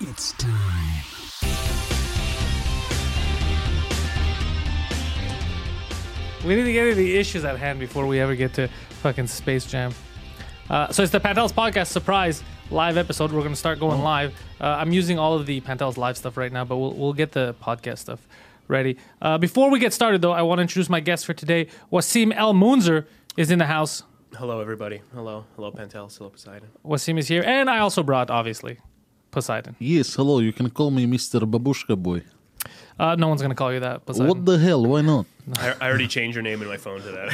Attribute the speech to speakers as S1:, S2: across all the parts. S1: It's time.
S2: We need to get into the issues at hand before we ever get to fucking Space Jam. Uh, so it's the Pantelis podcast surprise live episode. We're gonna start going live. Uh, I'm using all of the Pantelis live stuff right now, but we'll we'll get the podcast stuff ready. Uh, before we get started, though, I want to introduce my guest for today. Wasim El Munzer is in the house.
S3: Hello, everybody. Hello, hello, Pantelis. Hello, Poseidon.
S2: Wasim is here, and I also brought obviously Poseidon.
S4: Yes, hello, you can call me Mr. Babushka Boy.
S2: Uh, no one's gonna call you that. Poseidon.
S4: What the hell, why not?
S3: I, I already changed your name in my phone to that.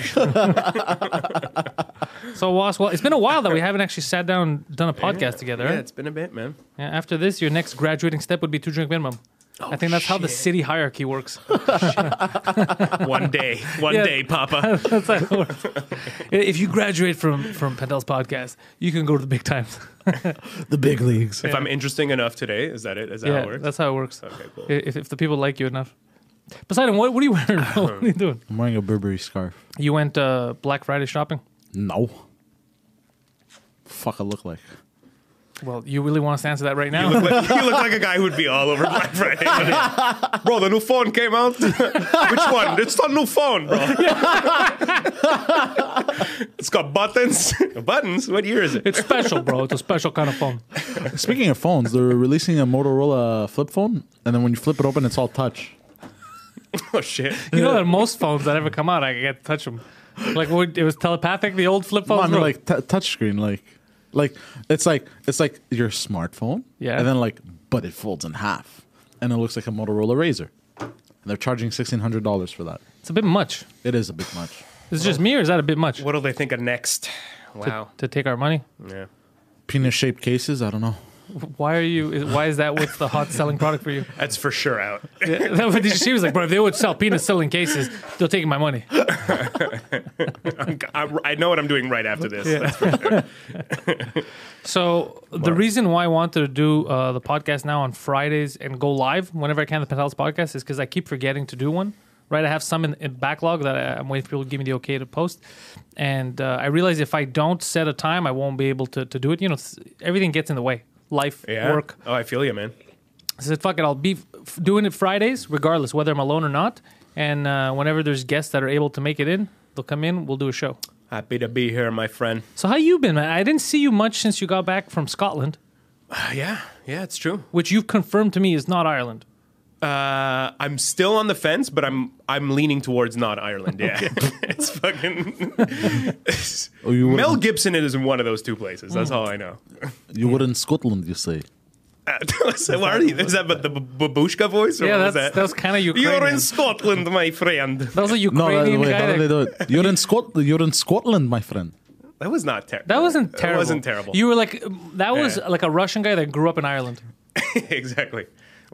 S3: actually.
S2: So Was, well, it's been a while that we haven't actually sat down and done a podcast together.
S3: yeah, it's been a bit, man.
S2: Yeah, after this, your next graduating step would be two drink minimum. I think that's how the
S3: shit.
S2: city hierarchy works.
S3: One day, one
S2: Yeah.
S3: day, Papa.
S2: That's how it works. if you graduate from from Pendel's podcast, you can go to the big times.
S1: The big leagues.
S3: If I'm interesting enough today, is that it? Is that how it
S2: yeah,
S3: works?
S2: that's how it works.
S3: okay, cool.
S2: If, if the people like you enough. Poseidon, what, what are you wearing? bro? what are you doing?
S4: I'm wearing a Burberry scarf.
S2: You went uh, Black Friday shopping.
S4: No. Fuck, I look like.
S2: Well, you really want us to answer that right
S3: You
S2: now?
S3: look, like, you look like a guy who'd be all over Black Friday. bro, the new phone came out. Which one? It's not new phone, bro. it's got buttons. buttons? What year is it?
S2: it's special, bro. It's a special kind of phone.
S4: Speaking of phones, they're releasing a Motorola flip phone, and then when you flip it open, it's all touch.
S3: oh shit.
S2: You know that most phones that ever come out, I get to touch them. Like what- it was telepathic, the old flip
S4: Oh, No,
S2: phones.
S4: I mean,
S2: bro.
S4: like t- touch screen, like, like it's like it's like your smartphone,
S2: Yeah.
S4: and then like, but it folds in half, and it looks like a Motorola Razor, and they're charging sixteen hundred dollars for that.
S2: it's a bit much.
S4: It is a bit much.
S2: Is it just me, or is that a bit much
S3: What'll they think of next? Wow.
S2: to take our money?
S3: Yeah.
S4: Penis shaped cases, I don't know.
S2: Why are you? is- Why is that what's the hot selling product for you?
S3: That's for sure out.
S2: she was like, bro, if they would sell penis selling cases, they're taking my money.
S3: I'm, I'm, I know what I'm doing right after this. That's for
S2: So the reason why I wanted to do uh, the podcast now on Fridays and go live whenever I can the Penthouse podcast is because I keep forgetting to do one. Right, I have some in, in backlog that I, I'm waiting for people to give me the okay to post, and uh, I realize if I don't set a time, I won't be able to, to do it. You know, s- everything gets in the way. Life,
S3: Yeah.
S2: work,
S3: Oh, I feel you, man.
S2: I said, fuck it, I'll be f- doing it Fridays, regardless whether I'm alone or not. And uh, whenever there's guests that are able to make it in, they'll come in. We'll do a show.
S3: Happy to be here, my friend.
S2: So how you been, man? I didn't see you much since you got back from Scotland,
S3: yeah, yeah, it's true.
S2: which you've confirmed to me is not Ireland.
S3: Uh, I'm still on the fence, but I'm I'm leaning towards not Ireland. Yeah, it's fucking.
S4: Oh, you were-
S3: Mel Gibson is in one of those two places. That's all I know.
S4: You were in Scotland, you say?
S3: so why are you, is that but the b- babushka voice? Or
S2: Yeah,
S3: what was
S2: that's-
S3: that?
S2: that's kinda
S3: You're
S2: Ukrainian.
S3: in Scotland, my friend.
S2: That was a
S4: No, that,
S2: Ukrainian
S4: wait,
S2: guy.
S4: how do
S2: that-
S4: they do it? You're in Scotland. You're in Scotland, my friend.
S3: That was not terrible.
S2: that wasn't terrible.
S3: That wasn't terrible.
S2: You were like, um, that was
S3: Yeah.
S2: like a Russian guy that grew up in Ireland.
S3: exactly.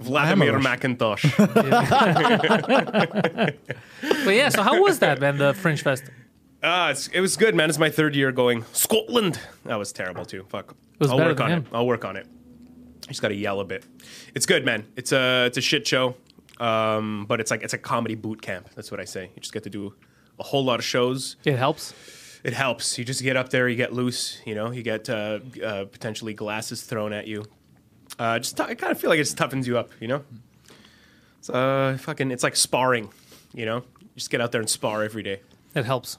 S3: Vladimir
S4: Russian.
S3: McIntosh.
S2: But yeah, so how was that, man? The Fringe Fest. It
S3: Ah, it's it was good, man. It's my third year going Scotland. That was terrible too. Fuck.
S2: was
S3: I'll
S2: better
S3: work
S2: than
S3: on
S2: him.
S3: it. I'll work on it. I just gotta yell a bit. It's good, man. It's a it's a shit show. Um, but it's like it's a comedy boot camp. That's what I say. You just get to do a whole lot of shows.
S2: helps.
S3: It helps. You just get up there. You get loose. You know. You get uh, uh, potentially glasses thrown at you. Uh, just t- I kind of feel like it just toughens you up. You know. It's uh fucking. It's like sparring. You know. You just get out there and spar every day.
S2: It helps.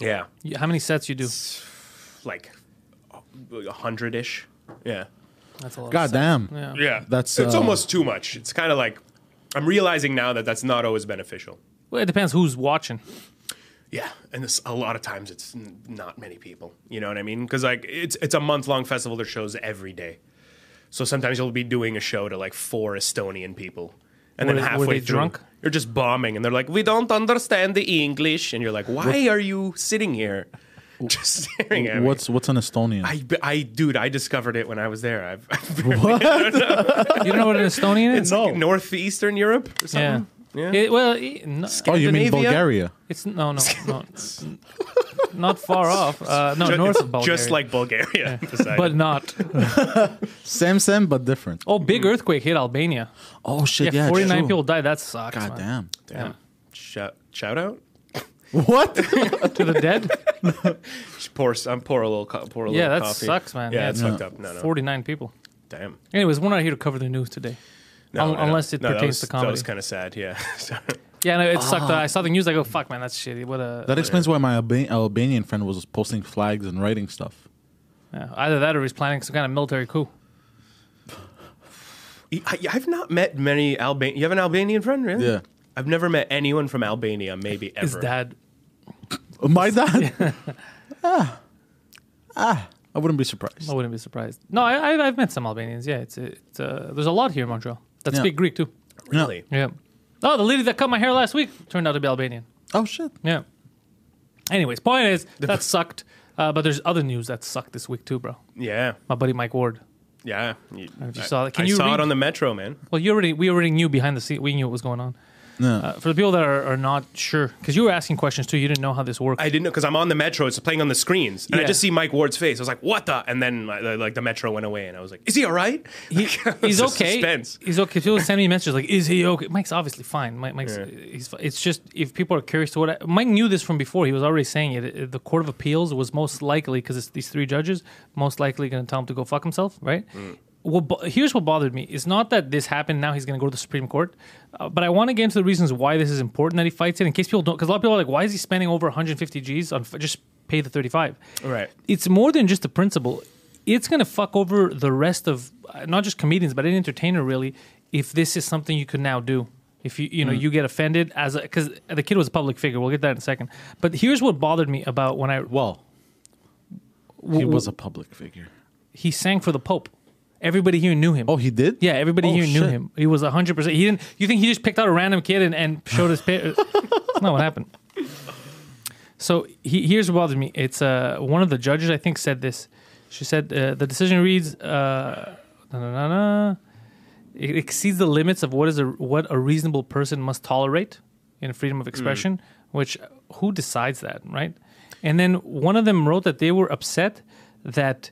S3: Yeah.
S2: You- How many sets you do?
S3: Like a hundred ish. Yeah.
S2: That's a lot. of
S4: God
S2: sets.
S4: damn.
S3: Yeah,
S4: That's,
S3: it's
S2: um,
S4: uh,
S3: almost too much. It's kind of like I'm realizing now that that's not always beneficial.
S2: Well, it depends who's watching.
S3: Yeah, and this, a lot of times it's n- not many people. You know what I mean? Because like it's it's a month long festival. There shows every day, so sometimes you'll be doing a show to like four Estonian people,
S2: Were
S3: and then
S2: they- were
S3: halfway
S2: they
S3: through,
S2: drunk?
S3: you're just bombing, and they're like, "We don't understand the English," and you're like, "Why are you sitting here?" just staring at me.
S4: What's what's an Estonian?
S3: I, I, dude, I discovered it when I was there. I've, I've
S2: You don't know what an Estonian is?
S3: it's like northeastern Europe or
S2: Yeah.
S3: something. Yeah.
S2: It- well, e- no,
S4: oh, you mean
S3: Scandinavia?
S4: Bulgaria?
S2: it's no, no, no, not far off. Uh, no,
S3: Ju-
S2: north
S3: it's
S2: of Bulgaria,
S3: Just like Bulgaria.
S2: but
S3: but
S2: not.
S4: Same, same, but different.
S2: Oh, big
S3: Mm.
S2: earthquake hit Albania.
S4: Oh shit!
S2: Yeah,
S4: it's
S2: 49
S4: true.
S2: people died. That sucks.
S4: God
S2: man.
S4: damn.
S3: damn. Shout, shout out.
S4: What?
S2: To the dead,
S3: Just Pour, some, pour a little, co- pour a
S2: Yeah,
S3: little
S2: that
S3: coffee.
S2: sucks, man.
S3: Yeah,
S2: Yeah,
S3: it's
S2: no.
S3: fucked up. No, no.
S2: forty-nine people.
S3: Damn.
S2: Anyways, we're not here to cover the news today.
S3: No,
S2: Un-
S3: no, no.
S2: unless it
S3: No, that
S2: pertains
S3: was-
S2: to
S3: That
S2: comedy.
S3: was Ah. kind of sad. Yeah. Sorry.
S2: Yeah, no, it sucked. I saw the news. I go, fuck, man, that's shitty. What a
S4: that explains why my Alba- Albanian friend was posting flags and writing stuff.
S2: yeah, either that or he's planning some kind of military coup.
S3: E, I, I've not met many Albanian. You have an Albanian friend, really?
S4: Yeah.
S3: I've never met anyone from Albania, maybe ever.
S2: His dad.
S4: My dad. ah, ah. I wouldn't be surprised.
S2: I wouldn't be surprised. No, I, I, I've met some Albanians. Yeah, it's, it's uh, there's a lot here in Montreal that
S4: Yeah.
S2: speak Greek too.
S3: really?
S2: Yeah. Oh, the lady that cut my hair last week turned out to be Albanian.
S4: Oh shit.
S2: Yeah. Anyways, point is that sucked. Uh, but there's other news that sucked this week too, bro.
S3: Yeah.
S2: My buddy Mike Ward.
S3: Yeah. You,
S2: you saw that- can
S3: I
S2: you
S3: saw
S2: read-
S3: it on the metro, man.
S2: Well, you already we already knew behind the scene. We knew what was going on. Uh, for the people that are, are not sure, because you were asking questions too, you didn't know how this worked.
S3: I didn't know because I'm on the metro. It's playing on the screens, and
S2: Yeah.
S3: I just see Mike Ward's face. I was like, "What the?" And then my, the- like the metro went away, and I was like, "Is he all right?"
S2: he's
S3: The
S2: okay.
S3: Suspense.
S2: He's okay. People send me messages like, "Is he okay?" Mike's obviously fine. Mike, Mike's he's. fi- It's just if people are curious to what I, Mike knew this from before. He was already saying it. Uh, The Court of Appeals was most likely because it's these three judges most likely going to tell him to go fuck himself, right?
S3: Mm.
S2: What bo- here's what bothered me. It's not that this happened. Now he's going to go to the Supreme Court, uh, but I want to get into the reasons why this is important that he fights it in case people don't. Because a lot of people are like, "Why is he spending over 150 G's on f- just pay the 35?"
S3: Right.
S2: it's more than just the principle. It's going to fuck over the rest of uh, not just comedians, but any entertainer really. If this is something you could now do, if you you know you get offended as because the kid was a public figure, we'll get that in a second. But here's what bothered me about when I
S4: Well, he was a public figure.
S2: he sang for the Pope. Everybody here knew him.
S4: Oh, he did.
S2: yeah, everybody
S4: Oh,
S2: here knew
S4: shit.
S2: him. He was hundred percent. He didn't. You think he just picked out a random kid and, and showed his? Pa- That's not what happened. So he, here's what bothers me. It's uh, one of the judges, I think, said this. She said uh, the decision reads, uh, na, na, na, na. "It exceeds the limits of what is a what a reasonable person must tolerate in freedom of
S4: Hmm.
S2: expression." Which who decides that, right? And then one of them wrote that they were upset that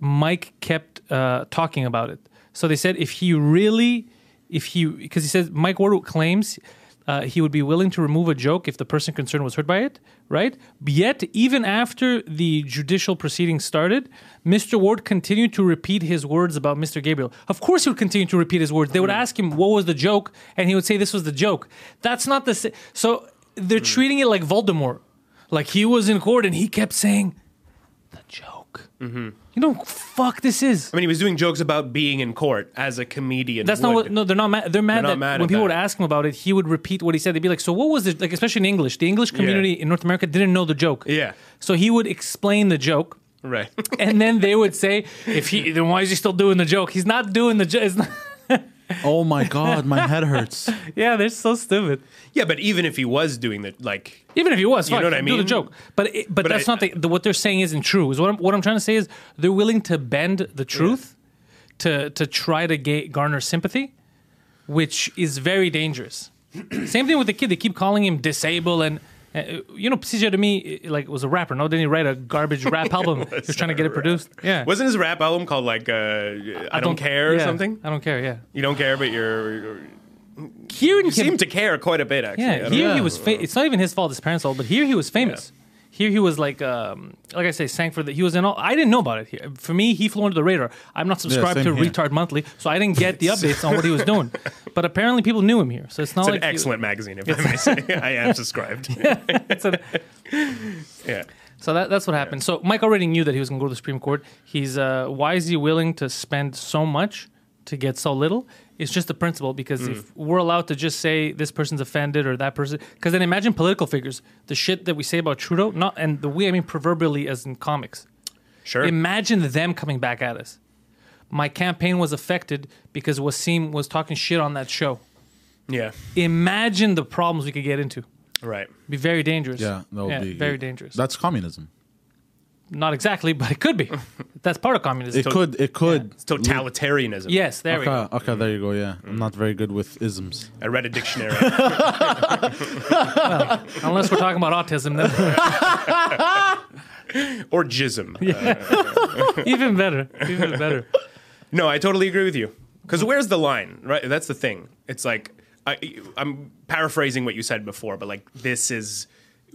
S2: Mike kept uh, talking about it. So they said if he really, if he, because he says Mike Ward claims uh, he would be willing to remove a joke if the person concerned was hurt by it, right? Yet, even after the judicial proceedings started, Mr. Ward continued to repeat his words about Mr. Gabriel. Of course, he would continue to repeat his words. They would ask him, What was the joke? And he would say, This was the joke. That's not the sa- So they're treating it like Voldemort. Like he was in court and he kept saying, The joke. You know, what fuck this is.
S3: I mean, he was doing jokes about being in court as a comedian.
S2: That's
S3: would.
S2: not what. No, they're not mad. They're mad
S3: They're not
S2: that
S3: mad
S2: when
S3: at
S2: people would
S3: that.
S2: ask him about it, he would repeat what he said. They'd be like, "So what was it?" Like, especially in English, the English community in North America didn't know the joke.
S3: Yeah.
S2: So he would explain the joke,
S3: Right.
S2: and then they would say, "If he, then why is he still doing the joke? He's not doing the joke."
S4: Oh my god, my head hurts.
S2: Yeah, they're so stupid.
S3: yeah, but even if he was doing the like,
S2: Even if he was,
S3: You
S2: fuck,
S3: know what I
S2: Do the
S3: mean?
S2: joke, but it, but,
S3: But
S2: that's
S3: I-
S2: not the, the, what they're saying isn't true. Is what I'm, what I'm trying to say is they're willing to bend the truth to to try to ga- garner sympathy, which is very dangerous. Same thing with the kid; they keep calling him disabled, and uh, you know, Psycho to me eh, like was a rapper. No, didn't he write a garbage rap album? He was trying to get it produced. Yeah,
S3: wasn't his rap album called like uh, I, don't, care or
S2: yeah,
S3: something?
S2: I don't care. Yeah,
S3: You don't care, but you're. you're
S2: Kieran
S3: you
S2: can-
S3: seem to care quite a bit, actually. I
S2: Yeah,
S3: don't
S2: here
S3: know.
S2: he was. Fa- it's not even his fault. His parents' fault, but here he was famous. Here he was like, um, like I say, sang for the. He was in all. I didn't know about it. Here. For me, he flew under the radar. I'm not subscribed
S4: same
S2: to
S4: here.
S2: Retard Monthly, so I didn't get the updates on what he was doing. But apparently, people knew him here, so it's not
S3: It's
S2: like
S3: an
S2: he-
S3: excellent magazine, if I may say. I am subscribed. Yeah.
S2: it's a- so that, that's what happened. So Mike already knew that he was going to go to the Supreme Court. He's uh, why is he willing to spend so much to get so little? It's just the principle because if
S4: Mm.
S2: we're allowed to just say this person's offended or that person, because then imagine political figures, the shit that we say about Trudeau, not and the way I mean proverbially as in comics.
S3: Sure.
S2: Imagine them coming back at us. My campaign was affected because Wasim was talking shit on that show.
S3: yeah.
S2: Imagine the problems we could get into.
S3: Right.
S2: It'd be very dangerous.
S4: Yeah, that would be
S2: very dangerous.
S4: That's communism.
S2: Not exactly, but it could be. That's part of communism.
S4: It could. It could.
S3: It's totalitarianism.
S2: yes, there we
S4: Okay,
S2: go. Mm-hmm.
S4: okay, there you go. Yeah, I'm not very good with isms.
S3: I read a dictionary.
S2: Unless we're talking about autism, then
S3: or jism.
S2: even better. Even better.
S3: No, I totally agree with you. Because where's the line, right? That's the thing. It's like I, I'm paraphrasing what you said before, but like this is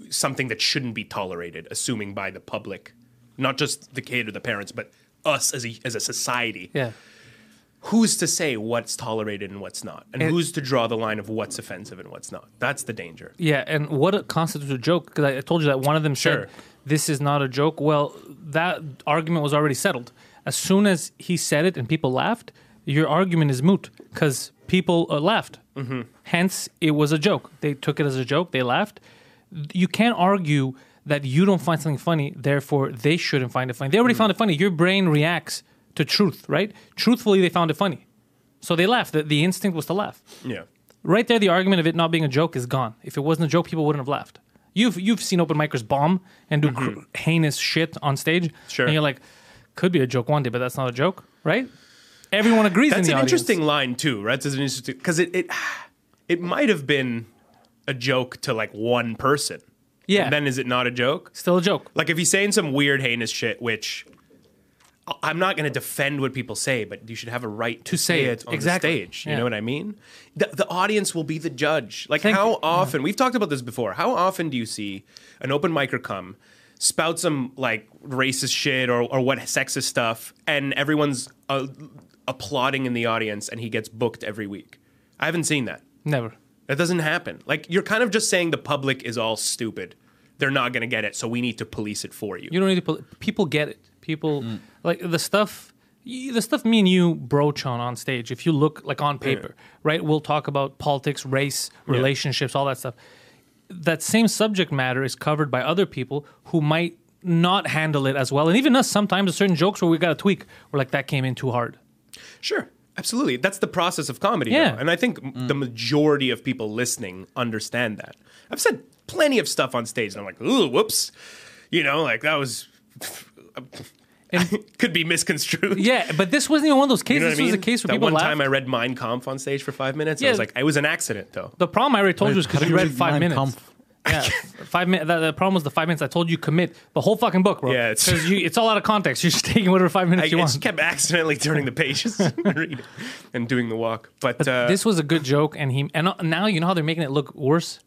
S3: something that shouldn't be tolerated, assuming by the public, not just the kid or the parents, but us as a as a society.
S2: Yeah.
S3: Who's to say what's tolerated and what's not, and
S2: And-
S3: who's to draw the line of what's offensive and what's not? That's the danger.
S2: Yeah, and what constitutes a joke? Because I, I told you that one of them
S3: Sure.
S2: said, "This is not a joke." Well, that argument was already settled. As soon as he said it and people laughed, your argument is moot because people uh, laughed. Mm-hmm. Hence, it was a joke. They took it as a joke. They laughed. You can't argue that you don't find something funny. Therefore, they shouldn't find it funny. They already found it funny. Your brain reacts to truth, right? Truthfully, they found it funny, so they laughed. The, the instinct was to laugh
S3: Yeah.
S2: right there, the argument of it not being a joke is gone. If it wasn't a joke, people wouldn't have laughed. You've you've seen open micers bomb and do cr- heinous shit on stage,
S3: Mm-hmm. Sure.
S2: and you're like, could be a joke one day, but that's not a joke, right? Everyone agrees. in
S3: That's
S2: the
S3: an
S2: audience.
S3: interesting line too, right? That's an interesting because it, it it might have been a joke to like one person.
S2: Yeah.
S3: And then is it not a joke?
S2: Still a joke.
S3: Like if he's saying some weird heinous shit, which I- I'm not going to defend what people say, but you should have a right to,
S2: say it.
S3: on
S2: Exactly.
S3: the stage. You
S2: Yeah.
S3: know what I mean? The, the audience will be the judge. Like
S2: Thank
S3: how
S2: you.
S3: often we've talked about this before. How often do you see an open micer come? Spout some like racist shit or, or what sexist stuff, and everyone's uh, applauding in the audience, and he gets booked every week. I haven't seen that.
S2: Never.
S3: That doesn't happen. Like you're kind of just saying the public is all stupid. They're not going to get it, so we need to police it for you.
S2: You don't need to. Pol- people get it. People
S3: Mm.
S2: like the stuff. y- The stuff me and you broach on on stage. If you look like on paper, right? We'll talk about politics, race, relationships, all that stuff. That same subject matter is covered by other people who might not handle it as well, and even us sometimes. There's certain jokes where we got to tweak. We're like, that came in too hard.
S3: Sure. Absolutely. That's the process of comedy.
S2: Yeah. Mm.
S3: Yeah. And I think m the majority of people listening understand that. I've said plenty of stuff on stage and I'm like, ooh, whoops. You know, like that was. could be misconstrued.
S2: Yeah, but this wasn't even one of those
S3: You
S2: cases.
S3: know what
S2: this
S3: I mean?
S2: was a case where
S3: that
S2: people
S3: one
S2: laughed.
S3: time I read Mein Kampf on stage for five minutes. I
S2: Yeah.
S3: was like, it was an accident, though.
S2: the problem I already told you was because
S4: How do
S2: you read
S4: read
S2: five
S4: Mein
S2: minutes.
S4: Kampf?
S2: Yeah, five minutes. The, the problem was the five minutes I told you commit the whole fucking book, bro.
S3: Yeah, it's-
S2: because it's, it's all out of context. You're just taking whatever five minutes
S3: I, I
S2: you
S3: just
S2: want.
S3: kept accidentally turning the pages and reading and doing the walk. But, uh,
S2: this was a good joke, and he and uh, now you know how they're making it look worse.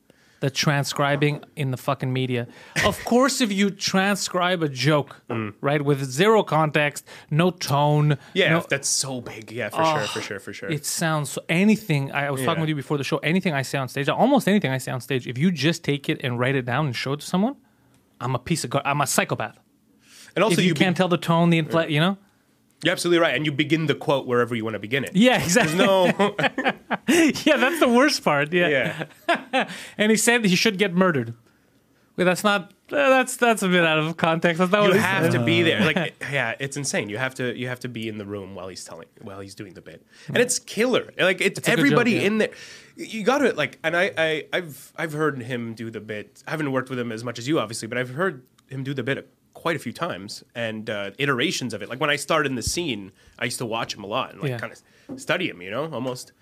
S2: The transcribing in the fucking media. Of course, if you transcribe a joke, right, with zero context, no tone,
S3: Mm. yeah,
S2: no- Ah,
S3: that's so big. Yeah, for sure, for sure, for sure.
S2: It sounds so anything. I, I was talking
S3: Yeah.
S2: with you before the show. Anything I say on stage, almost anything I say on stage, if you just take it and write it down and show it to someone, I'm a piece of. Gar- I'm a psychopath.
S3: And also,
S2: if you,
S3: you, be-
S2: can't tell the tone, the infle, you know.
S3: you're absolutely right. And you begin the quote wherever you want to begin it.
S2: Yeah, exactly.
S3: No,
S2: yeah, that's the worst part. Yeah.
S3: yeah.
S2: And he said he should get murdered. Wait, that's not. uh, that's that's a bit out of context. That's not
S3: you
S2: what he
S3: have
S2: said.
S3: to be there. Like, it- yeah, it's insane. You have to you have to be in the room while he's telling while he's doing the bit, and it's killer. Like, it's,
S2: a good
S3: everybody
S2: joke, yeah.
S3: in there. You got to like, and I, I I've I've heard him do the bit. I haven't worked with him as much as you, obviously, but I've heard him do the bit quite a few times and uh, iterations of it. Like when I started in the scene, I used to watch him a lot and like
S2: Yeah.
S3: kind of study him, you know, almost.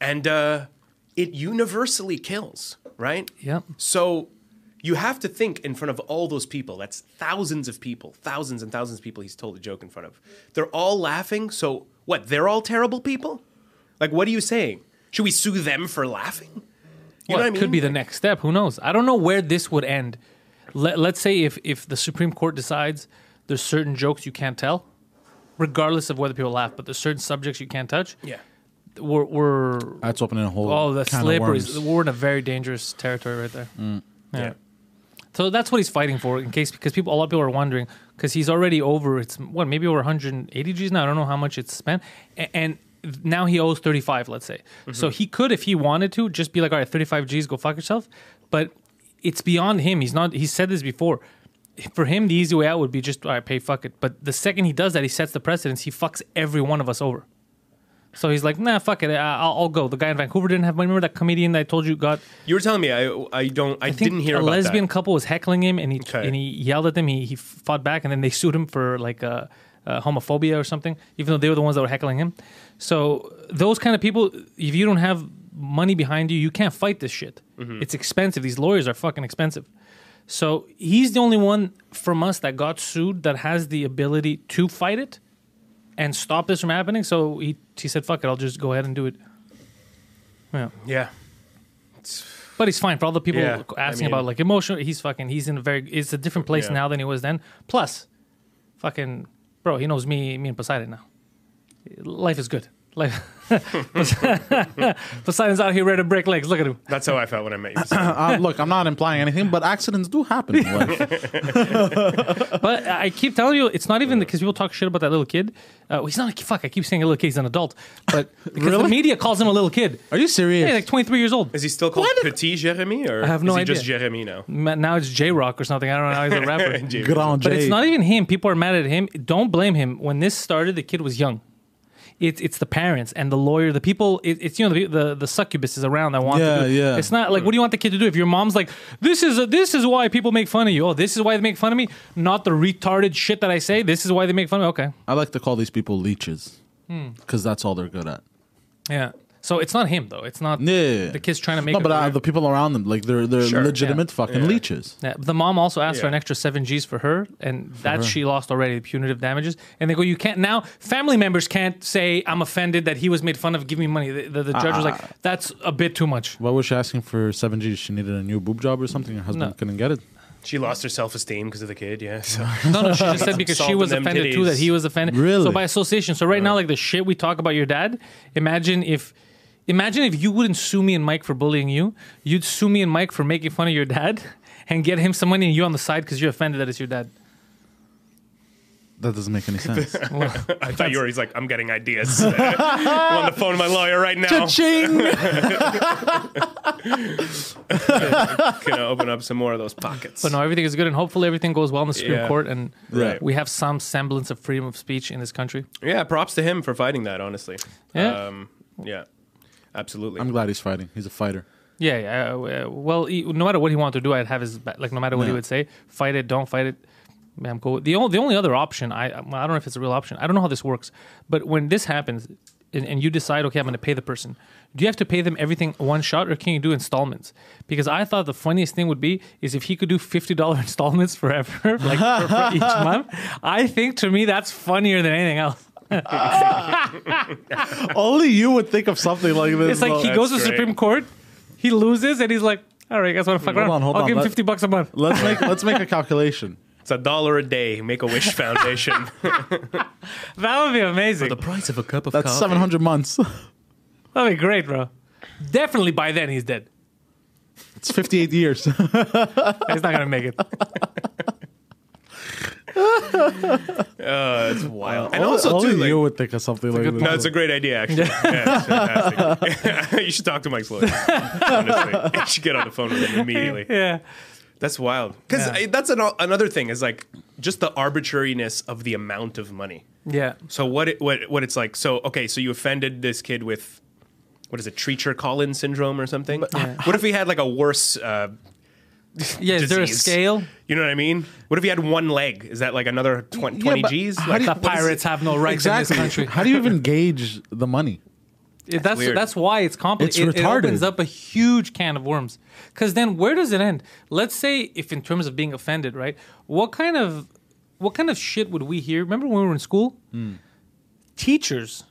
S3: And uh, it universally kills, right?
S2: Yep.
S3: So you have to think in front of all those people. That's thousands of people, thousands and thousands of people he's told a joke in front of. They're all laughing. So what? They're all terrible people? Like, what are you saying? Should we sue them for laughing? You
S2: Well, it could be the next step. Who knows? I don't know where this would end. Let, let's say if if the Supreme Court decides there's certain jokes you can't tell, regardless of whether people laugh, but there's certain subjects you can't touch.
S3: Yeah.
S2: We're, we're
S4: That's opening a whole.
S2: oh the
S4: can of
S2: slippery.
S4: worms.
S2: We're in a very dangerous territory right there.
S3: Yeah.
S2: So that's what he's fighting for, in case because people a lot of people are wondering because he's already over it's what maybe over 180 G's now. I don't know how much it's spent, A- and now he owes 35, let's say. So he could, if he wanted to, just be like, all right, 35 G's, go fuck yourself. But it's beyond him. He's not. He said this before. For him, the easy way out would be just all right, pay, fuck it. But the second he does that, he sets the precedence. He fucks every one of us over. So he's like, nah, fuck it, I- I'll, I'll go. The guy in Vancouver didn't have money. Remember that comedian that I told you got?
S3: You were telling me I I don't I,
S2: I think
S3: didn't hear
S2: a
S3: about
S2: lesbian
S3: that.
S2: couple was heckling him, and he
S3: Okay.
S2: and he yelled at them. He he fought back, and then they sued him for like uh, uh, homophobia or something, even though they were the ones that were heckling him. So those kind of people, if you don't have money behind you, you can't fight this shit.
S3: Mm-hmm.
S2: It's expensive. These lawyers are fucking expensive. So he's the only one from us that got sued that has the ability to fight it and stop this from happening. So he he said, "Fuck it, I'll just go ahead and do it." Yeah.
S3: Yeah.
S2: But he's fine for all the people
S3: Yeah,
S2: asking
S3: I mean-
S2: about like emotional. He's fucking. He's in a very. It's a different place
S3: Yeah.
S2: now than he was then. Plus, fucking bro, he knows me. Me and Poseidon now. Life is good. Life. Poseidon's out here ready to break legs. Look at him.
S3: That's how I felt when I met you. so.
S4: Uh, look, I'm not implying anything, but accidents do happen. in life.
S2: But I keep telling you, it's not even because people talk shit about that little kid. Uh, he's not a fuck. I keep saying a little kid. He's an adult, but because the
S4: Really?
S2: media calls him a little kid.
S4: Are you serious?
S2: Hey, like 23 years old.
S3: Is he still called
S2: What?
S3: Petit Jeremy or
S2: I have
S3: is
S2: no
S3: he just
S2: idea.
S3: Jeremy now?
S2: Ma- Now it's J Rock or something. I don't know. Now he's a rapper.
S4: Grand
S2: But it's
S4: J.
S2: not even him. People are mad at him. Don't blame him. When this started, the kid was young. It's it's the parents and the lawyer, the people. It, it's you know the, the the succubus is around that want.
S4: Yeah,
S2: to do.
S4: yeah.
S2: It's not like what do you want the kid to do? If your mom's like, this is this is why people make fun of you. Oh, this is why they make fun of me. Not the retarded shit that I say. This is why they make fun of me. Okay,
S4: I like to call these people leeches
S2: Hmm.
S4: because that's all they're good at.
S2: yeah. So it's not him though. It's not
S4: Yeah,
S2: the kid's trying to make.
S4: no,
S2: a
S4: but uh,
S2: career.
S4: the people around them, like they're they're
S3: Sure,
S4: legitimate fucking leeches.
S2: Yeah, but the mom also asked for
S3: Yeah.
S2: an extra seven G's for her, and that she lost already the punitive damages. And they go, you can't now. Family members can't say I'm offended that he was made fun of. Give me money. The, the, the judge was like, that's a bit too much.
S4: Why was she asking for seven G's? She needed a new boob job or something. Her husband
S2: No.
S4: couldn't get it.
S3: She lost her self esteem because of the kid. Yeah. So.
S2: No, no, she just said because she
S3: Salting
S2: was
S3: them
S2: offended too that
S3: titties.
S2: he was offended.
S4: Really?
S2: So by association. So right, now, like the shit we talk about your dad. Imagine if, imagine if you wouldn't sue me and Mike for bullying you. You'd sue me and Mike for making fun of your dad, and get him some money and you on the side because you're offended that it's your dad.
S4: That doesn't make any sense.
S3: I thought you were. He's like, I'm getting ideas. uh, I'm on the phone with my lawyer right now.
S4: Cha-ching!
S3: Gonna open up some more of those pockets.
S2: But no, everything is good, and hopefully everything goes well in the Supreme
S3: Yeah.
S2: Court, and
S4: Right.
S2: we have some semblance of freedom of speech in this country.
S3: Yeah, props to him for fighting that. Honestly.
S2: Yeah.
S3: Um, yeah. Absolutely.
S4: I'm glad he's fighting. He's a fighter.
S2: Yeah, yeah. uh, uh, Well, he, no matter what he wanted to do, I'd have his back. Like no matter what he
S4: Yeah.
S2: would say, fight it, don't fight it. Man, I'm cool. The only the only other option, I I don't know if it's a real option. I don't know how this works, but when this happens, and, and you decide, okay, I'm going to pay the person. Do you have to pay them everything one shot, or can you do installments? Because I thought the funniest thing would be is if he could do fifty dollar installments forever, like for, for each month. I think to me that's funnier than anything else.
S4: Only you would think of something like this.
S2: It's like he
S4: though.
S2: goes to
S3: That's
S2: Supreme Court, he loses, and he's like, "All right, guys, want to fuck around?
S4: on, hold
S2: I'll
S4: on,
S2: give him
S4: let-
S2: fifty bucks a month."
S4: let's make let's make a calculation.
S3: It's a dollar a day. Make a Wish Foundation.
S2: That would be amazing.
S3: price of a cup of
S4: That's 700 months.
S2: That'd be great, bro. Definitely by then he's dead.
S4: It's 58 years.
S2: He's not gonna make it.
S3: Uh, it's wild. And
S4: Only-
S3: also
S4: only
S3: too, like,
S4: you would think of something like this.
S3: No, it's a great idea, actually. Yeah, it's fantastic. you should talk to Mike's lawyer. Honestly, you should get on the phone with him immediately.
S2: Yeah.
S3: That's wild. Because that's an, another thing is like just the arbitrariness of the amount of money.
S2: Yeah.
S3: So what it, what what it's like? So okay, so you offended this kid with what is it, Treacher Collins syndrome or something? What if he had like a worse? Uh,
S2: Yeah, is there a
S3: disease?
S2: scale?
S3: You know what I mean? What if he had one leg? Is that like another twen- 20
S4: but
S3: G's?
S4: how
S3: Like,
S4: do you-
S2: The
S3: what is
S2: pirates have no rights in
S4: exactly.
S2: this country.
S4: How do you even gauge the money?
S2: It- that's
S3: weird.
S2: that's why it's complicated.
S4: It's
S2: it, it
S4: retarded.
S2: opens up a huge can of worms. Because then where does it end? Let's say if in terms of being offended, right? What kind of what kind of shit would we hear? Remember when we were in school?
S3: Hmm.
S2: Teachers.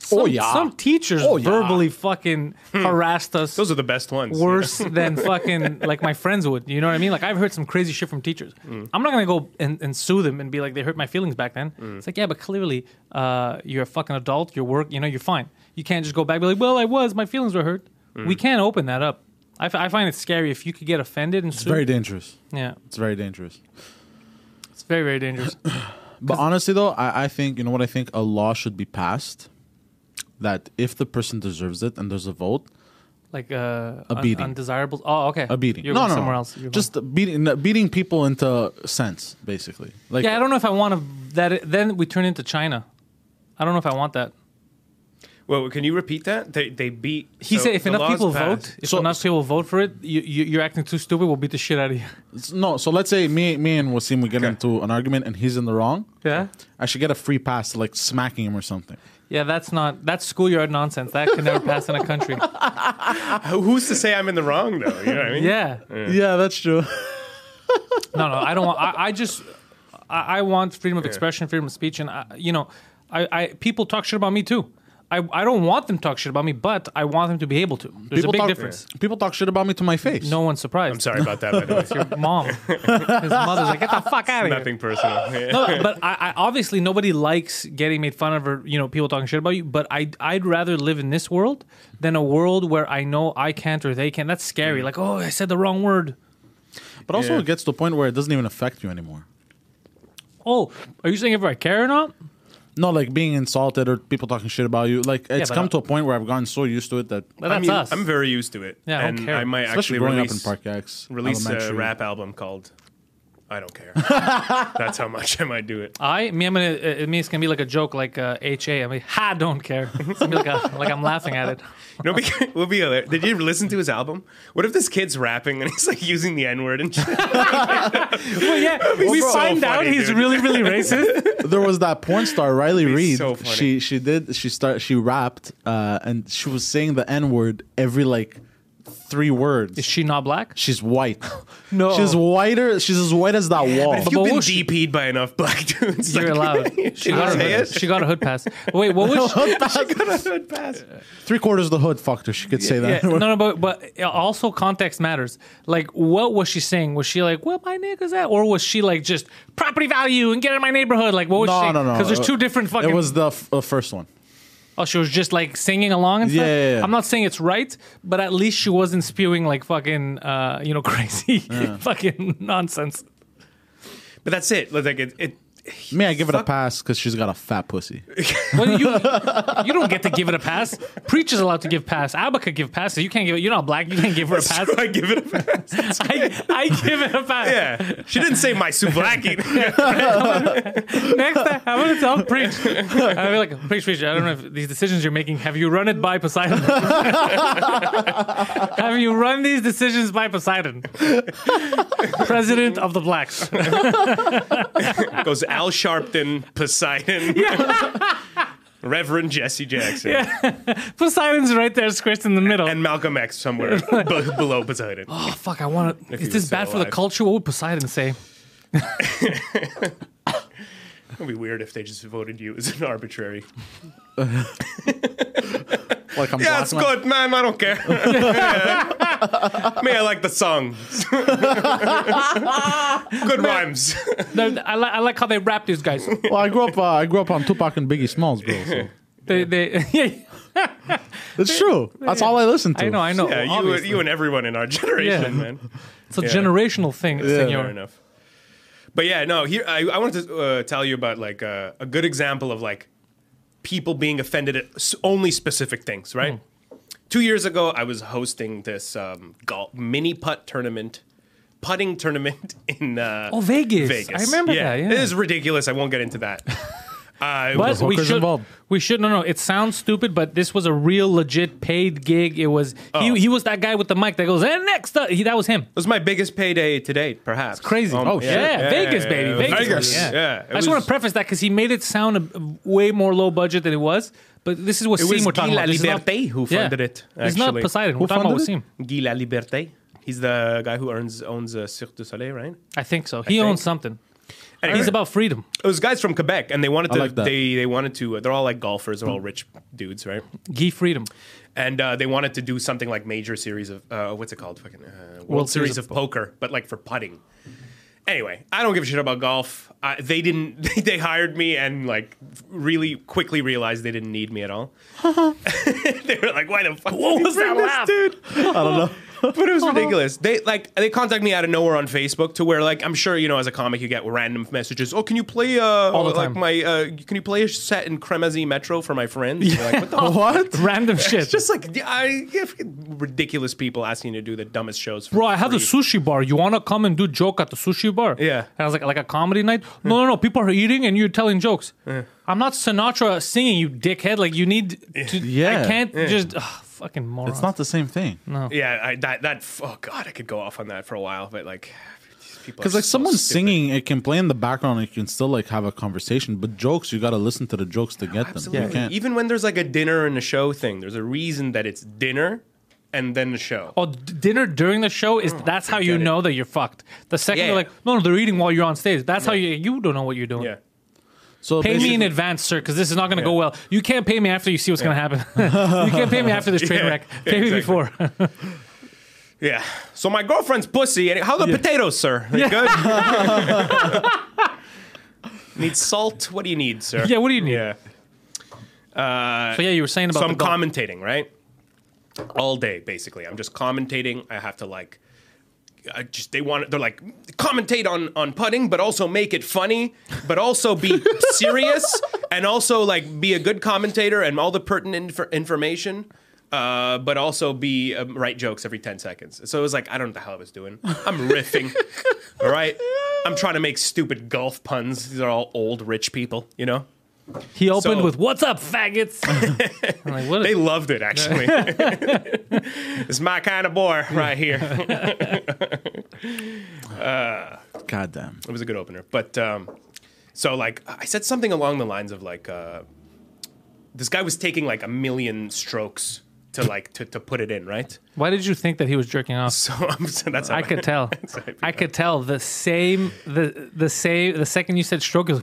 S2: Some,
S4: Oh, yeah.
S2: Some teachers
S4: Oh, yeah.
S2: verbally fucking harassed us.
S3: Hmm. Those are the best ones.
S2: worse than fucking like my friends would. You know what I mean? Like I've heard some crazy shit from teachers. I'm not gonna go and, and sue them and be like they hurt my feelings back then. It's like yeah, but clearly uh, you're a fucking adult. Your work, you know, you're fine. You can't just go back and be like, well, I was, my feelings were hurt. We can't open that up. I, f- I find it scary if you could get offended and
S4: It's
S2: sue.
S4: very dangerous.
S2: yeah,
S4: It's very dangerous.
S2: it's very very dangerous.
S4: But honestly, though, I, I think you know what I think. A law should be passed that if the person deserves it and there's a vote,
S2: like uh, a
S4: beating.
S2: undesirables. Oh, okay,
S4: a beating.
S2: You're
S4: no,
S2: going
S4: no,
S2: somewhere
S4: no.
S2: else. You're
S4: Just beating beating people into sense, basically. Like
S2: going- yeah. I don't know if I want to. That then we turn into China. I don't know if I want that.
S3: Well, can you repeat that? They they beat.
S2: He
S3: so
S2: said if
S3: the
S2: enough
S3: laws
S2: people
S3: passed.
S2: vote, if
S4: So-
S2: enough people vote for it, you, you, you're acting too stupid. We'll beat the shit out of you.
S4: S- No, so let's say me, me and Wasim we get into an argument and he's in the wrong.
S2: Yeah.
S4: I should get a free pass, like smacking him or something.
S2: Yeah, that's not that's schoolyard nonsense. That can never pass in a country.
S3: Who- who's to say I'm in the wrong though? You know what I mean?
S2: Yeah.
S4: Yeah, that's true.
S2: No, no, I don't want. I, I just, I, I want freedom of expression, freedom of speech, and I, you know, I, I people talk shit about me too. I, I don't want them to talk shit about me, but I want them to be able to. There's a big
S4: talk,
S2: difference.
S4: People talk shit about me to my face.
S2: No one's surprised.
S3: I'm sorry about that. By the way,
S2: Your mom, his mother's like, get the fuck out of here.
S3: nothing personal.
S2: No, but I, I obviously nobody likes getting made fun of or you know people talking shit about you. But I I'd rather live in this world than a world where I know I can't or they can. That's
S3: Mm.
S2: scary. Like oh, I said the wrong word.
S4: but also
S3: Yeah.
S4: it gets to a point where it doesn't even affect you anymore.
S2: Oh, are you saying if I care or not?
S4: No, like being insulted or people talking shit about you. Like it's
S2: but
S4: come
S2: I-
S4: to a point where I've gotten so used to it that,
S2: But
S3: I'm,
S2: that's
S3: u-
S2: us.
S3: I'm very used to it.
S2: Yeah, I don't
S3: and
S2: care.
S3: I might
S4: especially
S3: actually
S4: growing
S3: release,
S4: up in Park X,
S3: release a
S4: elementary.
S3: rap album called "I Don't Care." That's how much I might do it.
S2: I me I'm gonna uh, me it's gonna be like a joke like uh, H A. I mean ha don't care. It's gonna be like, a, like I'm laughing at it.
S3: No, because, we'll be hilarious. Did you listen to his album? What if this kid's rapping and he's like using the N word and shit?
S2: Well, yeah, we
S3: so
S2: find out
S3: funny,
S2: he's
S3: dude.
S2: really really racist.
S4: there was that porn star Riley Reid.
S3: so funny.
S4: she she did she start she rapped uh, and she was saying the n word every like three words.
S2: Is she not black?
S4: She's white.
S2: No.
S4: she's whiter. She's as white as that wall.
S3: If
S2: But
S3: you've
S2: what
S3: been
S2: was she-
S3: DP'd by enough black dudes,
S2: You're
S3: like,
S2: allowed. She
S3: you
S2: got,
S3: say
S2: a,
S3: it?
S2: she got a hood pass. Wait, what was she?
S3: Good pass.
S4: Three quarters of the hood fucked her. She could say
S2: Yeah,
S4: that.
S2: no, no, but but also context matters. Like, what was she saying? Was she like, "What my niggas at?" Or was she like, "Just property value and get in my neighborhood"? Like, what was she?
S4: no, no, no.
S2: Because there's two different fucking.
S4: It was the f- uh, first one.
S2: Oh, she was just like singing along and
S4: Yeah,
S2: stuff.
S4: yeah, yeah.
S2: I'm not saying it's right, but at least she wasn't spewing like fucking, uh, you know, crazy fucking nonsense.
S3: But that's it. Like it, it
S4: Me, I give it a pass because she's got a fat pussy.
S2: Well, you you don't get to give it a pass. Preacher's allowed to give pass. Abba could give passes. You can't give it. You're not black. You can't give her a pass.
S3: I give it a pass.
S2: I, I give it a pass.
S3: Yeah, she didn't say my souvlaki.
S2: Next time, I'm gonna tell preach. I'll be like, preach, preach. I don't know if these decisions you're making. Have you run it by Poseidon? have you run these decisions by Poseidon, president of the blacks?
S3: goes Al Sharpton, Poseidon, Reverend Jesse Jackson,
S2: Poseidon's right there, squished in the middle.
S3: and Malcolm X somewhere b- below Poseidon.
S2: oh fuck, I want to.
S3: he
S2: Is this
S3: was still
S2: bad for the
S3: alive.
S2: culture? What would Poseidon say?
S3: It'd be weird if they just voted you as an arbitrary.
S4: Like I'm
S3: Yeah,
S4: black
S3: it's
S4: man.
S3: good, man. I don't care. Me, I like the song. good rhymes.
S2: No, I, li- I like how they rap these guys.
S4: Well, I grew up. Uh, I grew up on Tupac and Biggie Smalls, bro. So.
S2: They, they, yeah,
S4: It's true. That's all I listen to.
S2: I know, I know.
S3: Yeah, you,
S2: obviously.
S3: you and everyone in our generation,
S2: Yeah.
S3: man.
S2: it's a generational thing, senor.
S3: Fair enough. But yeah, no. Here, I, I wanted to uh, tell you about like uh, a good example of like people being offended at s- only specific things. Right.
S2: Hmm.
S3: Two years ago, I was hosting this um, golf mini putt tournament, putting tournament in uh,
S2: Oh, Vegas. I remember
S3: yeah.
S2: that, yeah.
S3: it is ridiculous. I won't get into that. Uh, it
S2: But
S3: was-
S2: we
S4: hookers
S2: should,
S4: involved.
S2: we should. No, no. It sounds stupid, but this was a real, legit paid gig. It was
S3: Oh.
S2: he. He was that guy with the mic that goes, and next, up," he, that was him.
S3: It was my biggest payday to date, perhaps.
S2: Crazy.
S3: Um,
S4: Oh,
S2: yeah,
S4: shit.
S2: Vegas,
S3: yeah,
S2: baby.
S3: yeah,
S2: Vegas.
S4: Vegas.
S2: Yeah.
S3: Yeah, it
S2: I just want
S3: was-
S2: to preface that because he made it sound a, way more low budget than it was. But this is what
S3: It was
S2: Seam we're
S3: Guy
S2: talking
S3: La
S2: about. This is not-
S3: Liberté who
S2: Yeah.
S3: funded it.
S2: It's not
S3: actually.
S2: Poseidon.
S4: Who
S2: we're talking about
S4: funded
S2: Wasim.
S3: Guy La Liberté. He's the guy who earns, owns uh, Cirque du Soleil, right?
S2: I think so. He owns something.
S3: Anyway.
S2: He's about freedom.
S3: It was guys from Quebec, and they wanted
S4: I
S3: to.
S4: like that.
S3: they they wanted to. They're all like golfers. They're all rich dudes, right?
S2: Gee, freedom.
S3: And uh, they wanted to do something like major series of uh, what's it called? Fucking uh, World, Series, of, poker, but like for putting. Anyway, I don't give a shit about golf. I, they didn't. They, they hired me and like really quickly realized they didn't need me at all. they were like, "Why the fuck? What
S2: was that laugh?
S3: dude?" but it was ridiculous. They like they contact me out of nowhere on Facebook to where like I'm sure you know as a comic you get random messages. Oh, can you play uh
S2: the
S3: like
S2: time.
S3: my uh can you play a set in Kremezi Metro for my friends? And you're like what the fuck?
S4: What?
S2: Random shit.
S3: Just like yeah, I yeah, fucking ridiculous people asking you to do the dumbest shows. For
S2: Bro, I have a
S3: free.
S2: sushi bar. You wanna come and do joke at the sushi bar?
S3: Yeah.
S2: And I was like, like a comedy night? No, no, no. People are eating and you're telling jokes. I'm not Sinatra singing, you dickhead. Like you need to.
S4: Yeah.
S2: I can't just ugh, fucking moron.
S4: It's not the same thing.
S3: Yeah, I, that that oh god, I could go off on that for a while, but like these people
S4: Because
S3: are
S4: like
S3: so
S4: someone's
S3: stupid.
S4: singing, it can play in the background, and you can still like have a conversation. But jokes, you got to listen to the jokes to get them. You
S3: Absolutely.
S4: can't.
S3: Even when there's like a dinner and a show thing, there's a reason that it's dinner and then the show.
S2: Oh, d- dinner during the show is that's how you
S3: Oh, get it.
S2: know that you're fucked. The second
S3: Yeah,
S2: you're
S3: yeah.
S2: like, no, no, they're eating while you're on stage. That's how you you don't know what you're doing.
S3: Yeah.
S4: So
S2: Pay me in
S4: basically-
S2: advance, sir, because this is not going to go
S3: Yeah.
S2: well. You can't pay me after you see what's going to happen. you can't pay me after this train
S3: Yeah,
S2: wreck.
S3: yeah,
S2: Pay me
S3: exactly.
S2: before.
S3: Yeah. So my girlfriend's pussy. and- How the potatoes, sir? They good? need salt? What do you need, sir?
S2: yeah, what do you need?
S3: Yeah.
S2: So yeah, you were saying about
S3: so
S2: the
S3: I'm
S2: golf-
S3: commentating, right? All day, basically. I'm just commentating. I have to like, I just they want they're like commentate on on putting, but also make it funny, but also be serious, and also like be a good commentator and all the pertinent infor- information. Uh, but also be um, write jokes every 10 seconds. So it was like, I don't know what the hell I was doing. I'm riffing. all right. I'm trying to make stupid golf puns. These are all old rich people, you know?
S2: He opened
S3: So-
S2: with "What's up, faggots?" I'm like, what is-
S3: They loved it, actually. it's my kind of boy right here.
S4: Goddamn.
S3: It was a good opener. But um, so, like, I said something along the lines of, like, uh, this guy was taking, like, a million strokes to, like, to, to put it in, right?
S2: Why did you think that he was jerking off?
S3: So, I'm, so that's how
S2: I could tell. I could tell the same the the same the second you said stroke is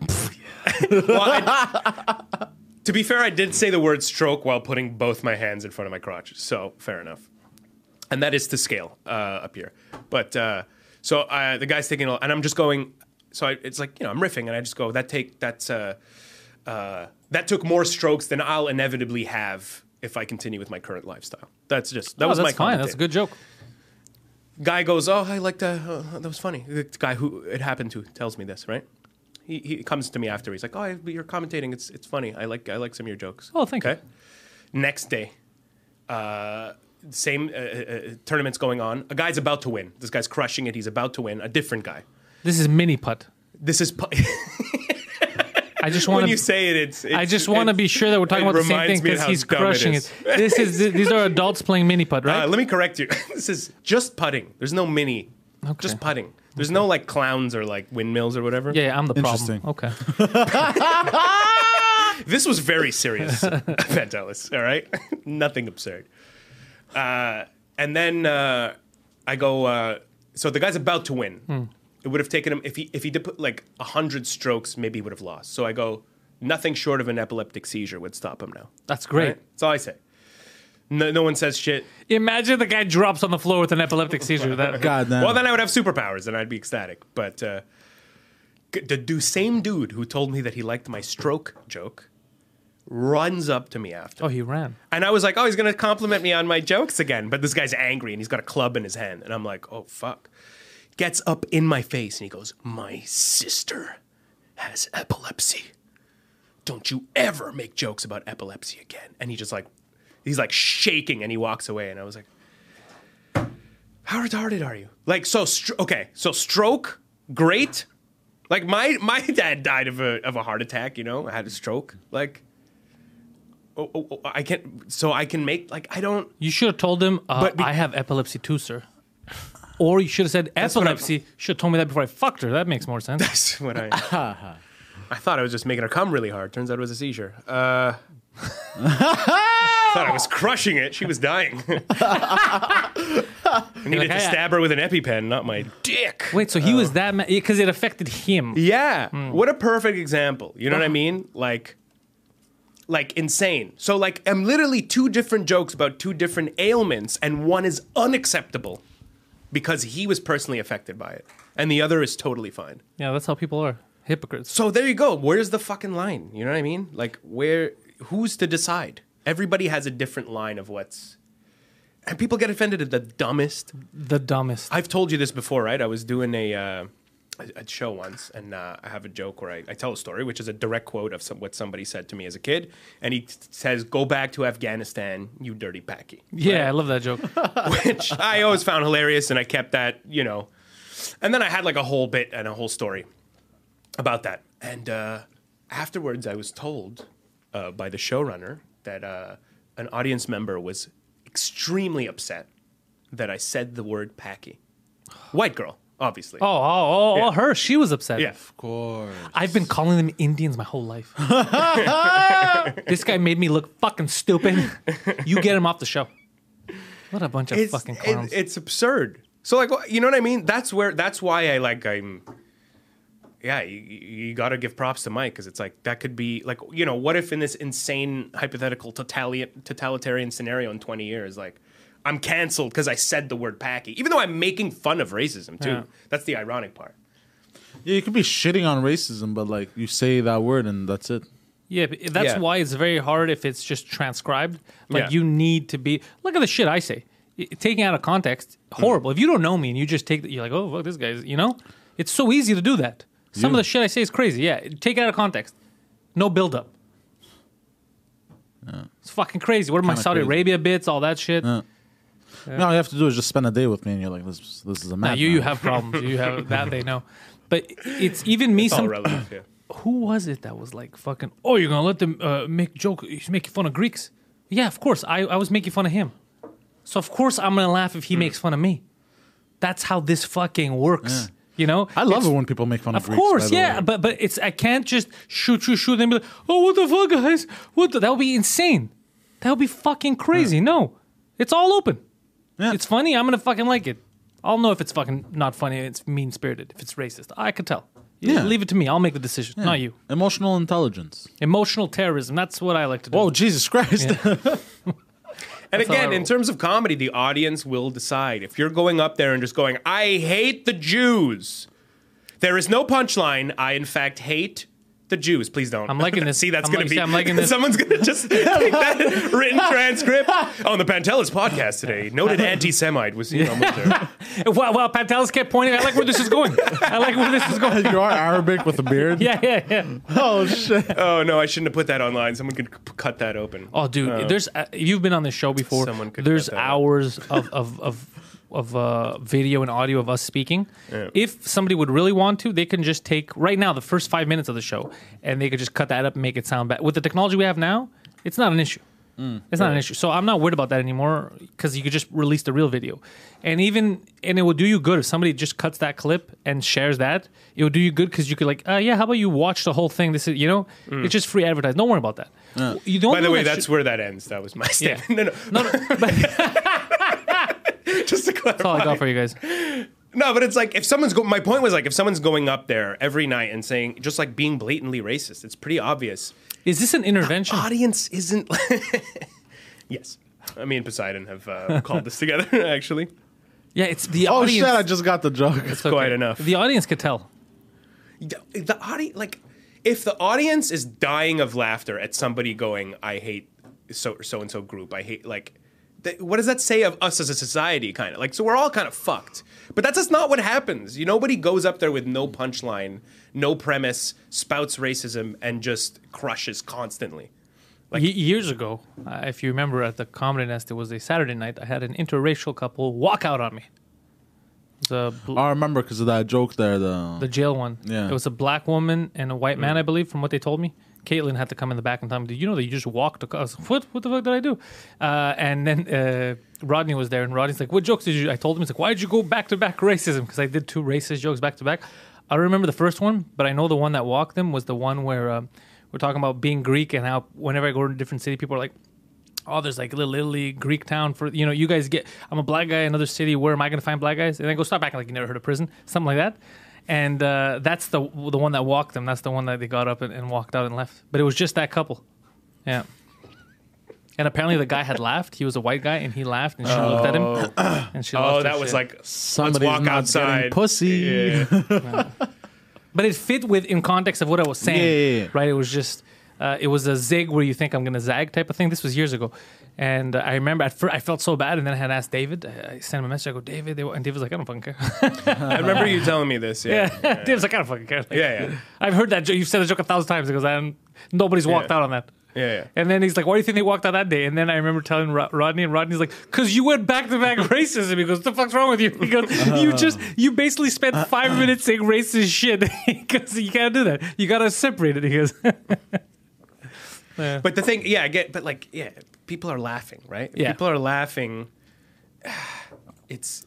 S3: Well, I- to be fair, I did say the word stroke while putting both my hands in front of my crotch. So fair enough. And that is to scale uh, up here. But uh, so uh, the guy's taking, a- and I'm just going. So I, it's like you know I'm riffing, and I just go that take that's uh, uh, that took more strokes than I'll inevitably have if I continue with my current lifestyle. That's just that
S2: Oh,
S3: was
S2: that's
S3: my
S2: fine. That's a
S3: commentate
S2: good joke.
S3: guy goes, "Oh, I like that. Uh, that was funny." The guy who it happened to tells me this, right? He, he comes to me after. He's like, "Oh, I- you're commentating. It's it's funny. I like I like some of your jokes."
S2: Oh, thank you.
S3: Next day, uh, same uh, uh, uh, tournament's going on. A guy's about to win. This guy's crushing it. He's about to win. A different guy.
S2: This is mini putt.
S3: This is pu-
S2: I just want
S3: when you
S2: to.
S3: say it. It's, it's
S2: I just want to
S3: it's-
S2: be sure that we're talking
S3: it
S2: about the same
S3: reminds
S2: thing
S3: me of
S2: because
S3: how
S2: he's
S3: dumb it
S2: crushing it.
S3: is.
S2: This is th- these are adults playing mini putt,
S3: Uh,
S2: right?
S3: let me correct you. this is just putting. There's no mini. Just putting. There's no like clowns or like windmills or whatever.
S2: yeah, yeah, I'm the problem.
S4: Interesting.
S2: Okay.
S3: This was very serious, Vandellis. All right, nothing absurd. Uh, and then uh, I go. Uh, so the guy's about to win. It would have taken him if he if he did put like hundred strokes, maybe he would have lost. So I go. Nothing short of an epileptic seizure would stop him now.
S2: That's great.
S3: Right? That's all I say. No, no one says shit.
S2: Imagine the guy drops on the floor with an epileptic seizure. That
S4: Goddamn.
S3: Well, then I would have superpowers and I'd be ecstatic. But uh, g- the do- same dude who told me that he liked my stroke joke runs up to me after.
S2: Oh, he ran.
S3: And I was like, oh, he's going to compliment me on my jokes again. But this guy's angry and he's got a club in his hand. And I'm like, oh, fuck. Gets up in my face and he goes, my sister has epilepsy. Don't you ever make jokes about epilepsy again. And he just like, he's like shaking and he walks away. And I was like, how retarded are you? Like, so, str- okay, so stroke, great. Like, my, my dad died of a, of a heart attack, you know, had a stroke. Like, oh, oh, oh, I can't. So I can make like I don't.
S2: You should have told him. Uh,
S3: But be-
S2: I have epilepsy too, sir. Or you should have said
S3: what I'm-
S2: epilepsy. Should have told me that before I fucked her. That makes more sense.
S3: That's what I. I thought I was just making her come really hard. Turns out it was a seizure. Uh, thought I was crushing it. She was dying. I needed
S2: Like,
S3: to
S2: hey, I-
S3: stab her with an EpiPen, not my dick.
S2: Wait, so he
S3: Oh.
S2: was that mad because it affected him.
S3: Yeah. What a perfect example. You know what I mean? Like like insane. So like I'm literally two different jokes about two different ailments and one is unacceptable because he was personally affected by it and the other is totally fine.
S2: Yeah, that's how people are hypocrites.
S3: So there you go. Where's the fucking line? You know what I mean? Like where who's to decide? Everybody has a different line of what's and people get offended at the dumbest
S2: The dumbest.
S3: I've told you this before, right? I was doing a uh, a, a show once, and uh, I have a joke where I, I tell a story, which is a direct quote of some, what somebody said to me as a kid, and he t- says, "Go back to Afghanistan, you dirty packy,"
S2: yeah, I love that joke. Oh,
S3: which I always found hilarious, and I kept that, you know. And then I had like a whole bit and a whole story about that, and uh, afterwards, I was told uh, by the showrunner that uh, an audience member was extremely upset that I said the word "packy." White girl, obviously.
S2: Oh, oh, oh,
S3: Yeah.
S2: oh, her. She was upset.
S3: yeah.
S4: Of course.
S2: I've been calling them Indians my whole life. this guy made me look fucking stupid. You get him off the show. What a bunch of
S3: it's,
S2: fucking
S3: it-
S2: clowns.
S3: it's absurd. So like, wh- you know what I mean? That's where. That's why I like. I'm. Yeah, you, you got to give props to Mike because it's like that could be like you know what if in this insane hypothetical totali- totalitarian scenario in twenty years like I'm canceled because I said the word packy even though I'm making fun of racism too.
S2: Yeah.
S3: That's the ironic part.
S4: Yeah, you could be shitting on racism, but like you say that word and that's it.
S2: yeah, but that's
S3: Yeah.
S2: why it's very hard if it's just transcribed. Like
S3: Yeah.
S2: you need to be. Look at the shit I say. Y- Taking out of context,
S3: Hmm.
S2: horrible. If you don't know me and you just take, the, you're like, oh fuck, this guy's. You know, it's so easy to do that. Some of
S4: Yeah.
S2: the shit I say is crazy. Yeah, take it out of context. No build up. It's fucking crazy. What are my
S4: Kinda
S2: Saudi
S4: crazy.
S2: Arabia bits? All that shit.
S4: No, all you have to do is just spend a day with me, and you're like, this, this is a
S2: Now
S4: man.
S2: you, you have problems. You have that they know, but it's even me.
S3: It's all
S2: Some
S3: relative. Yeah.
S2: who was it that was like fucking? Oh, you're gonna let them uh, make joke? He's making fun of Greeks. Yeah, of course. I I was making fun of him, so of course I'm gonna laugh
S4: Hmm.
S2: if he makes fun of me. That's how this fucking works. You know,
S4: I love
S2: It's-
S4: it when people make fun of.
S2: Of
S4: Greeks,
S2: course,
S4: by the
S2: yeah,
S4: way.
S2: but but it's I can't just shoot, shoot, shoot, and be like, oh, what the fuck, guys? What the, that would be insane. That would be fucking crazy. No, it's all open.
S4: Yeah.
S2: It's funny. I'm gonna fucking like it. I'll know if it's fucking not funny. It's mean spirited. If it's racist, I could tell.
S4: Yeah.
S2: Leave it to me. I'll make the decision, not you.
S4: Emotional intelligence.
S2: Emotional terrorism. That's what I like to do.
S4: Oh Jesus Christ!
S3: And
S2: how I
S3: again, in
S2: roll.
S3: terms of comedy, the audience will decide. If you're going up there and just going, I hate the Jews, there is no punchline. I, in fact, hate the Jews. Please don't.
S2: I'm liking this.
S3: See, that's
S2: I'm
S3: going
S2: like-
S3: to be.
S2: I'm liking this.
S3: Someone's going to just take that written transcript on the Pantelis podcast today. Noted anti Semite was seen on Windsor.
S2: Well, well, Pantelis kept pointing. I like where this is going. I like where this is going.
S4: you are Arabic with a beard.
S2: Yeah, yeah, yeah.
S4: Oh shit!
S3: Oh, no, I shouldn't have put that online. Someone could c- cut that open.
S2: Oh, dude, there's uh, you've been on this show before.
S3: Someone could
S2: There's
S3: cut that out.
S2: hours of of of of uh, video and audio of us speaking. If somebody would really want to, they can just take right now the first five minutes of the show, and they could just cut that up and make it sound bad. With the technology we have now, it's not an issue. It's not an issue. So I'm not worried about that anymore because you could just release the real video, and even and it will do you good if somebody just cuts that clip and shares that. It will do you good because you could like, uh, yeah, how about you watch the whole thing? This is you know, it's just free advertising. Don't worry about that. You don't.
S3: Mm. By the
S2: know
S3: way,
S2: that
S3: that's
S2: shit-
S3: where that ends. That was my
S2: Yeah.
S3: statement. No, no,
S2: no, no, that's
S3: just to clarify.
S2: all oh, I got for you guys.
S3: No, but it's like if someone's go- my point was like if someone's going up there every night and saying just like being blatantly racist, it's pretty obvious.
S2: Is this an intervention?
S3: Audience isn't. yes, I mean Poseidon have uh, called this together actually
S2: Yeah, it's the
S4: Oh
S2: audience.
S4: shit! I just got the joke.
S2: It's okay.
S3: quite enough.
S2: The audience could tell.
S3: the, the audience like if the audience is dying of laughter at somebody going I hate so so and so group I hate like th- what does that say of us as a society kind of like so we're all kind of fucked but that's just not what happens you nobody goes up there with no punchline no premise spouts racism and just crushes constantly
S2: Ye- years ago, uh, if you remember, at the Comedy Nest, it was a Saturday night. I had an interracial couple walk out on me. It was a bl-
S4: I remember because of that joke there. The,
S2: the jail one.
S4: Yeah.
S2: It was a black woman and a white man, I believe, from what they told me. Caitlin had to come in the back and tell me, "Did you know that you just walked?" ac-" I was like, "What? What the fuck did I do?" Uh, and then uh, Rodney was there, and Rodney's like, "What jokes did you?" I told him, "He's like, why did you go back to back racism?" Because I did two racist jokes back to back. I don't remember the first one, but I know the one that walked them was the one where um, we're talking about being Greek and how whenever I go to a different city, people are like, oh, there's like little Italy, Greek town for you know, you guys get I'm a black guy in another city, where am I gonna find black guys? And I go, stop acting like you never heard of prison, something like that. And uh, that's the the one that walked them. That's the one that they got up and, and walked out and left. But it was just that couple. Yeah. And apparently the guy had laughed. He was a white guy and he laughed and she looked at him and she lost
S3: oh
S2: her
S3: that was
S2: shit.
S3: like
S4: Somebody's
S3: let's walk
S4: not
S3: outside
S4: getting pussy.
S3: Yeah.
S2: but it fit with in context of what I was saying.
S4: Yeah, yeah, yeah.
S2: Right? It was just uh, it was a zig where you think I'm gonna zag type of thing. This was years ago, and uh, I remember at first I felt so bad, and then I had asked David. I, I sent him a message. I go, David, they, wa-" and David's like, I don't fucking care.
S3: I remember you telling me this yeah
S2: David's like, I don't fucking care. Like,
S3: yeah, yeah.
S2: I've heard that joke. You've said the joke a thousand times. He goes, I don't, um, nobody's walked
S3: Yeah.
S2: out on that.
S3: Yeah, yeah.
S2: And then he's like, why do you think they walked out that day? And then I remember telling Ro- Rodney, and Rodney's like, because you went back to back racism. He goes, the fuck's wrong with you? He goes,
S3: Uh-huh.
S2: you just, you basically spent five minutes saying racist shit. Because you can't do that. You got to separate it. He goes,
S3: But the thing, yeah, I get, but like, yeah, people are laughing, right?
S2: Yeah.
S3: People are laughing. It's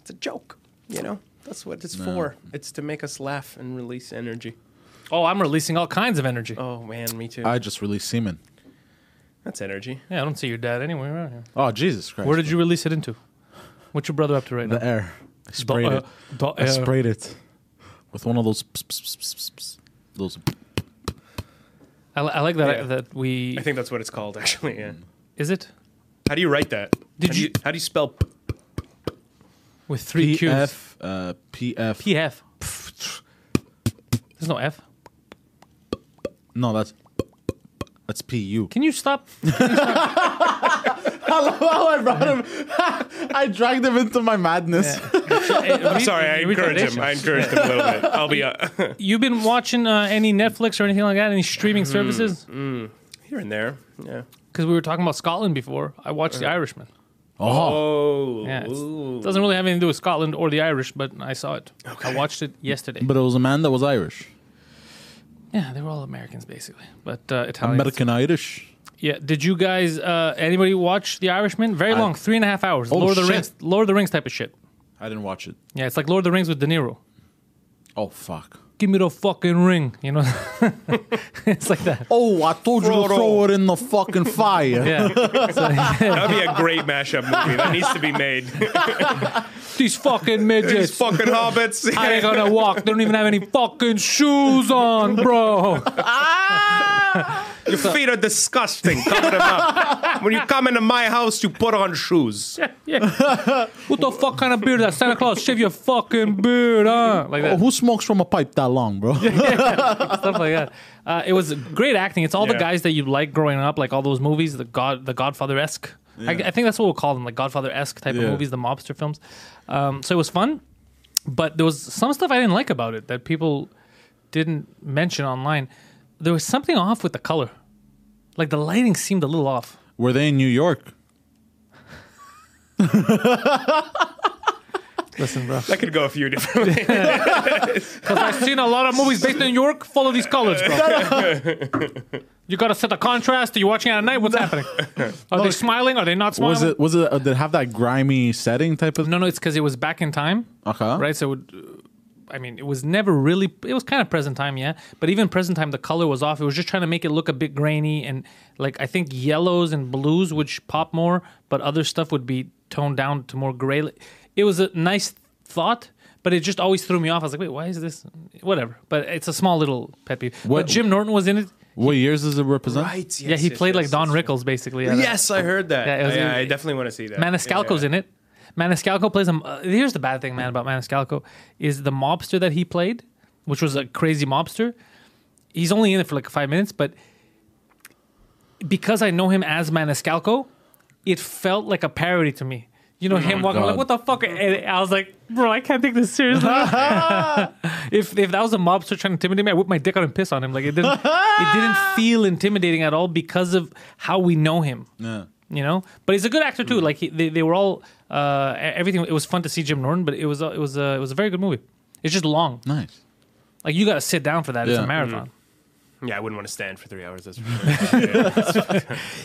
S3: it's a joke, you know. That's what it's for. It's to make us laugh and release energy.
S2: oh, I'm releasing all kinds of energy.
S3: Oh man, me too.
S4: I just released semen.
S3: That's energy.
S2: Yeah, I don't see your dad anywhere around here.
S4: Oh Jesus Christ!
S2: Where did you release it into? What's your brother up to right now?
S4: the air? I sprayed
S2: uh,
S4: it.
S2: the
S4: I
S2: air.
S4: sprayed it with one of those ps- ps- ps- ps- ps- those.
S2: I, li- I like that
S3: Yeah.
S2: that we
S3: I think that's what it's called, actually. Yeah.
S2: is it
S3: How do you write that?
S2: Did
S3: how do
S2: you-
S3: you how do you spell? p-
S2: with three Qs.
S4: PF, uh, PF.
S2: PF. There's no F.
S4: No, that's that's PU.
S2: Can you stop?
S4: Oh, I brought him. I dragged him into my madness.
S3: I'm sorry, I encourage him. I encourage him a little bit. I'll be uh,
S2: You've been watching uh, any Netflix or anything like that? Any streaming
S3: Hmm.
S2: services?
S3: here and there. Yeah.
S2: Because we were talking about Scotland before. I watched The Irishman.
S4: Oh,
S3: Oh.
S2: Yeah, it's-
S3: ooh.
S2: doesn't really have anything to do with Scotland or the Irish, but I saw it. I watched it yesterday.
S4: but it was a man that was Irish,
S2: yeah, they were all Americans basically, but uh, Italians.
S4: American Irish.
S2: Yeah. Did you guys? Uh, anybody watch The Irishman? Very long, three and a half hours.
S3: Oh,
S2: Lord of the
S4: shit.
S2: Rings, Lord of the Rings type of shit.
S4: I didn't watch it.
S2: Yeah, it's like Lord of the Rings with De Niro.
S4: Oh fuck.
S2: Give me the fucking ring, you know. it's like that.
S4: Oh, I told you
S3: Frodo.
S4: to throw it in the fucking fire.
S2: Yeah.
S3: That'd be a great mashup movie. That needs to be made.
S2: These fucking
S3: These
S2: midgets.
S3: fucking hobbits.
S2: How they gonna walk? They don't even have any fucking shoes on, bro. Ah!
S3: Your feet are disgusting. Cover them up. When you come into my house, you put on shoes.
S2: Yeah. What the fuck kind of beard is that? Santa Claus, shave your fucking beard, huh? Like
S4: Oh,
S2: that.
S4: who smokes from a pipe that long, bro?
S2: Stuff like that. Uh, it was great acting. It's all the
S3: Yeah.
S2: guys that you like growing up, like all those movies, the God, the Godfather esque. I, I think that's what we'll call them, like Godfather esque type of
S4: Yeah.
S2: movies, the mobster films. Um, so it was fun, but there was some stuff I didn't like about it that people didn't mention online. There was something off with the color, like the lighting seemed a little off.
S4: Were they in New York?
S2: Listen, bro.
S3: That could go a few different ways.
S2: I've seen a lot of movies based in New York. Follow these colors, bro. you gotta set the contrast. Are you watching it at night? What's happening? Are they smiling? Are they not smiling?
S4: Was it? Was it? Uh, did it have that grimy setting type of? Uh-huh.
S2: No, no. It's because it was back in time,
S4: Okay.
S2: right? So, it would, uh, I mean, it was never really. It was kind of present time, yeah. But even present time, the color was off. It was just trying to make it look a bit grainy, and like I think yellows and blues would sh- pop more, but other stuff would be toned down to more gray. It was a nice thought. But it just always threw me off. I was like, "Wait, why is this?" Whatever. But it's a small little pet peeve. But
S4: What-
S2: Jim Norton was in it.
S4: What years does it represent?
S3: Yes,
S2: yeah, he
S3: yes,
S2: played like
S3: yes,
S2: Don
S3: yes.
S2: Rickles, basically. at a-
S3: Yes, I heard that.
S2: Yeah, it was-
S3: yeah,
S2: it-
S3: I definitely want to see that.
S2: Maniscalco's in it. Maniscalco plays him. Uh, here's the bad thing, man, about Maniscalco is the mobster that he played, which was a crazy mobster. He's only in it for like five minutes, but because I know him as Maniscalco, it felt like a parody to me. You know him walking
S4: God.
S2: like, "What the fuck?" And I was like, "Bro, I can't take this seriously." if if that was a mobster trying to intimidate me, I whip my dick out and piss on him. Like it didn't it didn't feel intimidating at all because of how we know him
S4: Yeah.
S2: you know. But he's a good actor
S3: Mm.
S2: too. Like he, they, they were all uh, e- everything. It was fun to see Jim Norton, but it was a, it was a, it was a very good movie. It's just long.
S4: Nice.
S2: Like you got to sit down for that. It's
S4: Yeah.
S2: a marathon.
S3: Mm. Yeah, I wouldn't want to stand for three hours. That's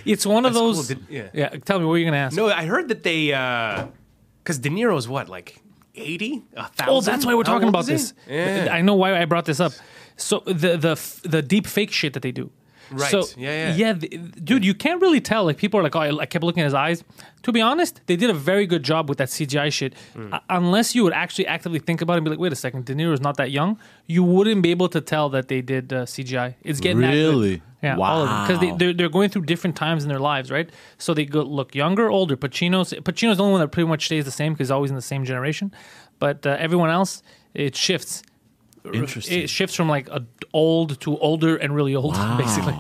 S2: It's one of
S3: cool.
S2: those.
S3: Did- yeah.
S2: yeah. Tell me what you're gonna ask.
S3: No, I heard that they, because De Niro's what, like 80? A thousand?
S2: Oh, that's why we're
S3: How
S2: talking
S3: old
S2: about
S3: is he?
S2: this. I know why I brought this up. So the the f- the deep fake shit that they do.
S3: Right.
S2: So,
S3: Yeah, yeah.
S2: th- dude, you can't really tell. Like people are like, oh, I, I kept looking at his eyes. To be honest, they did a very good job with that CGI shit.
S3: Mm.
S2: Uh, unless you would actually actively think about it and be like, wait a second, De Niro's not that young. You wouldn't be able to tell that they did uh, CGI. It's getting that good.
S4: Really?
S2: Yeah, all of them. Because they,
S4: Wow.
S2: they're, they're going through different times in their lives, right? So they go look younger, older. Pacino's Pacino's the only one that pretty much stays the same because he's always in the same generation. But uh, everyone else, it shifts.
S4: Interesting.
S2: It shifts from like a, old to older and really old,
S4: wow.
S2: basically.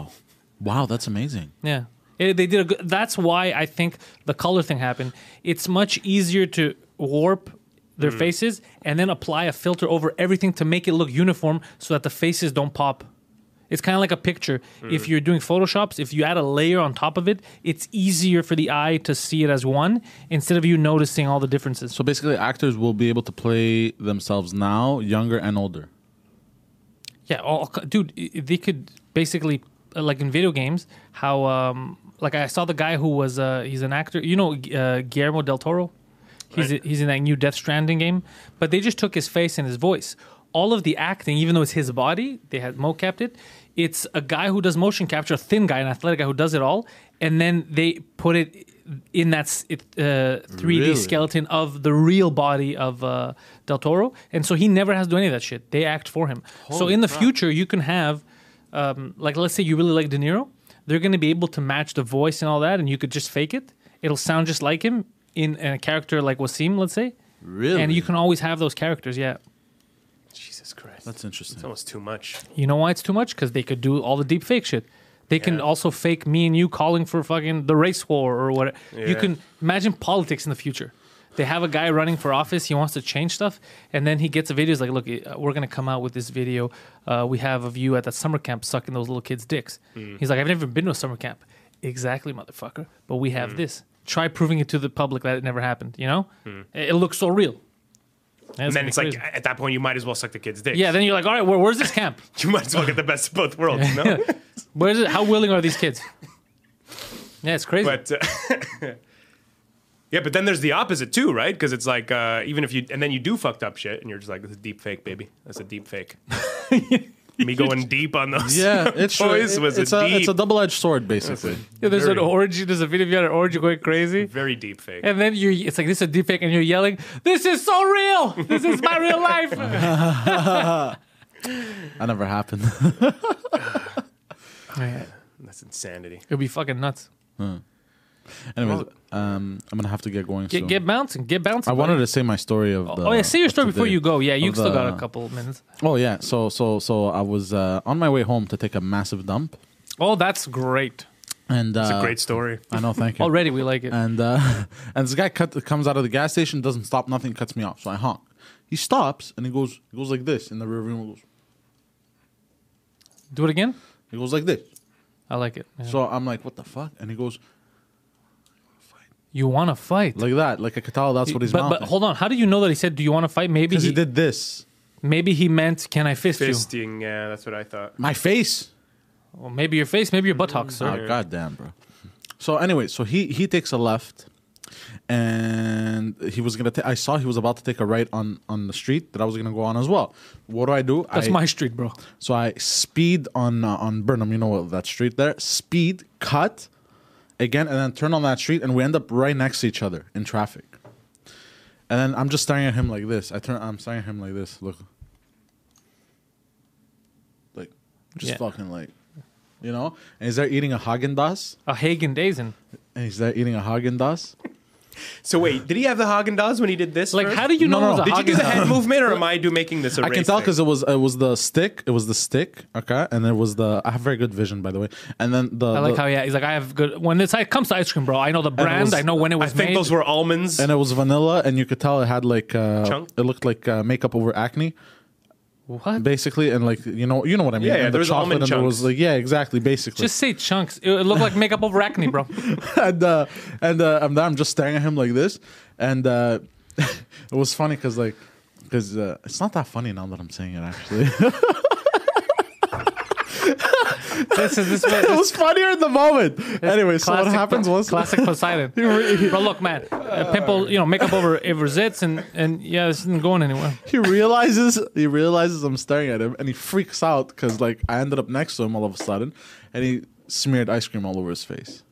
S4: Wow, that's amazing.
S2: Yeah. It- they did a good, that's why I think the color thing happened. It's much easier to warp their faces and then apply a filter over everything to make it look uniform so that the faces don't pop. It's kind of like a picture. If you're doing photoshops, if you add a layer on top of it, it's easier for the eye to see it as one instead of you noticing all the differences.
S4: So basically, actors will be able to play themselves now, younger and older.
S2: Yeah, all, dude, i- they could basically uh, like in video games how um like I saw the guy who was uh he's an actor, you know uh, Guillermo del Toro. He's he's in that new Death Stranding game, but they just took his face and his voice. All of the acting, even though it's his body, they had mocapped it. It's a guy who does motion capture, a thin guy, an athletic guy who does it all, and then they put it in that s- it, uh, 3D
S4: Really?
S2: skeleton skeleton of the real body of uh, Del Toro, and so he never has to do any of that shit. They act for him. so in the future, you can have, um, like, let's say you really like De Niro, they're going to be able to match the voice and all that, and you could just fake it. It'll sound just like him in a character like Wasim, let's say.
S4: Really?
S2: And you can always have those characters, yeah.
S3: Jesus Christ.
S4: That's
S3: It's
S4: interesting.
S3: almost too much.
S2: You know why it's too much? Because they could do all the deep fake shit. They can
S3: Yeah.
S2: also fake me and you calling for fucking the race war or whatever. You
S3: Yeah.
S2: can imagine politics in the future. They have a guy running for office. He wants to change stuff, and then he gets a video. He's like, "Look, uh, we're gonna come out with this video. Uh, we have of you at that summer camp sucking those little kids' dicks."
S3: Mm.
S2: He's like, "I've never been to a summer camp." Exactly, motherfucker. But we
S3: Mm.
S2: have this. Try proving it to the public that it never happened. You know, it, it looks so real.
S3: Mm. And then it's like at that point you might as well suck the kid's dick.
S2: yeah. Then you're like, "All right, where, where's this camp?"
S3: you might as well get the best of both worlds. You know?
S2: Where is it? How willing are these kids? Yeah, it's crazy.
S3: but uh, yeah, but then there's the opposite too, right? Because it's like uh, even if you and then you do fucked up shit, and you're just like, "This is deep fake, baby. That's a deep fake." Me going deep on those.
S4: Yeah, it's true.
S3: Boys was
S4: it's
S3: a
S4: a,
S3: deep-
S4: it's a double-edged sword, basically.
S2: yeah, there's an
S3: very-
S2: orgy. There's a video of you at an orgy going crazy,
S3: Very deep fake.
S2: and then you it's like this is a deepfake, and you're yelling, "This is so real! This is my real life!"
S4: That never happened.
S3: That's insanity.
S2: It'll be fucking nuts.
S4: Anyways, um, I'm gonna have to get going.
S2: Get
S4: soon.
S2: get bouncing, get bouncing.
S4: I wanted to say my story of. The,
S2: oh yeah, say your
S4: of
S2: story before
S4: today,
S2: you go. Yeah, you
S4: of uh,
S2: still
S4: the-
S2: got a couple minutes.
S4: Oh yeah, so so so I was uh, on my way home to take a massive dump,
S2: Oh, that's great.
S4: and uh,
S3: It's a great story.
S4: I know, thank you.
S2: Already we like it.
S4: And uh, and this guy cut, comes out of the gas station, doesn't stop, nothing, cuts me off. So I honk. He stops and he goes he goes like this in the rear view. Goes
S2: Do it again.
S4: he goes like this.
S2: I like it. Yeah.
S4: So I'm like, what the fuck? And he goes
S2: you want to fight?
S4: like that, like a katala. That's what he's.
S2: but, but
S4: mounting.
S2: hold on. How do you know that he said, "Do you want to fight"? Maybe
S4: because
S2: he,
S4: he did this.
S2: Maybe he meant, "Can I fist, you?"
S3: Fisting. Yeah, that's what I thought.
S4: My face.
S2: Or maybe your face, maybe your buttocks, sir.
S4: Oh goddamn, bro. So anyway, so he he takes a left, and he was gonna. ta- I saw he was about to take a right on on the street that I was gonna go on as well. What do I do?
S2: That's
S4: I,
S2: my street, bro.
S4: So I speed on uh, on Burnham. You know what that street there? Speed cut again, and then turn on that street, and we end up right next to each other in traffic. And then I'm just staring at him like this. I turn. I'm staring at him like this. Look, like just
S2: Yeah.
S4: fucking like, you know. And he's there eating a Haagen Dazs,
S2: A Hagen Dazen.
S4: and he's there eating a Haagen Dazs.
S3: So wait, did he have the Haagen Dazs when he did this?
S2: Like,
S3: first?
S2: how do you
S4: No,
S2: know?
S4: no,
S2: it was
S4: no.
S2: a
S3: Did you do the
S2: Haagen-Dazs?
S3: head movement, or am I do making this? I
S4: I can tell because it was it was the stick. It was the stick. Okay, and there was the. I have very good vision, by the way. And then the
S2: I like
S4: the-
S2: how yeah, he's like, I have good. When it's, it comes to ice cream, bro, I know the brand.
S4: was-
S2: I know when it
S3: I
S2: was
S3: think
S2: made.
S3: those were almonds.
S4: and it was vanilla, and you could tell it had like uh,
S3: Chunk?
S4: it looked like uh, makeup over acne,
S2: what?
S4: basically, and like you know, you know what I mean.
S3: Yeah, yeah,
S4: and
S3: there was almond
S4: and there was
S3: chunks.
S4: like yeah, exactly, basically.
S2: Just say chunks. It it looked like makeup over acne, bro.
S4: and uh, and uh, I'm I'm just staring at him like this, and uh, it was funny because like because uh, it's not that funny now that I'm saying it actually.
S2: this is this.
S4: it
S2: was
S4: was funnier in the moment. Anyway, so what
S2: classic-
S4: happens was
S2: classic Poseidon. bro, look, man, uh, pimple. You know, makeup over over zits, and and yeah, this isn't going anywhere.
S4: he realizes he realizes I'm staring at him, and he freaks out because like I ended up next to him all of a sudden, and he smeared ice cream all over his face.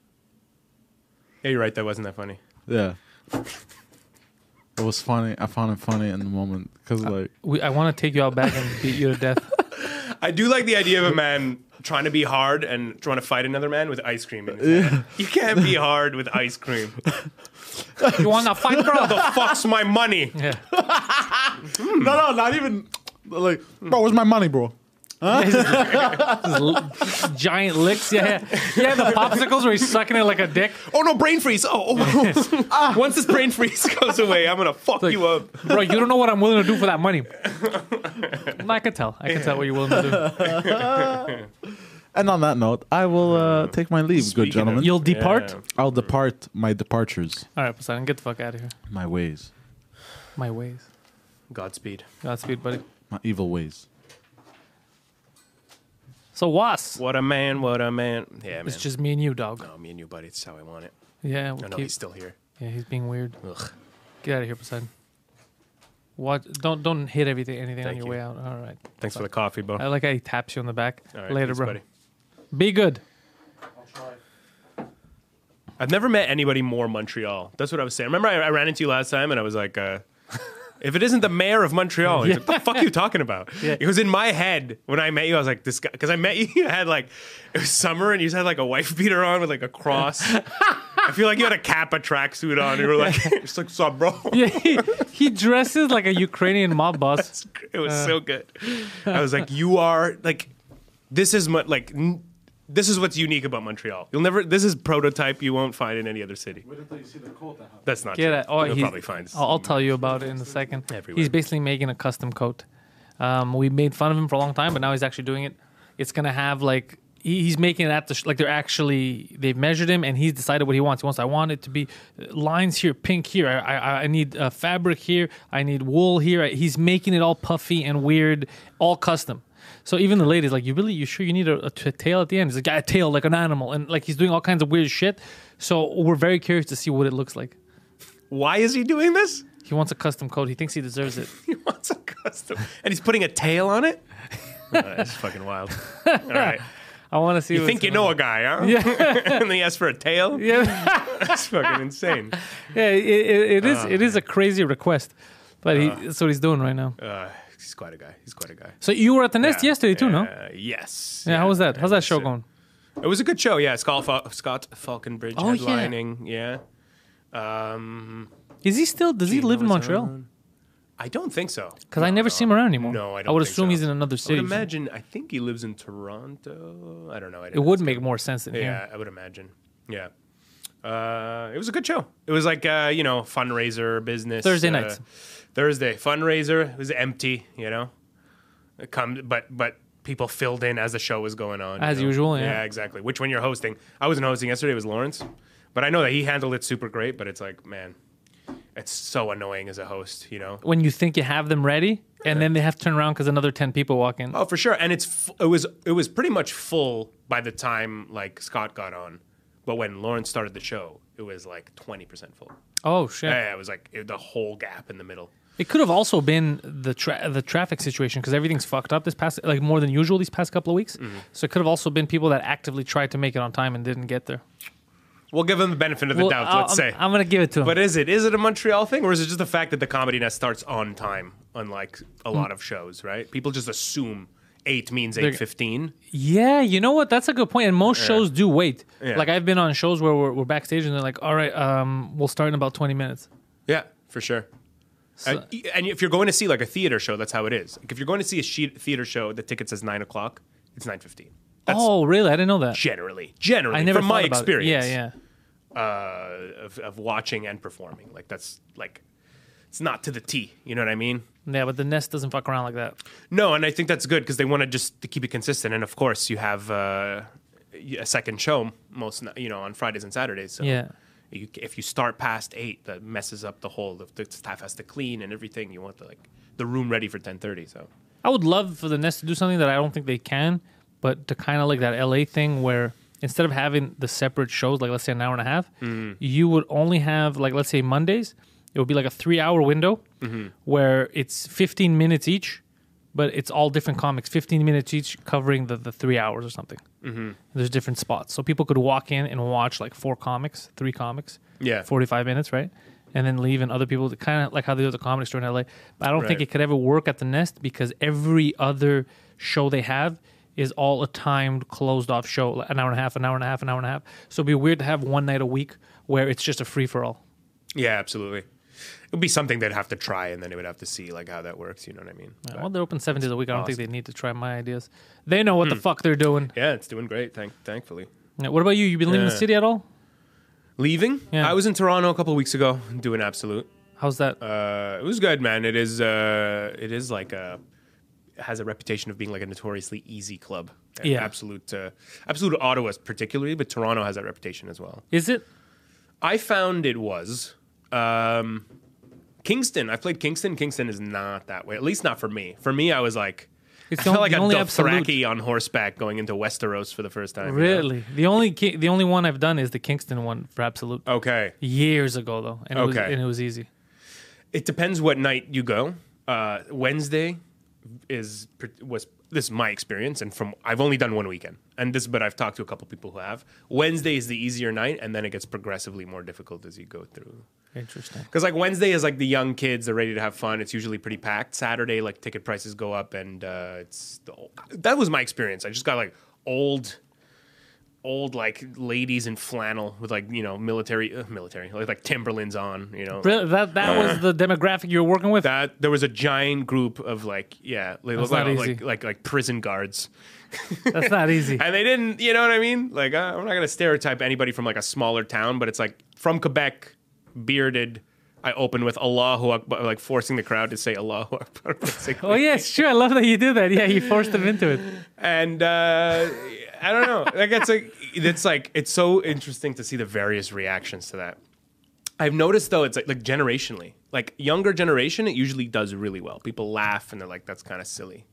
S3: yeah, you're right. That wasn't that funny.
S4: Yeah. It was funny. I found it funny in the moment because, like,
S2: We, I want to take you out back and beat you to death.
S3: I do like the idea of a man trying to be hard and trying to fight another man with ice cream. In his hand. You can't be hard with ice cream.
S2: You want to fight, bro?
S3: the fuck's my money?
S2: yeah.
S4: no, no, not even like, bro, where's my money, bro?
S2: Just giant licks. Yeah, yeah, yeah. The popsicles where he's sucking it like a dick.
S3: Oh no, brain freeze! Oh, oh. Ah, once this brain freeze goes away, I'm gonna fuck
S2: like-
S3: you up.
S2: Bro, you don't know what I'm willing to do for that money. I can tell. I can tell what you're willing to
S4: And on that note, I will uh, take my leave,
S3: Speaking
S4: good
S3: of-
S4: gentlemen.
S2: do. You'll depart.
S3: Yeah.
S4: I'll depart my departures,
S2: All right, Poseidon, get the fuck out of here.
S4: my ways,
S2: My ways.
S3: Godspeed.
S2: Godspeed, buddy.
S4: my evil ways.
S2: So Was,
S3: What a man! What a man! Yeah, man.
S2: it's just me and you, dog.
S3: no, me and you, buddy. It's how I want it.
S2: Yeah,
S3: I
S2: we'll
S3: know
S2: keep-
S3: he's still here.
S2: yeah, he's being weird.
S3: Ugh.
S2: Get out of here, Poseidon. What? Don't don't hit everything anything on
S3: Thank
S2: your
S3: you.
S2: way out. All right.
S3: Thanks for the coffee, bro.
S2: I like how he taps you on the back.
S3: All right,
S2: Later,
S3: thanks,
S2: bro.
S3: buddy.
S2: Be good.
S3: I've never met anybody more Montreal. That's what I was saying. Remember, I, I ran into you last time, and I was like, uh, "If it isn't the mayor of Montreal, he's like, what the fuck are you talking about?" It was in my head when I met you. I was like, "This guy," because I met you. You had like it was summer, and you just had like a wife beater on with like a cross. I feel like you had a Kappa tracksuit on. You were like, "It's like, so bro."
S2: Yeah, he, he dresses like a Ukrainian mob boss.
S3: It
S2: Uh.
S3: was so good. I was like, "You are like, this is what like." N- this is what's unique about Montreal. You'll never. This is prototype. You won't find in any other city.
S4: Wait until you see the coat that
S3: That's not
S2: Get
S3: true.
S2: it? Oh,
S3: You'll
S2: he-
S3: probably find.
S2: I'll, I'll tell you about it in a second. He's
S3: Everywhere.
S2: basically making a custom coat. Um, we made fun of him for a long time, but now he's actually doing it. It's gonna have like he, he's making it at the sh- like they're actually they've measured him and he's decided what he wants. He wants I want it to be uh, lines here, pink here. I I, I need uh, fabric here. I need wool here. I, he's making it all puffy and weird, all custom. So even the lady's like, "You really? You sure you need a, a t- tail at the end?" He's like, "Yeah, "A tail like an animal," and like he's doing all kinds of weird shit. So we're very curious to see what it looks like.
S3: Why is he doing this?
S2: He wants a custom coat. He thinks he deserves it.
S3: He wants a custom, and he's putting a tail on it. Uh, That's fucking wild. All right,
S2: I want to see.
S3: you
S2: what's
S3: think you
S2: going
S3: know a guy, huh? and then he asks for a tail.
S2: on. Yeah,
S3: That's fucking insane.
S2: yeah. It, it, it is. it is a crazy request, but
S3: Ah.
S2: he, that's what he's doing right now.
S3: Uh, he's quite a guy. He's quite a guy.
S2: So you were at the nest
S3: Yeah,
S2: yesterday too, no?
S3: Uh, yes.
S2: Yeah. How was that?
S3: it
S2: How's that show
S3: uh,
S2: going?
S3: It was a good show. Yeah, Scott, Fal- Scott Falconbridge
S2: Oh, yeah.
S3: headlining. Yeah. Um,
S2: Is he still? Does he
S3: Gino
S2: live in
S3: was
S2: Montreal?
S3: on. I don't think so.
S2: Because I never see him around anymore.
S3: No, I
S2: I
S3: don't
S2: would
S3: think
S2: assume
S3: so.
S2: he's in another
S3: I would
S2: city.
S3: imagine. I think he lives in Toronto. I don't know. I
S2: It would make more sense than here.
S3: Yeah, I would imagine. Yeah. Uh, it was a good show. It was like uh, you know fundraiser business
S2: Thursday
S3: uh,
S2: nights.
S3: Thursday fundraiser. It was empty, you know. It come, but but people filled in as the show was going on. you
S2: As
S3: know?
S2: usual, yeah.
S3: exactly. Which when you're hosting, I wasn't hosting yesterday. It was Lawrence, but I know that he handled it super great. But it's like, man, it's so annoying as a host, you know.
S2: When you think you have them ready, and then they have to turn around because another ten people walk in.
S3: Oh, for sure. And it's f- it was it was pretty much full by the time like Scott got on, but when Lawrence started the show, it was like twenty percent full.
S2: Oh shit!
S3: Yeah, it was like it, the whole gap in the middle.
S2: It could have also been the tra- the traffic situation because everything's fucked up this past like more than usual these past couple of weeks.
S3: Mm-hmm.
S2: So it could have also been people that actively tried to make it on time and didn't get there.
S3: We'll give him the benefit of the
S2: Well,
S3: doubt.
S2: I'll-
S3: let's
S2: I'm,
S3: say.
S2: I'm gonna give it to him.
S3: but is it is it a Montreal thing, or is it just the fact that the Comedy Nest starts on time, unlike
S2: Hmm.
S3: a lot of shows? Right? People just assume eight means eight fifteen.
S2: yeah, you know what? That's a good point. And most shows do wait.
S3: Yeah.
S2: Like I've been on shows where we're, we're backstage and they're like, "All right, um, we'll start in about 20 minutes."
S3: Yeah, for sure. and, and if you're going to see like a theater show, that's how it is. Like, if you're going to see a she- theater show, the ticket says nine o'clock. It's nine fifteen.
S2: oh, really? I didn't know that.
S3: generally, generally,
S2: I never
S3: from
S2: thought
S3: my
S2: about it.
S3: experience,
S2: Yeah,
S3: uh, of, of watching and performing. Like that's like it's not to the T. You know what I mean?
S2: yeah, yeah. But the nest doesn't fuck around like that.
S3: No, and I think that's good because they want to just to keep it consistent. And of course, you have uh, a second show most ni- you know on Fridays and Saturdays. So
S2: Yeah.
S3: you, if you start past eight, that messes up the whole. The, the staff has to clean and everything. You want the like the room ready for ten thirty. So
S2: I would love for the Nest to do something that I don't think they can, but to kind of like that LA thing where instead of having the separate shows, like let's say an hour and a half, you would only have like let's say Mondays, it would be like a three hour window where it's 15 minutes each, but it's all different comics, 15 minutes each covering the, the three hours or something. There's different spots. So people could walk in and watch like four comics, three comics,
S3: Yeah.
S2: 45 minutes, right? And then leave, and other people kind of like how they do at the comedy store in LA. But I don't think
S3: Right.
S2: it could ever work at the Nest because every other show they have is all a timed, closed off show, like an hour and a half, an hour and a half, an hour and a half. So it'd be weird to have one night a week where it's just a free for all.
S3: yeah, absolutely. It would be something they'd have to try, and then they would have to see like how that works. You know what I mean? But-
S2: Well, they're open seven days a week. I don't think they need to try my ideas. They know what
S3: Hmm.
S2: the fuck they're doing.
S3: yeah, it's doing great. Thank, thankfully.
S2: Now, What about you? You been leaving the
S3: Yeah.
S2: city at all?
S3: Leaving.
S2: Yeah.
S3: I was in Toronto a couple weeks ago doing absolute.
S2: How's that?
S3: Uh, it was good, man. It is. Uh, it is like a has a reputation of being like a notoriously easy club. And
S2: Yeah.
S3: Absolute. Uh, absolute Ottawa, particularly, but Toronto has that reputation as well.
S2: Is it?
S3: I found it was. Um, Kingston. I played Kingston. Kingston is not that way. At least not for me. For me, I was like,
S2: It's
S3: I felt
S2: the-
S3: like
S2: the
S3: a
S2: only
S3: Dothraki on horseback going into Westeros for the first time. you know?
S2: Really? The only ki- the only one I've done is the Kingston one for absolute
S3: Okay.
S2: years ago though, and it was
S3: Okay.
S2: and it was easy.
S3: It depends what night you go. Uh, Wednesday is pr- was this is my experience, and from I've only done one weekend, and this, but I've talked to a couple people who have. Wednesday is the easier night, and then it gets progressively more difficult as you go through.
S2: Interesting.
S3: Because like Wednesday is like the young kids are ready to have fun. It's usually pretty packed. Saturday, like ticket prices go up, and uh, it's the, that was my experience. I just got like old, old like ladies in flannel with like you know military, uh, military like like Timberlands on. You know,
S2: Really? That that was the demographic you were working with.
S3: that there was a giant group of like yeah, they look
S2: not
S3: like,
S2: easy.
S3: like like like prison guards.
S2: That's not easy.
S3: And they didn't, you know what I mean? Like, uh, I'm not going to stereotype anybody from like a smaller town, but it's like from Quebec, bearded. I open with Allahu Akbar, like forcing the crowd to say Allahu Akbar.
S2: Oh
S3: basically.
S2: yes, sure. I love that you did that. Yeah, you forced them into it.
S3: And uh, I don't know. Like, it's like, it's like, it's so interesting to see the various reactions to that. I've noticed though, it's like, like generationally, like younger generation, it usually does really well. People laugh and they're like, that's kind of silly.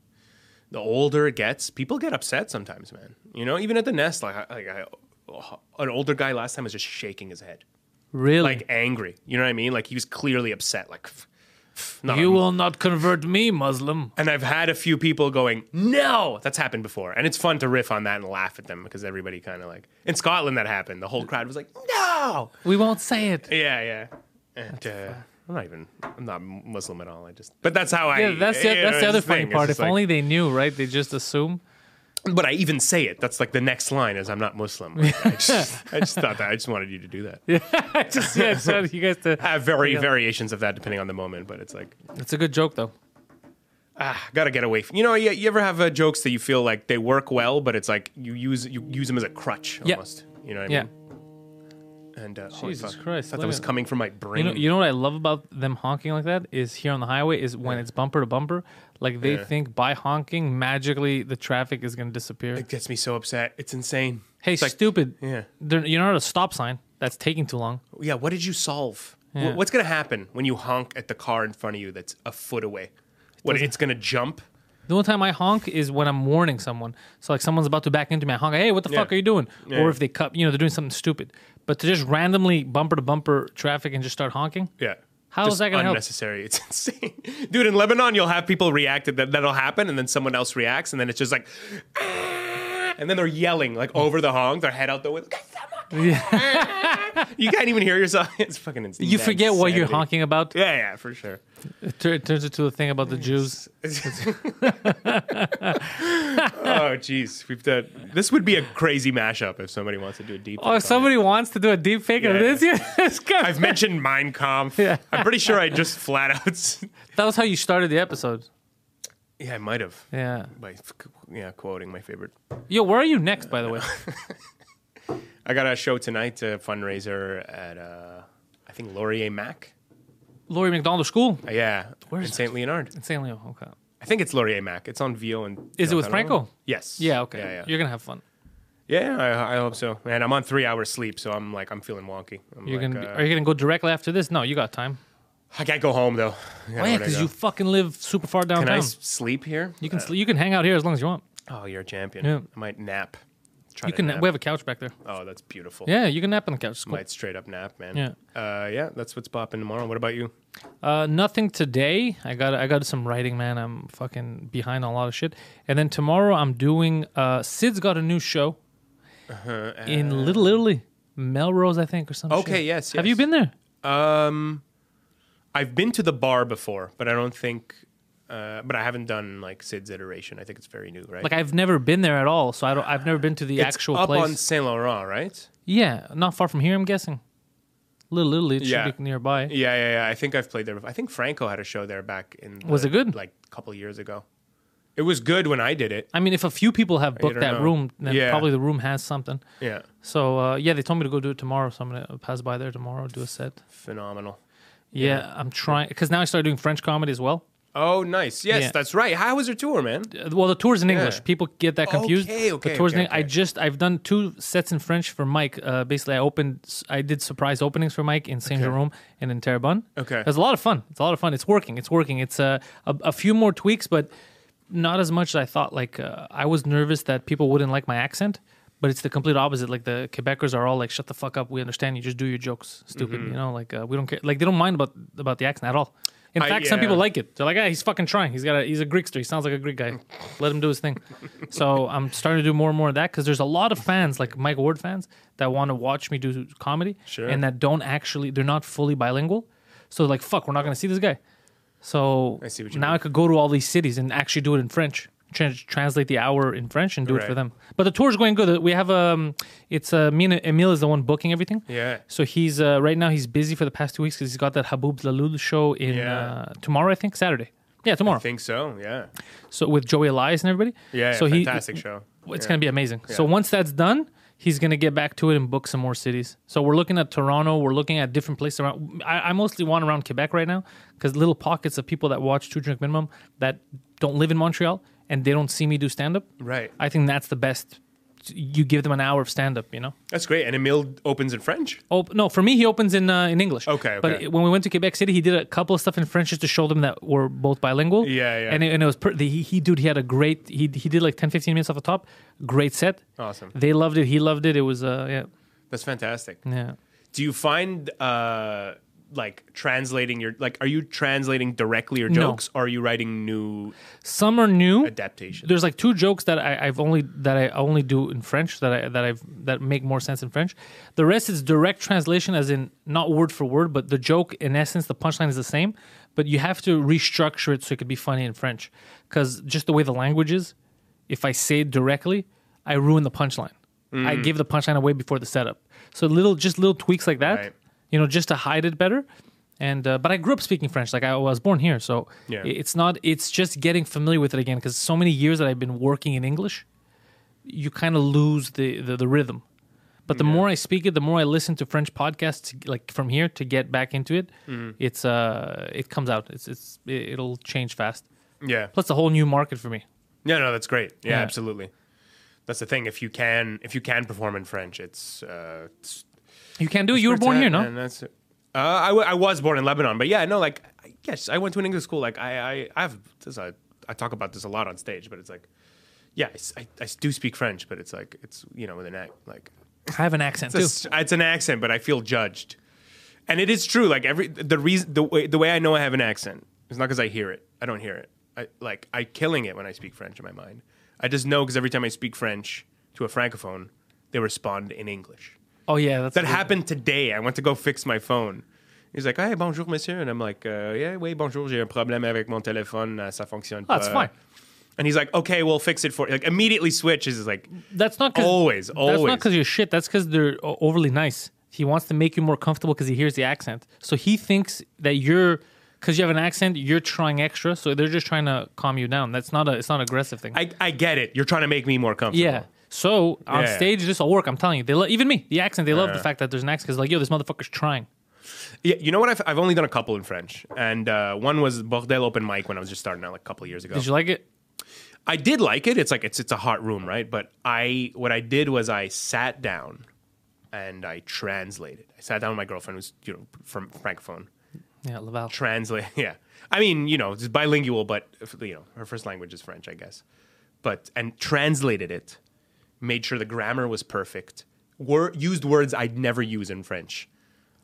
S3: the older it gets, people get upset sometimes, man. You know, even at the nest, like, I, like I, oh, an older guy last time was just shaking his head,
S2: Really?
S3: like angry. You know what I mean? Like he was clearly upset. Like, "Pff, pff, not
S2: you
S3: on me."
S2: will not convert me, Muslim.
S3: And I've had a few people going, no, that's happened before, and it's fun to riff on that and laugh at them because everybody kind of like in Scotland that happened. The whole crowd was like, no,
S2: We won't say it.
S3: yeah, yeah. And uh, I'm not even, I'm not Muslim at all. I just, but that's how I.
S2: Yeah, that's the,
S3: you know,
S2: that's the
S3: it's
S2: other
S3: the
S2: funny
S3: thing. It's
S2: part.
S3: just
S2: If
S3: like-
S2: only they knew, right? They just assume.
S3: but I even say it. That's like the next line is I'm not Muslim. Like, I, just, I just thought that. I just wanted you to do that.
S2: I just yeah, just wanted you guys to.
S3: I have very variations of that depending on the moment, but it's like
S2: It's a good joke though.
S3: ah, gotta get away. From, you know, you, you ever have uh, jokes that you feel like they work well, but it's like you use you use them as a crutch
S2: Yeah.
S3: almost. You know what I
S2: Yeah.
S3: mean? And uh, holy
S2: Jesus
S3: fuck,
S2: Christ,
S3: I thought
S2: look
S3: that was
S2: at-
S3: coming from my brain.
S2: You know, you know what I love about them honking like that is here on the highway is when it's bumper to bumper, like they think by honking magically the traffic is going to disappear.
S3: it gets me so upset. It's insane.
S2: hey,
S3: it's like,
S2: stupid!
S3: yeah.
S2: They're- you're not at a stop sign. That's taking too long.
S3: yeah, what did you solve? Wh-
S2: Yeah.
S3: What's going to happen when you honk at the car in front of you that's a foot away? What, it's going to jump?
S2: The only time I honk is when I'm warning someone. So like someone's about to back into me, I honk. Hey, what the fuck are you doing? Or if they cut, you know, they're doing something stupid. But to just randomly bumper to bumper traffic and just start honking.
S3: Yeah.
S2: How
S3: How
S2: is
S3: is
S2: that gonna help?
S3: unnecessary. It's insane, dude. In Lebanon, you'll have people react that that'll happen, and then someone else reacts, and then it's just like, "Ah," and then they're yelling like over the honk, their head out the window. you can't even hear yourself. It's fucking insane.
S2: You forget what you're
S3: Insanity.
S2: honking about.
S3: Yeah, yeah, for sure.
S2: It, tur- it turns into a thing about the Jews.
S3: oh, jeez, we've done. This would be a crazy mashup if somebody wants to do a deep.
S2: Oh,
S3: dive on
S2: if somebody wants to do a deep fake of
S3: Yeah.
S2: this, yeah, it's good.
S3: it. I've mentioned Mein Kampf.
S2: Yeah.
S3: I'm pretty sure I just flat out.
S2: That was how you started the episode.
S3: yeah, I might have.
S2: Yeah.
S3: By yeah, quoting my favorite
S2: Yo, where are you next, by the way?
S3: I got a show tonight, a fundraiser at uh, I think Laurier Mac.
S2: Laurie McDonald School?
S3: Uh, yeah,
S2: Where's
S3: in
S2: that?
S3: Saint Leonard.
S2: It's San Leo. Okay.
S3: I think it's Laurier Mac. It's on VO and.
S2: Is it with Franco?
S3: Yes.
S2: Yeah, okay.
S3: Yeah, yeah.
S2: You're going to have fun.
S3: yeah I, I hope so. And I'm on three hours sleep, so I'm like I'm feeling wonky. I'm
S2: You're
S3: like,
S2: gonna be,
S3: uh,
S2: are you going to go directly after this? No, you got time.
S3: I can't go home though.
S2: Oh, yeah, because you fucking live super far
S3: Can I
S2: downtown.
S3: s- uh, sleep here?
S2: you can sl- you can hang out here as long as you want.
S3: Oh, you're a champion.
S2: Yeah.
S3: I might nap. Try
S2: You
S3: to
S2: can
S3: Nap.
S2: we have a couch back there.
S3: oh, that's beautiful.
S2: Yeah, you can nap on the couch. It's cool.
S3: Might straight up nap, man.
S2: Yeah.
S3: Uh, yeah, that's what's popping tomorrow. What about you?
S2: Uh, nothing today. I got I got some writing, man. I'm fucking behind on a lot of shit. And then tomorrow I'm doing. Uh, Sid's got a new show in Little Italy, Melrose, I think, or something.
S3: Uh-huh, uh, Okay, yes,
S2: Have you
S3: yes.
S2: been there?
S3: Um, I've been to the bar before, but I don't think, uh, but I haven't done like Sid's iteration. I think it's very new, right?
S2: Like I've never been there at all, so I don't. I've never been to the
S3: it's
S2: actual
S3: up
S2: place.
S3: on Saint Laurent, right?
S2: yeah, not far from here, I'm guessing. Little Italy, it
S3: Yeah.
S2: should be nearby.
S3: Yeah, yeah, yeah. I think I've played there. before. I think Franco had a show there back in.
S2: Was
S3: the-
S2: it good?
S3: Like a couple years ago. It was good when I did it.
S2: I mean, if a few people have booked
S3: don't
S2: that
S3: know.
S2: room, then
S3: Yeah.
S2: probably the room has something.
S3: Yeah,
S2: So uh, yeah, they told me to go do it tomorrow, so I'm gonna pass by there tomorrow, do a set.
S3: phenomenal.
S2: Yeah, I'm trying because now I started doing French comedy as well.
S3: Oh, nice. Yes,
S2: Yeah.
S3: that's right. How was your tour, man?
S2: Uh, Well, the tour's in English.
S3: Yeah.
S2: People get that confused.
S3: Okay, okay,
S2: the tour's in
S3: okay,
S2: Eng- I
S3: okay.
S2: just I've done two sets in French for Mike. Uh, basically, I opened s- I did surprise openings for Mike in Saint Jerome and in Terrebonne.
S3: Okay.
S2: it was a lot of fun. It's a lot of fun. It's working. It's working. It's uh, a a few more tweaks, but not as much as I thought. Like uh, I was nervous that people wouldn't like my accent. But it's the complete opposite. Like the Quebecers are all like, "Shut the fuck up. We understand you. Just do your jokes, stupid.
S3: Mm-hmm.
S2: You know, like uh, we don't care. Like they don't mind about about the accent at all. In
S3: I-
S2: fact, some people
S3: yeah.
S2: like like it. They're like, ah, he's fucking trying. He's got a, he's a Greekster. He sounds like a Greek guy. Let him do his thing. So I'm starting to do more and more of that because there's a lot of fans, like Mike Ward fans, that want to watch me do comedy
S3: Sure.
S2: and that don't actually, they're not fully bilingual. So like, fuck, we're not gonna see this guy. So
S3: I see what you
S2: now
S3: mean.
S2: I could go to all these cities and actually do it in French. Tran- translate the hour in French and do it for
S3: Right.
S2: them. But the tour's going good. We have um, it's uh, me and Emil is the one booking everything.
S3: Yeah.
S2: So he's uh, right now he's busy for the past two weeks because he's got that Habib Lalul show in
S3: Yeah.
S2: uh, tomorrow, I think Saturday. Yeah,
S3: I
S2: tomorrow.
S3: think so. Yeah.
S2: So with Joey Elias and everybody.
S3: Yeah.
S2: So he-
S3: fantastic show.
S2: It's
S3: Yeah.
S2: gonna be amazing. So once that's done, he's gonna get back to it and book some more cities. So we're looking at Toronto. We're looking at different places around. I, I mostly want around Quebec right now because little pockets of people that watch Two Drink Minimum that don't live in Montreal and they don't see me do stand up.
S3: Right.
S2: I think that's the best. You give them an hour of stand up, you know.
S3: That's great. And Emil opens in French.
S2: Op- no, for me, he opens in uh, in English.
S3: Okay,
S2: But
S3: okay.
S2: it- when we went to Quebec City, he did a couple of stuff in French just to show them that we're both bilingual.
S3: Yeah, yeah.
S2: And it, and it was per- the, he, he dude he had a great he he did like 10, 15 minutes off the top. Great set.
S3: Awesome.
S2: They loved it. He loved it. It was uh yeah
S3: That's fantastic.
S2: yeah.
S3: Do you find uh like translating your like are you translating directly your
S2: No.
S3: jokes or are you writing new
S2: Some are new.
S3: adaptations?
S2: There's like two jokes that I, I've only that I only do in French that I that I've that make more sense in French. The rest is direct translation, as in not word for word, but the joke in essence, the punchline is the same, but you have to restructure it so it could be funny in French, because just the way the language is, if I say it directly, I ruin the punchline. I give the punchline away before the setup. So little, just little tweaks like that,
S3: Right.
S2: you know, just to hide it better. And uh, but I grew up speaking French, like I was born here, so
S3: Yeah.
S2: it's not. It's just getting familiar with it again because so many years that I've been working in English, you kind of lose the, the the rhythm. But the more I speak it, the more I listen to French podcasts, like from here to get back into it.
S3: Mm.
S2: It's uh, it comes out. It's it's it- it'll change fast.
S3: Yeah.
S2: Plus, a whole new market for me.
S3: No, no, that's great. Yeah,
S2: Yeah.
S3: absolutely. That's the thing. If you can, if you can perform in French, it's. Uh, it's
S2: You can do it. You were born here, no?
S3: And that's. Uh, I, w- I was born in Lebanon, but yeah, no, like I- yes, I went to an English school. Like I, I, I have this. I, I talk about this a lot on stage, but it's like, yeah, I s- I, I do speak French, but it's like it's you know with an act like
S2: I have an accent too.
S3: it's, it's an accent, but I feel judged, and it is true. Like every the reason the way the way I know I have an accent is not because I hear it. I don't hear it. I like I killing it when I speak French in my mind. I just know because every time I speak French to a francophone, they respond in English.
S2: Oh yeah, that's
S3: That happened today. I went to go fix my phone. He's like, hey, bonjour, monsieur. And I'm like, uh, yeah, oui, bonjour, j'ai un problème avec mon téléphone. Uh, ça fonctionne pas.
S2: Ah, That's fine.
S3: And he's like, okay, we'll fix it for you. Like, immediately switches. Is like,
S2: That's not 'cause-
S3: Always,
S2: That's
S3: always.
S2: not because you're shit. That's because they're o- overly nice. He wants to make you more comfortable because he hears the accent. So he thinks that you're because you have an accent, you're trying extra. So they're just trying to calm you down. That's not a. It's not an aggressive thing.
S3: I, I get it. You're trying to make me more comfortable.
S2: yeah. So on
S3: Yeah.
S2: stage, this will work. I'm telling you, they lo- even me, the accent. They love the fact that there's an accent because like, yo, this motherfucker's trying.
S3: Yeah, you know what? I've, I've only done a couple in French, and uh, one was Bordel open mic when I was just starting out like a couple years ago.
S2: Did you like it?
S3: I did like it. It's like it's it's a hot room, right? But I what I did was I sat down and I translated. I sat down with my girlfriend who's you know from francophone.
S2: Yeah, Laval.
S3: Translate, yeah. I mean, you know, it's bilingual, but you know, her first language is French, I guess. But and translated it, made sure the grammar was perfect. Wor- used words I'd never use in French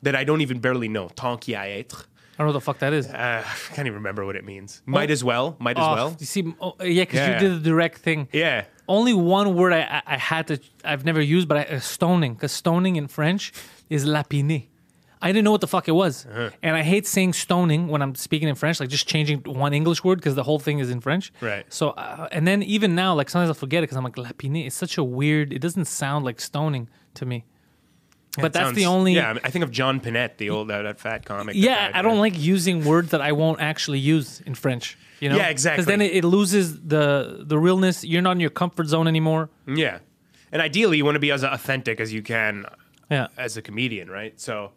S3: that I don't even barely know. Tant qu'y a être.
S2: I don't know what the fuck that is.
S3: Uh, I can't even remember what it means. Might as well. Might as
S2: Oh,
S3: well.
S2: you see, oh, yeah, because
S3: Yeah.
S2: you did the direct thing.
S3: Yeah.
S2: only one word I, I, I had to I've never used, but I, uh, stoning because stoning in French is lapiner. I didn't know what the fuck it was,
S3: Uh-huh.
S2: and I hate saying stoning when I'm speaking in French. Like just changing one English word because the whole thing is in French.
S3: Right.
S2: So uh, and then even now, like sometimes I will forget it because I'm like lapiner. It's such a weird. It doesn't sound like stoning to me. But that's the
S3: Sounds-
S2: only.
S3: Yeah, I mean, I think of John Panette, the old uh, that fat comic. that
S2: Yeah,
S3: died,
S2: I don't
S3: right?
S2: like using words that I won't actually use in French. You know,
S3: Yeah, exactly.
S2: Because then it, it loses the the realness. You're not in your comfort zone anymore.
S3: Yeah, and ideally, you want to be as authentic as you can
S2: Yeah,
S3: as a comedian, right? So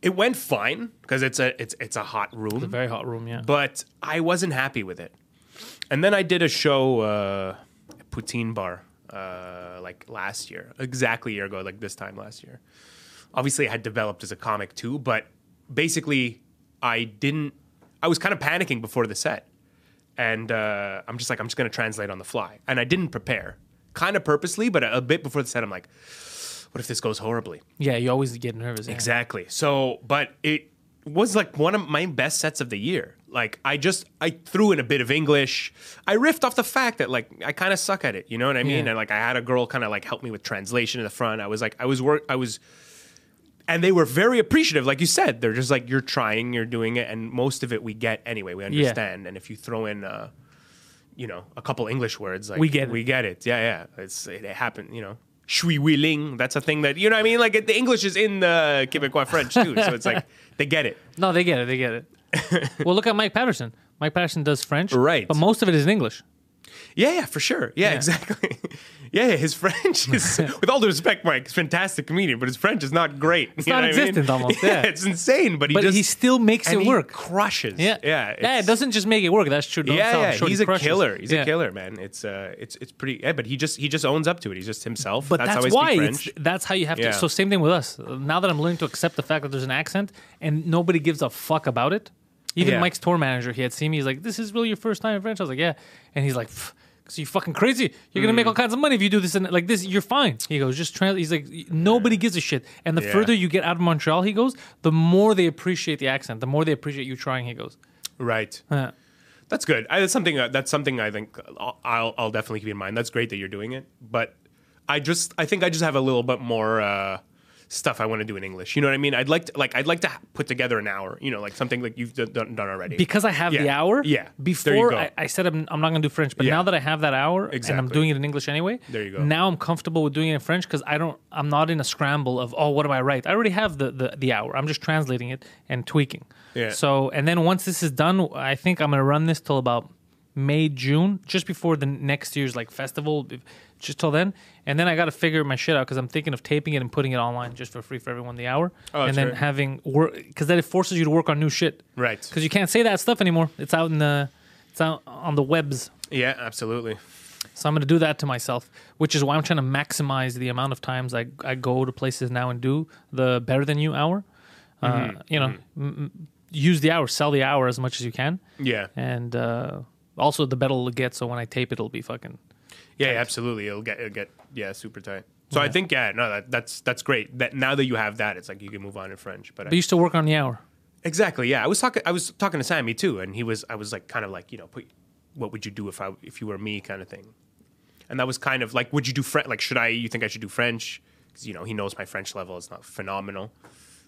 S3: it went fine because it's a it's it's a hot room,
S2: very hot room. Yeah,
S3: but I wasn't happy with it. And then I did a show uh, at Poutine Bar uh, like last year, exactly a year ago, like this time last year. Obviously, I had developed as a comic too, but basically, I didn't. I was kind of panicking before the set, and uh, I'm just like, I'm just gonna translate on the fly, and I didn't prepare, kind of purposely, but a, a bit before the set, I'm like, what if this goes horribly?
S2: yeah. You always get nervous. yeah.
S3: Exactly. So, but it was like one of my best sets of the year. Like I just I threw in a bit of English. I riffed off the fact that like I kind of suck at it, you know what I mean?
S2: Yeah.
S3: And like I had a girl kind of like help me with translation in the front. I was like I was work I was and they were very appreciative like you said. They're just like you're trying, you're doing it and most of it we get anyway. We understand. And if you throw in uh you know, a couple English words like
S2: We get it.
S3: we get it. Yeah, yeah. It's it, happened, you know. Shui willing. That's a thing that you know what I mean? Like it, the English is in the Quebecois French too. So it's like they get it.
S2: No, they get it. They get it. well, look at Mike Patterson. Mike Patterson does French,
S3: Right.
S2: But most of it is in English.
S3: Yeah, yeah, for sure. Yeah, exactly. Yeah, yeah, his French is, with all due respect, Mike, he's a fantastic comedian, but his French is not great. It's
S2: non-existent almost, yeah.
S3: it's insane, but he
S2: But
S3: just
S2: he still makes
S3: and
S2: it
S3: he
S2: work.
S3: crushes.
S2: Yeah,
S3: yeah,
S2: yeah.
S3: it's-
S2: It doesn't just make it work. That's true. Don't
S3: yeah,
S2: tell him.
S3: yeah,
S2: Shorty
S3: he's a
S2: crushes.
S3: killer. He's
S2: Yeah.
S3: a killer, man. It's uh, it's it's pretty. Yeah, but he just he just owns up to it. He's just himself.
S2: But
S3: that's,
S2: that's,
S3: how I
S2: why
S3: speak
S2: it's,
S3: French.
S2: that's how you have
S3: Yeah.
S2: to. So same thing with us. Now that I'm learning to accept the fact that there's an accent and nobody gives a fuck about it. Even
S3: Yeah.
S2: Mike's tour manager, he had seen me. He's like, "This is really your first time in French." I was like, "Yeah," and he's like, "So you fucking crazy? You're gonna make
S3: Mm.
S2: all kinds of money if you do this and like this. You're fine." He goes, "Just translate." He's like, "Nobody gives a shit." And the
S3: Yeah.
S2: further you get out of Montreal, he goes, the more they appreciate the accent, the more they appreciate you trying. He goes, Uh,
S3: Right.
S2: Yeah.
S3: That's good. I, that's something. Uh, that's something I think I'll, I'll I'll definitely keep in mind. That's great that you're doing it, but I just I think I just have a little bit more uh, stuff I want to do in English. You know what I mean? I'd like to like I'd like to ha- put together an hour. You know, like something like you've d- done, done already.
S2: because I have
S3: Yeah.
S2: the hour.
S3: Yeah. There you
S2: Before
S3: go.
S2: I, I said I'm, I'm not going to do French, but
S3: Yeah.
S2: now that I have that hour and I'm
S3: Exactly.
S2: doing it in English anyway,
S3: There you go.
S2: Now I'm comfortable with doing it in French because I don't. I'm not in a scramble of oh, what do I write? I already have the, the the hour. I'm just translating it and tweaking.
S3: Yeah.
S2: So and then once this is done, I think I'm going to run this till about May June, just before the next year's like festival. if- Just till then, and then I got to figure my shit out because I'm thinking of taping it and putting it online just for free for everyone the hour,
S3: Oh,
S2: and
S3: that's
S2: then
S3: right.
S2: having work because then it forces you to work on new shit
S3: Right.
S2: because you can't say that stuff anymore. It's out in the, it's out on the webs.
S3: yeah, absolutely.
S2: So I'm gonna do that to myself, which is why I'm trying to maximize the amount of times I, I go to places now and do the better than you hour. Uh,
S3: Mm-hmm.
S2: you know, m- m- use the hour, sell the hour as much as you can,
S3: Yeah,
S2: and uh, also the better it'll get. So when I tape, it, it'll be fucking.
S3: yeah, absolutely. It'll get it'll get yeah super tight. So I think yeah no that, that's that's great. That now that you have that, it's like you can move on in French. But I,
S2: But you still work on the hour.
S3: Exactly. Yeah, I was talking. I was talking to Sammy too, and he was. I was like, kind of like, you know, put, what would you do if I if you were me, kind of thing. And that was kind of like, would you do French? Like, should I? You think I should do French? Because you know, he knows my French level is not phenomenal.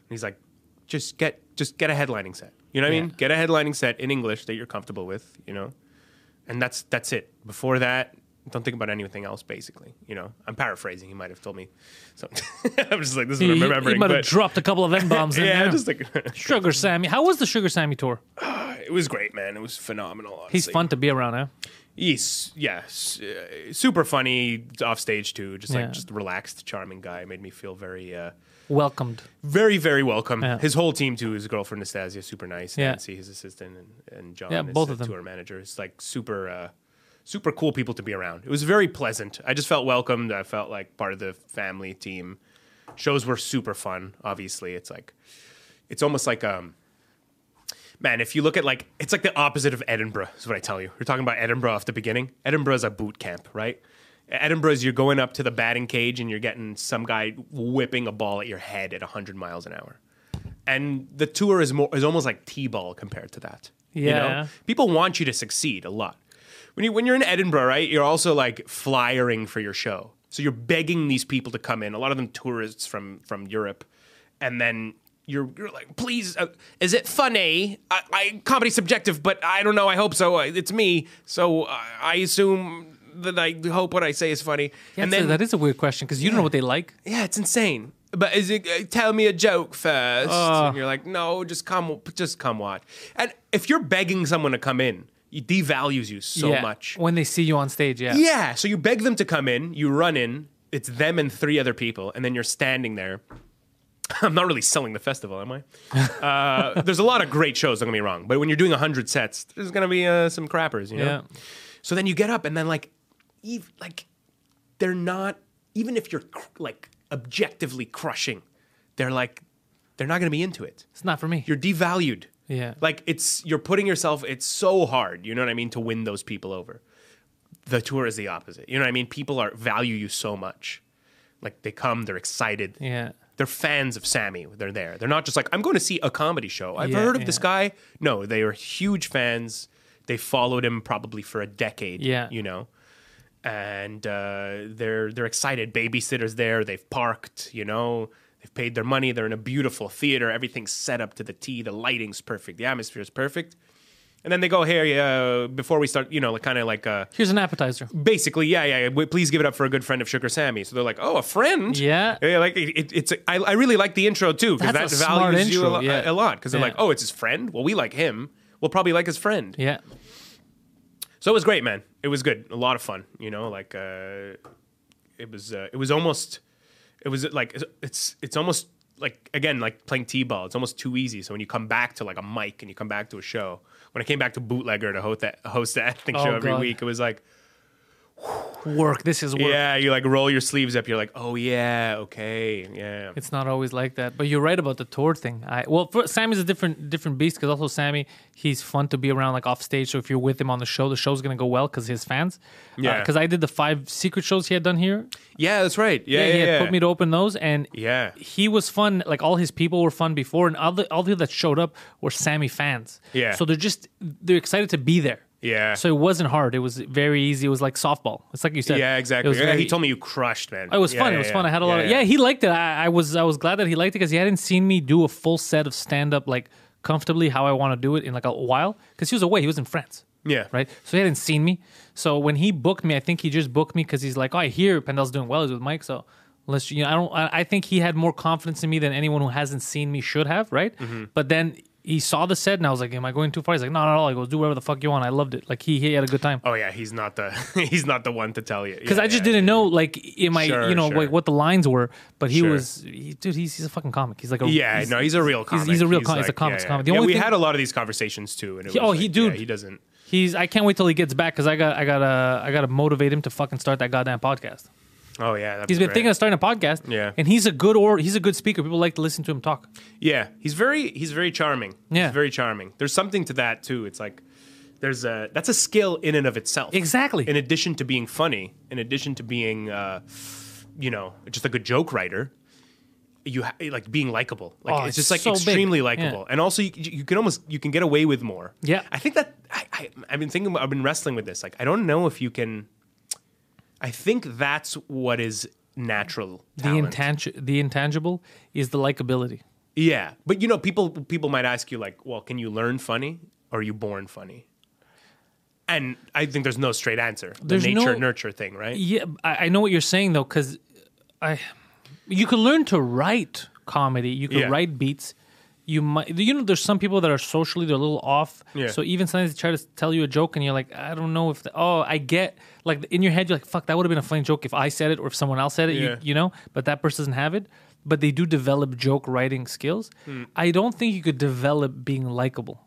S3: And he's like, just get just get a headlining set. You know what I mean? Get a headlining set in English that you're comfortable with. You know, and that's that's it. Before that. Don't think about anything else, basically. You know, I'm paraphrasing. He might have told me something. I'm just like, this is what
S2: You-
S3: I'm
S2: you-
S3: remembering.
S2: you might have
S3: but-
S2: dropped a couple of n bombs in
S3: yeah,
S2: there.
S3: just like
S2: Sugar Sammy, how was the Sugar Sammy tour?
S3: it was great, man. It was phenomenal. Honestly.
S2: He's fun to be around, huh?
S3: He's yeah, s- uh, super funny off stage too. Just
S2: Yeah.
S3: like just relaxed, charming guy. Made me feel very, uh,
S2: Welcomed.
S3: very, very welcome.
S2: Yeah.
S3: His whole team too. His girlfriend Nastasia, super nice.
S2: Yeah.
S3: Nancy, his assistant, and, and John,
S2: Yeah,
S3: his
S2: both
S3: uh,
S2: of them.
S3: tour manager. It's like super, uh, super cool people to be around. It was very pleasant. I just felt welcomed. I felt like part of the family team. Shows were super fun. Obviously, it's like it's almost like um man if you look at like it's like the opposite of edinburgh is what i tell you we're talking about edinburgh off the beginning edinburgh is a boot camp right edinburgh is you're going up to the batting cage and you're getting some guy whipping a ball at your head at 100 miles an hour and the tour is more is almost like t-ball compared to that you know?
S2: Yeah.
S3: people want you to succeed a lot when you when you're in edinburgh right you're also like flyering for your show so you're begging these people to come in a lot of them tourists from from europe and then you're, you're like, please, uh, is it funny? I, I comedy subjective, but I don't know. I hope so. Uh, It's me, so uh, I assume that I hope what I say is funny.
S2: Yeah,
S3: and
S2: that's a-
S3: then
S2: that is a weird question because you don't know what they like.
S3: yeah, it's insane. but is it uh, tell me a joke first?
S2: Ah.
S3: and you're like, no, just come, just come watch. And if you're begging someone to come in, it devalues you so
S2: Yeah,
S3: much.
S2: when they see you on stage. Yeah,
S3: Yeah. So you beg them to come in, you run in, it's them and three other people, and then you're standing there. I'm not really selling the festival, am I? Uh, there's a lot of great shows, don't get me wrong, but when you're doing 100 sets, there's going to be uh, some crappers, you know?
S2: Yeah.
S3: So then you get up, and then, like, ev- like they're not, even if you're cr- like objectively crushing, they're like, they're not going to be into it
S2: it's not for me.
S3: you're devalued.
S2: Yeah.
S3: Like it's you're putting yourself it's so hard, you know what I mean, to win those people over. The tour is the opposite. You know what I mean? People are value you so much. Like they come, they're excited.
S2: yeah,
S3: They're fans of Sammy. They're there. They're not just like, I'm going to see a comedy show. I've
S2: Yeah,
S3: heard of this
S2: yeah.
S3: guy. No, they are huge fans. They followed him probably for a decade.
S2: Yeah.
S3: You know? And uh, they're they're excited. Babysitters there, they've parked, you know, they've paid their money, they're in a beautiful theater, everything's set up to the T, the lighting's perfect, the atmosphere's perfect. And then they go, here, yeah, before we start, you know, like kind of like uh,
S2: here's an appetizer.
S3: basically, yeah, yeah, yeah. w- Please give it up for a good friend of Sugar Sammy. So they're like, oh, a friend.
S2: Yeah.
S3: like it, it- it's. I, I really like the intro too because that
S2: That's a smart
S3: values you a,
S2: intro,
S3: lo-
S2: yeah.
S3: a lot because they're
S2: Yeah.
S3: like, oh, it's his friend. Well, we like him. We'll probably like his friend.
S2: Yeah,
S3: So it was great, man. It was good. A lot of fun. You know, like uh, it was. Uh, it was almost. It was like it's. It's almost like again like playing t-ball. It's almost too easy. So when you come back to like a mic and you come back to a show, when I came back to bootlegger to host that host that acting
S2: Oh,
S3: show every
S2: God.
S3: week, it was like.
S2: work. This is work.
S3: Yeah, you like roll your sleeves up. You're like, oh yeah, okay, yeah.
S2: It's not always like that, but you're right about the tour thing. I well, for, Sammy's a different different beast because also Sammy, he's fun to be around like off stage. So if you're with him on the show, the show's gonna go well because his fans.
S3: Yeah.
S2: Because I did the five secret shows he had done here.
S3: yeah, that's right. Yeah, yeah,
S2: he had
S3: yeah.
S2: put me to open those, and
S3: Yeah.
S2: he was fun. Like all his people were fun before, and all the all the people that showed up were Sammy fans.
S3: Yeah.
S2: So they're just they're excited to be there.
S3: Yeah.
S2: So it wasn't hard. It was very easy. It was like softball. It's like you said.
S3: yeah,
S2: It
S3: exactly.
S2: was
S3: Yeah,
S2: very- Oh,
S3: he told me you crushed, man.
S2: it was
S3: Yeah,
S2: fun.
S3: yeah,
S2: it was
S3: yeah.
S2: fun. I had a lot
S3: yeah,
S2: of.
S3: yeah.
S2: Yeah, he liked it. I, I was I was glad that he liked it because he hadn't seen me do a full set of stand up like comfortably how I want to do it in like a while because he was away. He was in France.
S3: Yeah.
S2: Right. So he hadn't seen me. So when he booked me, I think he just booked me because he's like, oh, I hear Pendel's doing well. He's with Mike, so let's. You know, I don't. I, I think he had more confidence in me than anyone who hasn't seen me should have. Right.
S3: Mm-hmm.
S2: But then. He saw the set and I was like, "Am I going too far?" He's like, "No, not at all." I go, "Do whatever the fuck you want." I loved it. Like he, he had a good time
S3: Oh yeah, he's not the he's not the one to tell you
S2: because
S3: Yeah,
S2: I just
S3: yeah.
S2: didn't know like in my
S3: Sure,
S2: you know
S3: sure.
S2: like what the lines were, but he
S3: Sure.
S2: was he, dude. He's, he's a fucking comic. He's like a
S3: Yeah, no, he's a real
S2: he's-
S3: comic.
S2: he's a real com- he's a comics
S3: yeah,
S2: comic. The
S3: Yeah,
S2: only
S3: we
S2: thing-
S3: had a lot of these conversations too, and it was
S2: oh, he-
S3: like,
S2: dude.
S3: yeah, he doesn't.
S2: he's. I can't wait till he gets back because I got I got to I got to motivate him to fucking start that goddamn podcast.
S3: Oh yeah, that'd
S2: He's
S3: be
S2: been
S3: great.
S2: thinking of starting a podcast.
S3: Yeah.
S2: and he's a good or he's a good speaker. People like to listen to him talk.
S3: Yeah, he's very he's very charming.
S2: Yeah.
S3: he's very charming. There's something to that too. It's like there's a that's a skill in and of itself.
S2: Exactly.
S3: In addition to being funny, in addition to being uh, you know just a good joke writer, you ha- like being likable. Like
S2: Oh,
S3: it's
S2: it's
S3: just like
S2: so big.
S3: extremely
S2: Yeah.
S3: likable, and also you, you can almost you can get away with more.
S2: Yeah.
S3: I think that I, I I've been thinking I've been wrestling with this. Like I don't know if you can. I think that's what is natural. talent.
S2: The intang- the intangible is the likability.
S3: Yeah, but you know, people people might ask you like, "Well, can you learn funny, or are you born funny?" And I think there's no straight answer. The
S2: There's
S3: nature
S2: no-
S3: nurture thing, right?
S2: Yeah, I, I know what you're saying though, because I you could learn to write comedy. You could
S3: Yeah.
S2: write beats. You might, you know, there's some people that are socially they're a little off.
S3: Yeah.
S2: So even sometimes they try to s- tell you a joke and you're like, I don't know if the, oh I get like in your head you're like fuck that would have been a funny joke if I said it or if someone else said it.
S3: Yeah.
S2: You, you know, but that person doesn't have it. But they do develop joke writing skills.
S3: Hmm.
S2: I don't think you could develop being likable.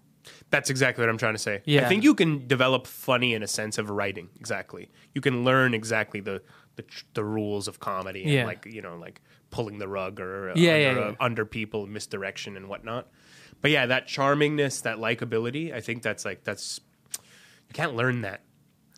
S3: That's exactly what I'm trying to say. I
S2: Yeah.
S3: think you can develop funny in a sense of writing. Exactly, you can learn exactly the the, tr- the rules of comedy and
S2: Yeah.
S3: like you know like pulling the rug or uh,
S2: Yeah,
S3: under,
S2: yeah,
S3: uh,
S2: yeah.
S3: under people, misdirection and whatnot. But yeah, that charmingness, that likability, I think that's like that's you can't learn that.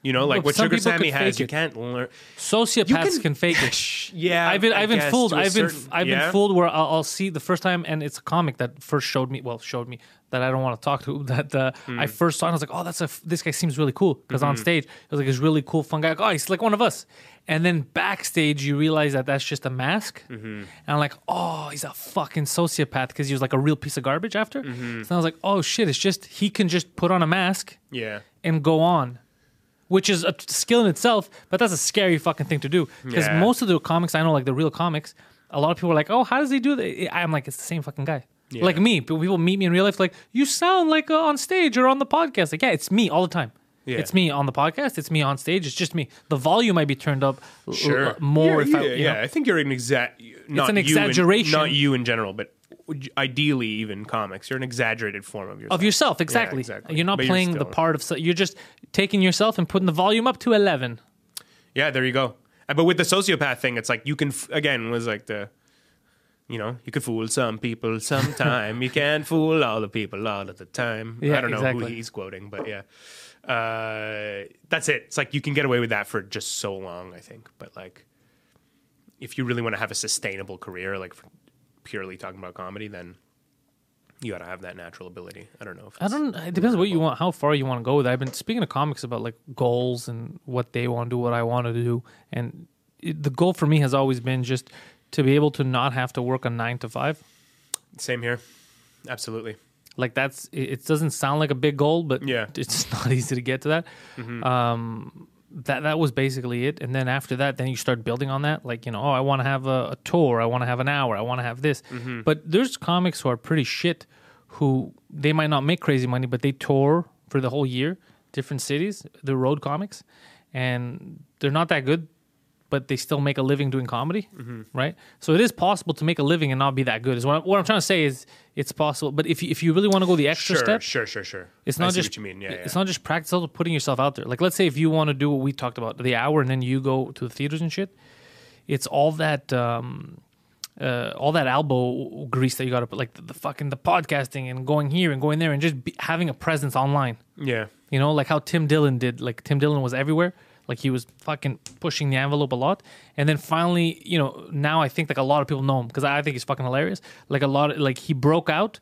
S3: You know, like
S2: Look,
S3: what
S2: some
S3: Sugar
S2: people could
S3: Sammy has,
S2: fake
S3: you
S2: it.
S3: can't learn.
S2: sociopaths
S3: can-
S2: can, fake it.
S3: Yeah,
S2: I've been
S3: I
S2: I've been
S3: guess,
S2: fooled.
S3: to a
S2: I've been
S3: certain-
S2: I've
S3: yeah.
S2: been fooled where I'll, I'll see the first time, and it's a comic that first showed me. Well, showed me that I don't want to talk to. That uh,
S3: Hmm.
S2: I first saw, and I was like, oh, that's a f- this guy seems really cool because
S3: Mm-hmm.
S2: on stage it was like this really cool, fun guy. Like, oh, he's like one of us. And then backstage, you realize that that's just a mask.
S3: Mm-hmm.
S2: And I'm like, oh, he's a fucking sociopath because he was like a real piece of garbage after.
S3: Mm-hmm.
S2: So I was like, oh shit, it's just he can just put on a mask
S3: Yeah.
S2: and go on, which is a t- skill in itself, but that's a scary fucking thing to do. Because
S3: Yeah.
S2: most of the comics I know, like the real comics, a lot of people are like, "Oh, how does he do that?" I'm like, "It's the same fucking guy." Like me, people people meet me in real life, like, "You sound like uh, on stage or on the podcast." Like, yeah, it's me all the time.
S3: Yeah.
S2: It's me on the podcast. It's me on stage. It's just me. The volume might be turned up l- l- uh, more.
S3: Yeah,
S2: if I,
S3: yeah,
S2: you
S3: yeah.
S2: know?
S3: I think you're an exact. Not
S2: an
S3: you in-
S2: exaggeration.
S3: not you in general, but ideally, even comics, you're an exaggerated form of yourself.
S2: of yourself exactly.
S3: exactly.
S2: You're not
S3: But you're
S2: playing the
S3: still-
S2: part of so- you're just taking yourself and putting the volume up to 11.
S3: Yeah, there you go. Uh, But with the sociopath thing, it's like you can f- again was like the, you know, you could fool some people sometime. you can't fool all the people all of the time.
S2: Yeah,
S3: I don't know who
S2: exactly.
S3: he's quoting, but yeah, uh, that's it. It's like you can get away with that for just so long, I think. But like, if you really want to have a sustainable career, like for purely talking about comedy, then you got to have that natural ability. I don't know. If
S2: I don't it depends what you want how far you want to go with that. I've been speaking to comics about like goals and what they want to do, what I want to do and it, the goal for me has always been just to be able to not have to work a 9 to 5.
S3: Same here. Absolutely.
S2: Like that's it, it doesn't sound like a big goal, but
S3: Yeah.
S2: it's not easy to get to that. Um, that that was basically it, and then after that, then you start building on that. Like you know, oh, I want to have a, a tour, I want to have an hour, I want to have this. But there's comics who are pretty shit, who they might not make crazy money, but they tour for the whole year, different cities. They're road comics, and they're not that good, but they still make a living doing comedy, right? So it is possible to make a living and not be that good. Is what, I, what I'm trying to say is it's possible. But if you, if you really want to go the extra
S3: Sure,
S2: step,
S3: sure, sure, sure.
S2: it's
S3: I
S2: not
S3: see
S2: just
S3: what you mean. Yeah,
S2: It's
S3: yeah.
S2: not just practice. Also putting yourself out there. Like let's say if you want to do what we talked about the hour, and then you go to the theaters and shit. It's all that. um uh, all that elbow grease that you got to put, like the, the fucking the podcasting and going here and going there, and just be, having a presence online.
S3: yeah.
S2: You know, like how Tim Dillon did. Like Tim Dillon was everywhere. Like he was fucking pushing the envelope a lot. And then finally, you know, now I think like a lot of people know him because I I think he's fucking hilarious. Like a lot, of, like he broke out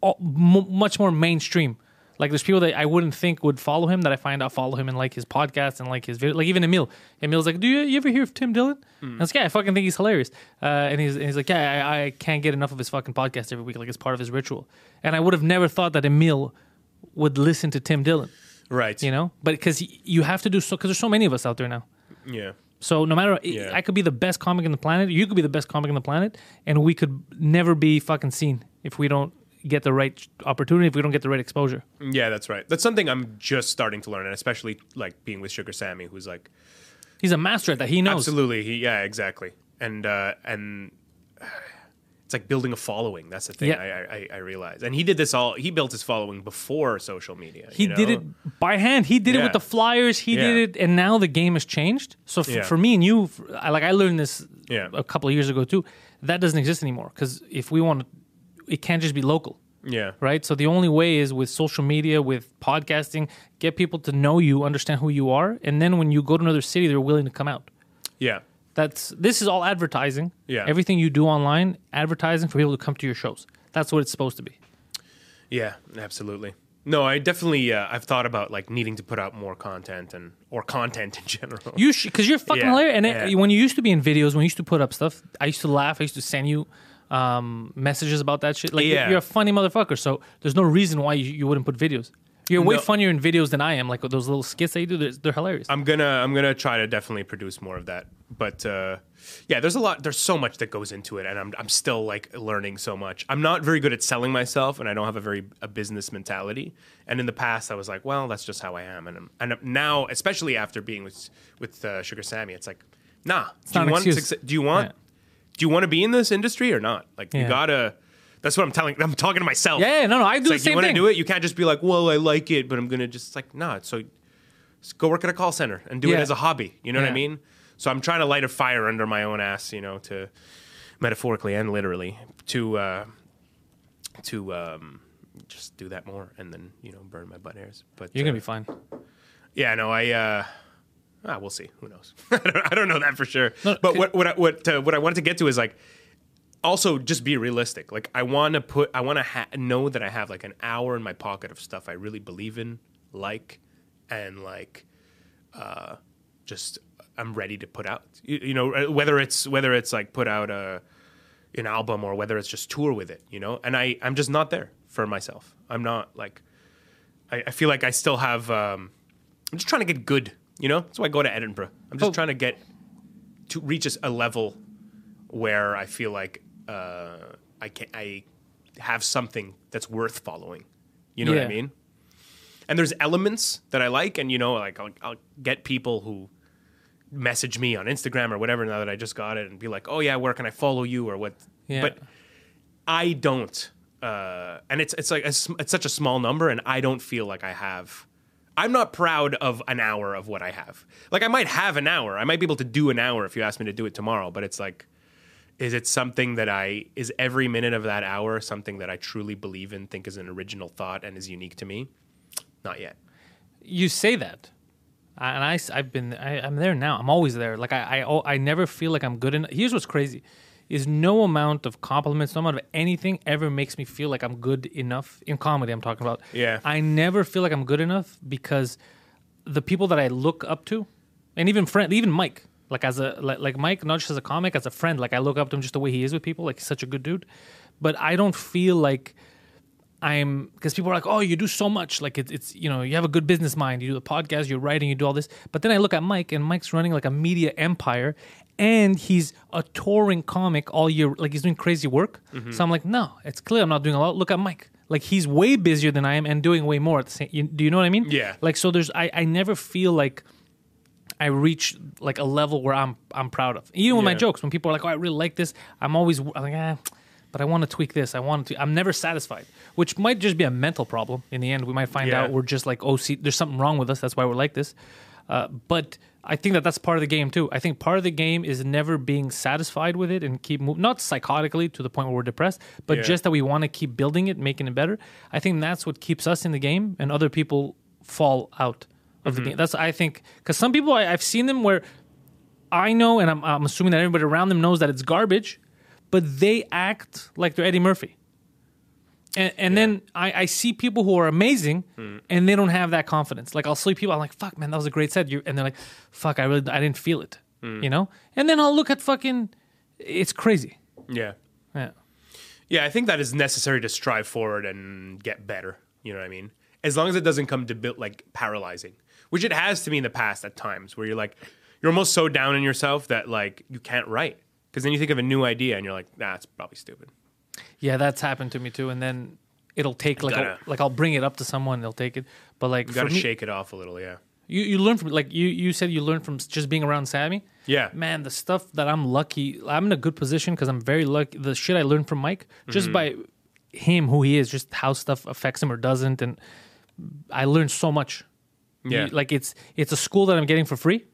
S2: all, m- much more mainstream. Like there's people that I wouldn't think would follow him that I find out follow him in like his podcast and like his video. Like even Emil, Emil's like, do you, you ever hear of Tim Dillon? And I was like, yeah, I fucking think he's hilarious. Uh, and he's and he's like, yeah, I, I can't get enough of his fucking podcast every week. Like it's part of his ritual. And I would have never thought that Emil would listen to Tim Dillon,
S3: Right.
S2: you know? But because you have to do so, because there's so many of us out there now.
S3: Yeah.
S2: So no matter,
S3: Yeah.
S2: I could be the best comic in the planet, you could be the best comic in the planet, and we could never be fucking seen if we don't get the right opportunity, if we don't get the right exposure.
S3: Yeah, that's right. That's something I'm just starting to learn, and especially like being with Sugar Sammy, who's like
S2: He's a master at that. He knows.
S3: absolutely, he, yeah, exactly, and uh, and it's like building a following. That's the thing
S2: Yeah.
S3: I, I I realize, and he did this all. He built his following before social media.
S2: He
S3: you know?
S2: did it by hand. He did it
S3: Yeah.
S2: with the flyers. He
S3: Yeah.
S2: did it, and now the game has changed. So f-
S3: Yeah.
S2: for me and you, f- I, like I learned this
S3: Yeah.
S2: a couple of years ago too. That doesn't exist anymore because if we want, to, it can't just be local.
S3: Yeah,
S2: right? So the only way is with social media, with podcasting, get people to know you, understand who you are, and then when you go to another city, they're willing to come out.
S3: yeah,
S2: That's this is all advertising.
S3: Yeah.
S2: Everything you do online, advertising for people to come to your shows. That's what it's supposed to be.
S3: yeah, absolutely. No, I definitely uh, I've thought about like needing to put out more content and or content in general.
S2: You because you're fucking
S3: Yeah,
S2: hilarious. And
S3: yeah.
S2: it, when you used to be in videos, when you used to put up stuff, I used to laugh. I used to send you um, messages about that shit. Like
S3: Yeah.
S2: you're a funny motherfucker. So there's no reason why you, you wouldn't put videos. You're way
S3: No.
S2: funnier in videos than I am. Like those little skits that you do, they're, they're hilarious.
S3: I'm gonna I'm gonna try to definitely produce more of that. But uh, yeah, there's a lot. There's so much that goes into it, and I'm I'm still like learning so much. I'm not very good at selling myself, and I don't have a very a business mentality. And in the past, I was like, well, that's just how I am. And I'm, and now, especially after being with with uh, Sugar Sammy, it's like, nah. do,
S2: not
S3: you
S2: an
S3: want
S2: excuse.
S3: do you want
S2: Yeah.
S3: do you want to be in this industry or not? Like you
S2: Yeah.
S3: gotta. That's what I'm telling. I'm talking to myself.
S2: Yeah, yeah, no, no, I
S3: It's
S2: do the
S3: like,
S2: same
S3: you wanna
S2: thing.
S3: do it. You can't just be like, well, I like it, but I'm gonna just like, nah. So just go work at a call center and do it
S2: Yeah.
S3: as a hobby. You know what I
S2: Yeah.
S3: mean? So I'm trying to light a fire under my own ass, you know, to metaphorically and literally to uh, to um, just do that more and then you know burn my butt hairs. But
S2: you're gonna
S3: uh,
S2: be fine.
S3: yeah, no, I. Uh, ah, we'll see. Who knows? I, don't, I don't know that for sure.
S2: No,
S3: but
S2: c-
S3: what what I, what uh, what I wanted to get to is like, also just be realistic. Like, I want to put, I want to ha- know that I have like an hour in my pocket of stuff I really believe in, like, and like, uh, just I'm ready to put out. You, you know, uh, whether it's whether it's like put out a an album or whether it's just tour with it. You know, and I I'm just not there for myself. I'm not like. I, I feel like I still have. Um, I'm just trying to get good. You know, that's why I go to Edinburgh. I'm just
S2: Oh.
S3: trying to get to reach a s- a level where I feel like uh, I can I have something that's worth following. You know what
S2: Yeah.
S3: I mean? And there's elements that I like, and you know, like I'll, I'll get people who message me on Instagram or whatever now that I just got it and be like, oh yeah, where can I follow you or what?
S2: Yeah.
S3: But I don't, uh, and it's it's like a sm- it's such a small number, and I don't feel like I have. I'm not proud of an hour of what I have. Like I might have an hour. I might be able to do an hour if you ask me to do it tomorrow. But it's like, is it something that I is every minute of that hour something that I truly believe in, think is an original thought, and is unique to me? Not yet.
S2: you say that I- and I, s- I've been, I, I'm there now. I'm always there. Like I, I, al- I never feel like I'm good enough. Here's what's crazy: is no amount of compliments, no amount of anything, ever makes me feel like I'm good enough in comedy. I'm talking about.
S3: Yeah.
S2: I never feel like I'm good enough because the people that I look up to, and even friend, even Mike, like as a like, like Mike, not just as a comic, as a friend. Like I look up to him just the way he is with people. Like he's such a good dude, but I don't feel like I'm because people are like, oh, you do so much. Like it's, it's you know, you have a good business mind. You do the podcast, you're writing, you do all this. But then I look at Mike, and Mike's running like a media empire, and he's a touring comic all year. Like he's doing crazy work. So I'm like, no, it's clear I'm not doing a lot. Look at Mike. Like he's way busier than I am and doing way more at the same. You, do you know what I mean?
S3: Yeah.
S2: Like so, there's I I never feel like. I reach like a level where I'm I'm proud of. Even with my
S3: Yeah.
S2: jokes, when people are like, "Oh, I really like this," I'm always I'm like, "Ah, but I want to tweak this. I want to." I'm never satisfied, which might just be a mental problem. In the end, we might find
S3: Yeah.
S2: out we're just like, "Oh, see, there's something wrong with us. That's why we're like this." Uh, but I think that that's part of the game too. I think part of the game is never being satisfied with it and keep moving, not psychotically to the point where we're depressed, but
S3: Yeah.
S2: just that we want to keep building it, making it better. I think that's what keeps us in the game, and other people fall out of the game. That's I think because some people I, I've seen them where I know, and I'm, I'm assuming that everybody around them knows that it's garbage, but they act like they're Eddie Murphy. And, and then I, I see people who are amazing
S3: Hmm.
S2: and they don't have that confidence. Like I'll see people, I'm like, fuck, man, that was a great set. You and they're like, fuck, I really, I didn't feel it,
S3: Hmm.
S2: you know. And then I'll look at fucking, it's crazy.
S3: Yeah.
S2: Yeah,
S3: Yeah, I think that is necessary to strive forward and get better. You know what I mean? As long as it doesn't come to build like paralyzing, which it has to me in the past at times, where you're like, you're almost so down in yourself that like you can't write because then you think of a new idea and you're like, nah, it's probably stupid.
S2: yeah, that's happened to me too. And then it'll take like,
S3: Gotta-
S2: a, like I'll bring it up to someone, they'll take it. But like,
S3: You
S2: for
S3: got to
S2: me,
S3: shake it off a little. Yeah,
S2: You you learn from like you you said you learned from just being around Sammy.
S3: Yeah.
S2: man, the stuff that I'm lucky. I'm in a good position because I'm very lucky. The shit I learned from Mike just
S3: Mm-hmm.
S2: by him, who he is, just how stuff affects him or doesn't, and I learned so much.
S3: Yeah.
S2: You- like it's it's a school that I'm getting for free,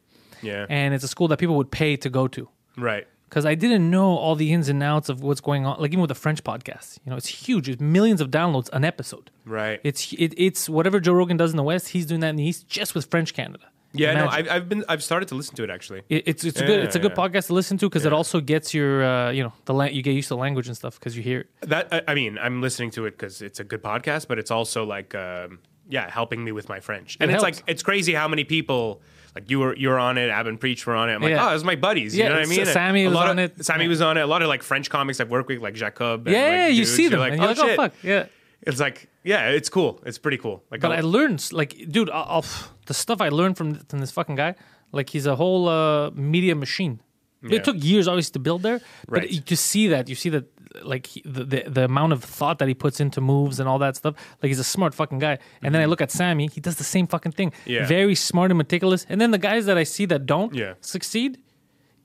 S3: yeah,
S2: and it's a school that people would pay to go to
S3: right.
S2: because I didn't know all the ins and outs of what's going on. Like even with the French podcast, you know, it's huge. It's millions of downloads an episode.
S3: Right.
S2: It's it, it's whatever Joe Rogan does in the West, he's doing that in the East, just with French Canada.
S3: Yeah, no,
S2: Imagine.
S3: I've, I've been I've started to listen to it actually.
S2: It- it's it's a
S3: Yeah,
S2: good it's a good
S3: yeah.
S2: podcast to listen to because it also gets your uh, you know the la- you get used to the language and stuff because you hear it.
S3: That I, I mean, I'm listening to it because it's a good podcast, but it's also like, um, yeah, helping me with my French. And
S2: It
S3: it's
S2: helps.
S3: like it's crazy how many people like you were you're on it, Ab and Preach were on it. I'm like,
S2: Yeah.
S3: oh, it was my buddies.
S2: Yeah,
S3: you know what I
S2: S-
S3: mean? And
S2: Sammy
S3: a
S2: was
S3: lot
S2: on
S3: of-
S2: it.
S3: Sammy was on it. A lot of like French comics I've worked with, like Jacob. and,
S2: Yeah,
S3: like,
S2: you
S3: dudes,
S2: see
S3: you're
S2: them
S3: like,
S2: and you're
S3: oh,
S2: like, oh
S3: shit.
S2: fuck, yeah.
S3: It's like, yeah, it's cool. It's pretty cool. Like,
S2: But
S3: I-
S2: I learned like dude, I'll, I'll, the stuff I learned from from this fucking guy, like he's a whole uh, media machine.
S3: Yeah.
S2: It took years obviously to build there, but
S3: Right.
S2: you just see that you see that like he, the, the the amount of thought that he puts into moves and all that stuff. Like he's a smart fucking guy. And then I look at Sammy, he does the same fucking thing.
S3: Mm-hmm. Yeah.
S2: Very smart and meticulous. And then the guys that I see that don't
S3: Yeah.
S2: succeed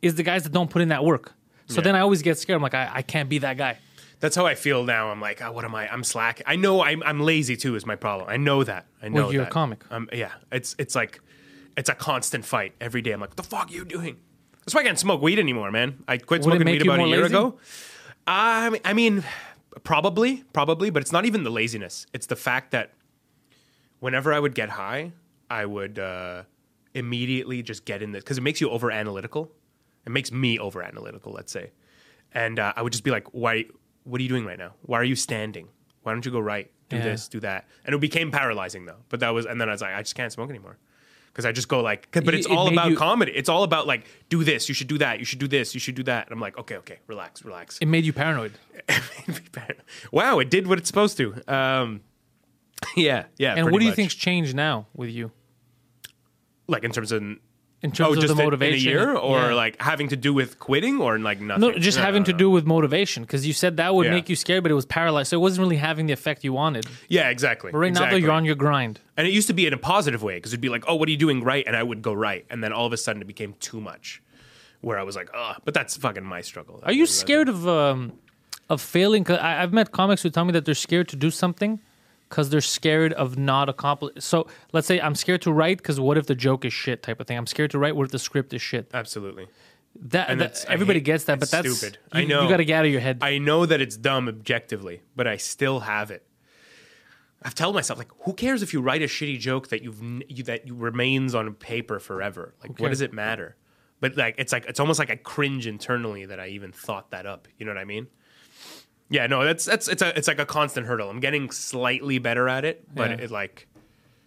S2: is the guys that don't put in that work. So then I always get scared. I'm like, I, I can't be that guy.
S3: that's how I feel now. I'm like, oh, what am I? I'm slack. I know I'm, I'm lazy too. Is my problem. I know that. I know
S2: Well, you're a
S3: that.
S2: comic.
S3: Um, yeah, it's it's like it's a constant fight every day. I'm like, what the fuck are you doing? That's why I can't smoke weed anymore, man. I quit
S2: Would it
S3: smoking
S2: make
S3: weed
S2: you
S3: about a
S2: more
S3: year
S2: lazy?
S3: ago. I mean, I mean, probably, probably, but it's not even the laziness. It's the fact that whenever I would get high, I would uh, immediately just get in this because it makes you over analytical. It makes me over analytical, let's say. And uh, I would just be like, why? What are you doing right now? Why are you standing? Why don't you go right? Do
S2: Yeah.
S3: this, do that. And it became paralyzing though. But that was, and then I was like, I just can't smoke anymore. Because I just go like, 'cause- but
S2: You-
S3: it's
S2: it
S3: all
S2: made
S3: about
S2: you-
S3: comedy. It's all about like, do this, you should do that, you should do this, you should do that. And I'm like, okay, okay, relax, relax.
S2: It made you paranoid.
S3: wow, it did what it's supposed to. Um, yeah, yeah.
S2: And
S3: pretty
S2: what do you
S3: much.
S2: think's changed now with you?
S3: like in terms of
S2: in terms of
S3: Oh, just
S2: the
S3: in-
S2: motivation
S3: in a year, or
S2: Yeah.
S3: like having to do with quitting, or like nothing.
S2: no, just having
S3: no,
S2: to
S3: no.
S2: do with motivation because you said that would
S3: Yeah.
S2: make you scared, but it was paralyzed, so it wasn't really having the effect you wanted.
S3: Yeah, exactly.
S2: But right now,
S3: exactly.
S2: though, you're on your grind.
S3: And it used to be in a positive way because it'd be like, oh, what are you doing right? And I would go right. And then all of a sudden it became too much where I was like, oh, but that's fucking my struggle.
S2: Are you scared of um, of failing? 'Cause I, I've met comics who tell me that they're scared to do something because they're scared of not accomplishing. So let's say I'm scared to write because what if the joke is shit type of thing. I'm scared to write what if the script is shit.
S3: Absolutely.
S2: That,
S3: and
S2: that
S3: that's- I
S2: everybody
S3: hate-
S2: gets that,
S3: it's
S2: but that's
S3: stupid.
S2: You,
S3: I know.
S2: you got to get out of your head.
S3: I know that it's dumb objectively, but I still have it. I've told myself like, who cares if you write a shitty joke that you've n- you, that you remains on paper forever? Like, what
S2: cares?
S3: does it matter? But like, it's like it's almost like I cringe internally that I even thought that up. You know what I mean? Yeah, no, that's that's it's a it's like a constant hurdle. I'm getting slightly better at it, but
S2: Yeah.
S3: it like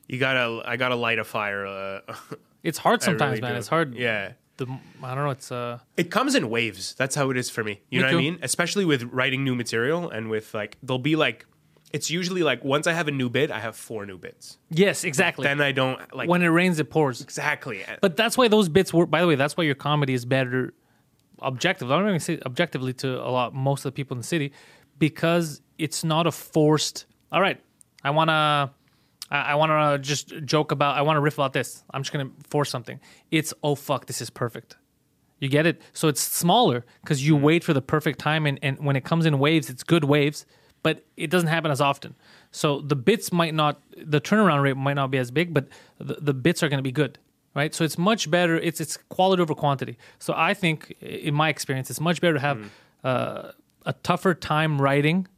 S3: you gotta I gotta light a fire. Uh, I
S2: it's hard sometimes,
S3: really
S2: man.
S3: do.
S2: It's hard.
S3: Yeah,
S2: The, I don't know. It's uh.
S3: it comes in waves. That's how it is for me. You
S2: Me
S3: know
S2: too.
S3: what I mean? Especially with writing new material and with like, there'll be like, it's usually like once I have a new bit, I have four new bits.
S2: Yes, exactly.
S3: Then I don't like
S2: when it rains, it pours.
S3: exactly. Uh,
S2: But that's why those bits were. By the way, that's why your comedy is better, objective. I'm not going to say objectively to a lot most of the people in the city, because it's not a forced. All right, I wanna, I, I wanna just joke about. I wanna riff about this. I'm just gonna force something. It's oh fuck, this is perfect. You get it. So it's smaller because you wait for the perfect time, and, and when it comes in waves, it's good waves, but it doesn't happen as often. So the bits might not, the turnaround rate might not be as big, but the, the bits are going to be good, right? So it's much better. It's it's quality over quantity. So I think, i- in my experience, it's much better to have uh, a tougher time writing,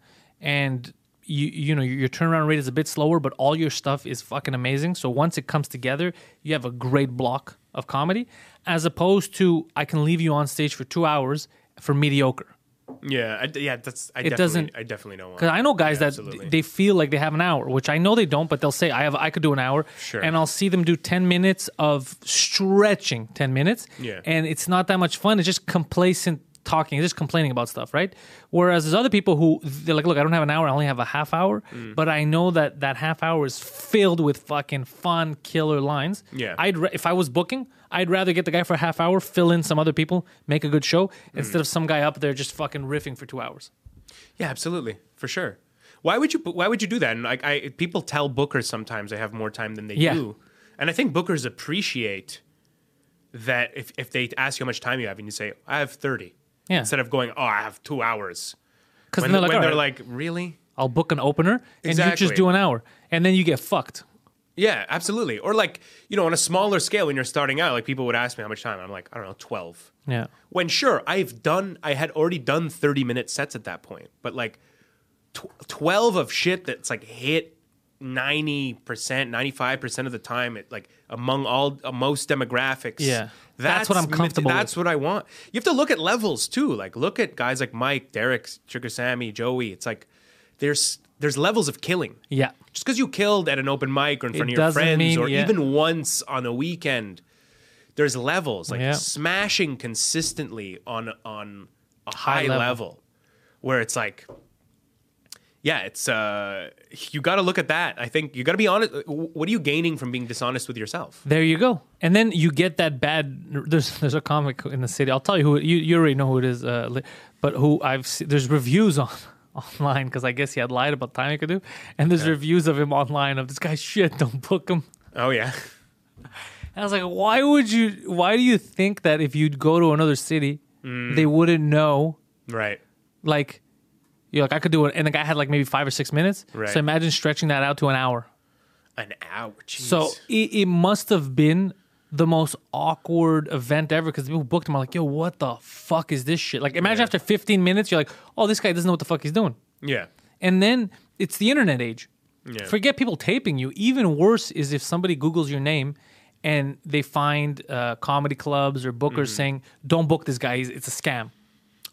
S2: and you you know your turnaround rate is a bit slower, but all your stuff is fucking amazing. So once it comes together, you have a great block of comedy, as opposed to I can leave you on stage for two hours for mediocre.
S3: yeah, I, yeah, that's, I
S2: It
S3: definitely,
S2: doesn't-
S3: I definitely don't want
S2: Because I know guys
S3: Yeah,
S2: that th-
S3: absolutely.
S2: they feel like they have an hour, which I know they don't, but they'll say I have I could do an hour,
S3: Sure.
S2: and I'll see them do ten minutes of stretching, ten minutes,
S3: Yeah.
S2: and it's not that much fun. It's just complacent talking, it's just complaining about stuff, right? Whereas there's other people who they're like, look, I don't have an hour, I only have a half hour,
S3: Mm.
S2: but I know that that half hour is filled with fucking fun killer lines.
S3: Yeah.
S2: I'd ra- if I was booking, I'd rather get the guy for a half hour, fill in some other people, make a good show,
S3: Mm.
S2: instead of some guy up there just fucking riffing for two hours.
S3: Yeah, absolutely, for sure. Why would you? Why would you do that? And like, I people tell bookers sometimes they have more time than they
S2: Yeah.
S3: do, and I think bookers appreciate that if if they ask you how much time you have and you say I have thirty,
S2: Yeah.
S3: instead of going oh I have two hours,
S2: Because
S3: when,
S2: they're like,
S3: when
S2: "All
S3: they're
S2: right."
S3: like really
S2: I'll book an opener and you just
S3: Exactly.
S2: do an hour. And then you get fucked.
S3: Yeah, absolutely. Or like, you know, on a smaller scale when you're starting out, like people would ask me how much time. I'm like, I don't know, 12.
S2: Yeah.
S3: When sure, I've done I had already done 30 minute sets at that point. But like tw- 12 of shit that's like hit 90%, 95% of the time it like among all uh, most demographics.
S2: Yeah. That's what I'm comfortable
S3: That's what I want. You have to look at levels too. Like look at guys like Mike, Derek, Sugar Sammy, Joey. It's like there's there's levels of killing.
S2: Yeah.
S3: Just because you killed at an open mic or in front
S2: It
S3: of your
S2: doesn't
S3: friends
S2: mean-
S3: or
S2: yeah.
S3: even once on a weekend, there's levels like
S2: Yeah.
S3: smashing consistently on on a high,
S2: level.
S3: level. where it's like, yeah, it's uh, you got to look at that. I think you got to be honest. uh, What are you gaining from being dishonest with yourself?
S2: There you go. And then you get that bad. There's there's a comic in the city. I'll tell you who you, you already know who it is, uh, li- but who I've se- there's reviews on online because I guess he had lied about the time he could do, and there's reviews of him online of this guy. Shit, don't book him.
S3: Oh yeah,
S2: And I was like, why would you? Why do you think that if you'd go to another city,
S3: Mm.
S2: they wouldn't know
S3: right.
S2: like you're like I could do it, and the guy had like maybe five or six minutes.
S3: Right.
S2: So imagine stretching that out to an hour.
S3: An hour. Jeez.
S2: So it, it must have been the most awkward event ever because people booked him. I'm like, yo, what the fuck is this shit? Like, imagine after 15 minutes, you're like, oh, this guy doesn't know what the fuck he's doing.
S3: yeah,
S2: And then it's the internet age.
S3: Yeah.
S2: Forget people taping you. Even worse is if somebody Googles your name and they find uh, comedy clubs or bookers
S3: Mm-hmm.
S2: saying, don't book this guy. He's- It's a scam.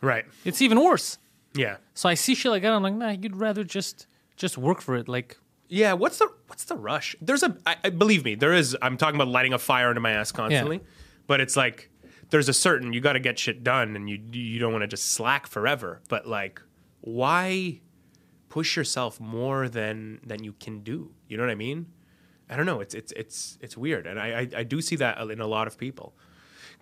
S3: right.
S2: It's even worse.
S3: Yeah,
S2: So I see shit like that. I'm like, nah, you'd rather just just work for it. Like,
S3: yeah. What's the what's the rush? There's a I, I believe me. There is. I'm talking about lighting a fire into my ass constantly, but it's like there's a certain you got to get shit done, and you you don't want to just slack forever. But like, why push yourself more than than you can do? You know what I mean? I don't know. It's it's it's it's weird, and I I, I do see that in a lot of people.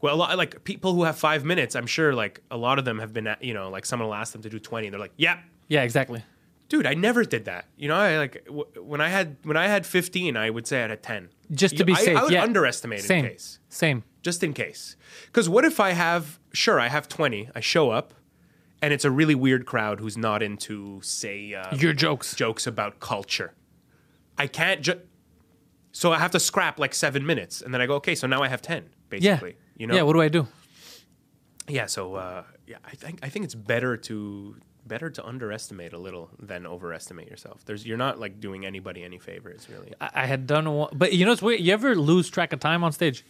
S3: Well, a lot, like people who have five minutes, I'm sure like a lot of them have been, at- you know, like someone will ask them to do 20, and they're like, "Yep,
S2: Yeah, exactly.
S3: dude, I never did that." You know, I like w- when I had when I had 15, I would say I had 10,
S2: Just to
S3: You-
S2: be
S3: I,
S2: safe.
S3: I would
S2: yeah.
S3: underestimate
S2: Same.
S3: in case
S2: Same.
S3: just in case. Because what if I have, sure, I have 20, I show up, and it's a really weird crowd who's not into, say, uh,
S2: Your jokes.
S3: jokes about culture. I can't just, so I have to scrap like seven minutes, and then I go, okay, so now I have 10,
S2: Yeah.
S3: basically. You know?
S2: Yeah. What do I do?
S3: Yeah, so uh, yeah, I think I think it's better to better to underestimate a little than overestimate yourself. There's you're not like doing anybody any favors, really.
S2: I, I had done one, but you know, it's weird. You ever lose track of time on stage?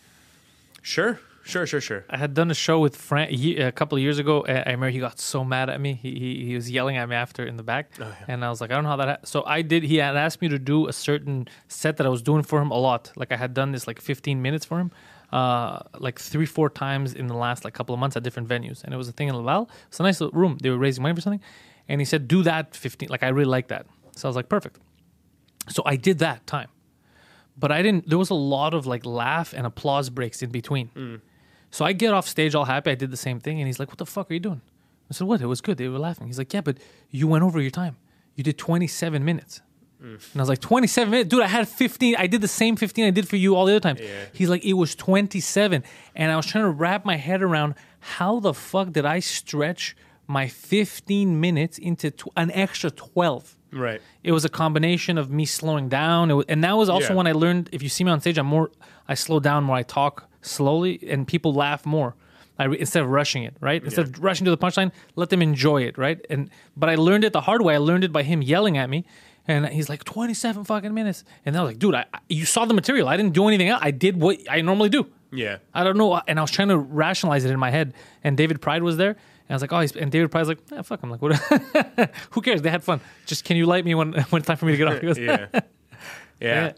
S3: Sure, sure, sure, sure.
S2: I had done a show with Frank he, a couple of years ago. a- I remember he got so mad at me. He, he, he was yelling at me after in the back.
S3: Oh,
S2: And I was like, I don't know how that happened. So I did, he had asked me to do a certain set that I was doing for him a lot. Like I had done this like 15 minutes for him, uh, like three, four times in the last like couple of months at different venues. And it was a thing in Laval. It's a nice little room. They were raising money for something. And he said, do that 15. Like I really like that. So I was like, perfect. So I did that time. But I didn't, there was a lot of like laugh and applause breaks in between. So I get off stage all happy. I did the same thing. And he's like, What the fuck are you doing? I said, What? It was good. They were laughing. He's like, Yeah, but you went over your time. You did 27 minutes. And I was like, 27 minutes? Dude, I had 15. I did the same 15 I did for you all the other times. He's like, It was 27. And I was trying to wrap my head around how the fuck did I stretch my 15 minutes into tw- an extra 12?
S3: Right.
S2: it was a combination of me slowing down it wa- and that was also
S3: Yeah.
S2: when i learned if you see me on stage i'm more i slow down more i talk slowly and people laugh more I, re- instead of rushing it right instead of rushing to the punchline let them enjoy it right and but i learned it the hard way i learned it by him yelling at me and he's like 27 fucking minutes and i was like dude I, I, you saw the material i didn't do anything else. i did what i normally do
S3: Yeah.
S2: I don't know. And I was trying to rationalize it in my head. And David Pride was there. And I was like, oh, he's, and David Pride's like, yeah, fuck. I'm like, what? who cares? They had fun. Just can you light me when, when it's time for me to get off? He goes,
S3: yeah. yeah.
S2: Yeah.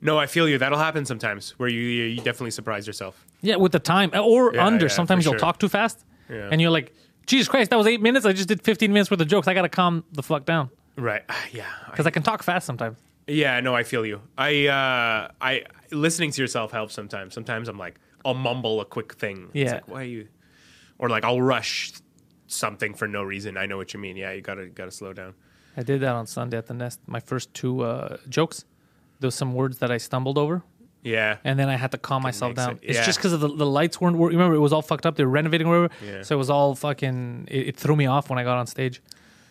S3: No, I feel you. That'll happen sometimes where you you, you definitely surprise yourself.
S2: yeah, with the time or
S3: Yeah,
S2: under.
S3: yeah,
S2: Sometimes
S3: for
S2: you'll
S3: sure.
S2: talk too fast. And you're like, Jesus Christ, that was eight minutes. I just did 15 minutes worth of jokes. I got to calm the fuck down
S3: Right. Ah, Yeah. I-
S2: because I can talk fast sometimes.
S3: yeah, no, I feel you. I uh I listening to yourself helps sometimes. Sometimes I'm like I'll mumble a quick thing. It's
S2: Yeah.
S3: like, why are you or like I'll rush something for no reason. I know what you mean. Yeah, you got to got to slow down.
S2: I did that on Sunday at the Nest. My first two uh, jokes. There was some words that I stumbled over.
S3: Yeah.
S2: and then I had to calm myself
S3: makes
S2: down.
S3: it-
S2: It's
S3: yeah.
S2: just because of the, the lights weren't working. Remember, it was all fucked up. They were renovating or whatever.
S3: Yeah.
S2: So it was all fucking. It, it threw me off when I got on stage.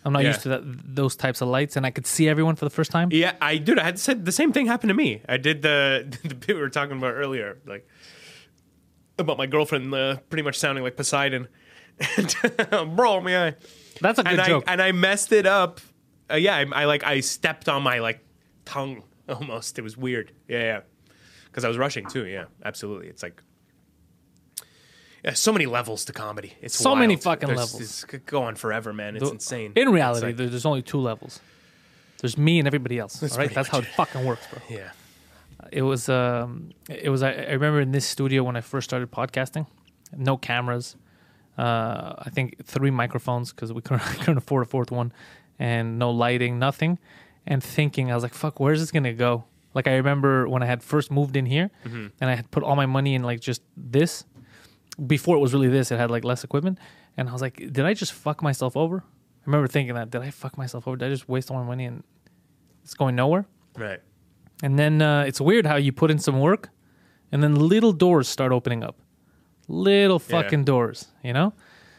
S2: I'm not
S3: Yeah.
S2: used to that, those types of lights, and I could see everyone for the first time.
S3: Yeah, I dude, I had said the same thing happened to me. I did the the bit we were talking about earlier, like about my girlfriend uh, pretty much sounding like Poseidon. um, Bro, my eye.
S2: That's a good
S3: and I
S2: joke.
S3: and I messed it up. Uh, yeah, I, I like I stepped on my like tongue almost. It was weird. Yeah, yeah. Because I was rushing too. Yeah, absolutely. It's like yeah, so many levels to comedy. It's
S2: So many
S3: wild.
S2: fucking
S3: There's-
S2: levels.
S3: It's g- go on forever, man. It's
S2: The-
S3: insane.
S2: In
S3: It's
S2: reality,
S3: like-
S2: there- there's only two levels. There's me and everybody else. all right,
S3: pretty
S2: that's how it fucking works, bro.
S3: yeah,
S2: It was. Um, it was. I, I remember in this studio when I first started podcasting, no cameras. uh, I think three microphones because we couldn't, couldn't afford a fourth one, and no lighting, nothing. And thinking, I was like, "Fuck, where's this gonna go?" Like I remember when I had first moved in here, and I had put all my money in like just this. Before it was really this, it had like less equipment, and I was like, "Did I just fuck myself over?" I remember thinking that, "Did I fuck myself over? Did I just waste all my money and it's going nowhere?"
S3: right.
S2: And then uh, it's weird how you put in some work, and then little doors start opening up, little
S3: Yeah.
S2: fucking doors, you know.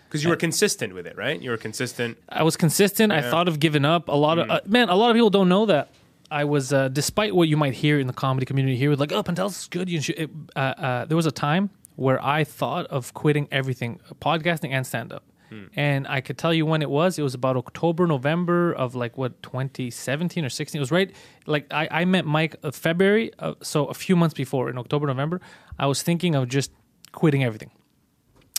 S3: Because you were consistent with it, right? You were consistent.
S2: I was consistent. I thought of giving up. A lot of uh, man, a lot of people don't know that I was. Uh, despite what you might hear in the comedy community here, with like, oh, Pantelis is good. You should. It, uh, uh, there was a time where I thought of quitting everything, podcasting and stand up. And I could tell you when it was. It was about October, November of like what 2017 or 16. It was right like I, I met Mike uh, February, uh, so a few months before in October, November. I was thinking of just quitting everything.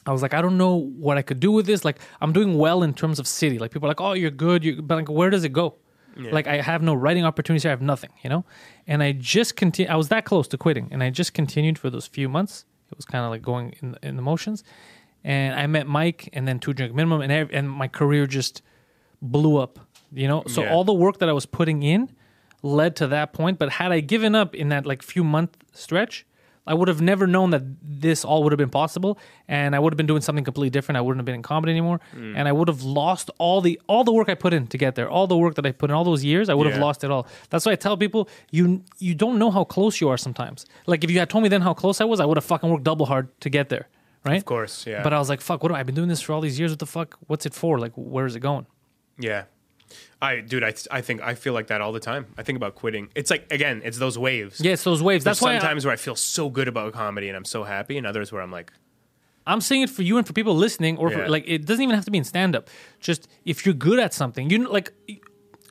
S2: I was like, I don't know what I could do with this. Like, I'm doing well in terms of city. Like, people are like, oh, you're good. You're, but like, where does it go? Like, I have no writing opportunities. I have nothing, you know? And I just continued, I was that close to quitting. And I just continued for those few months. It was kind of like going in, in the motions. And I met Mike and then Two Drink Minimum, and, ev- and my career just blew up, you know? So
S3: Yeah.
S2: all the work that I was putting in led to that point. But had I given up in that like few month stretch, I would have never known that this all would have been possible, and I would have been doing something completely different. I wouldn't have been in comedy anymore,
S3: Mm.
S2: and I would have lost all the all the work I put in to get there, all the work that I put in, all those years. I would have
S3: Yeah.
S2: lost it all. That's why I tell people you you don't know how close you are sometimes. Like if you had told me then how close I was, I would have fucking worked double hard to get there, right?
S3: Of course, yeah.
S2: But I was like, fuck, what? Have I been doing this for all these years? What the fuck? What's it for? Like, where is it going?
S3: Yeah. I dude, I I think I feel like that all the time. I think about quitting. It's like again, it's those waves.
S2: Yeah, it's those waves.
S3: There's
S2: That's why
S3: sometimes where I feel so good about comedy and I'm so happy, and others where I'm like,
S2: I, am saying it for you and for people listening, or
S3: Yeah.
S2: for, like it doesn't even have to be in stand up. Just if you're good at something, you know, like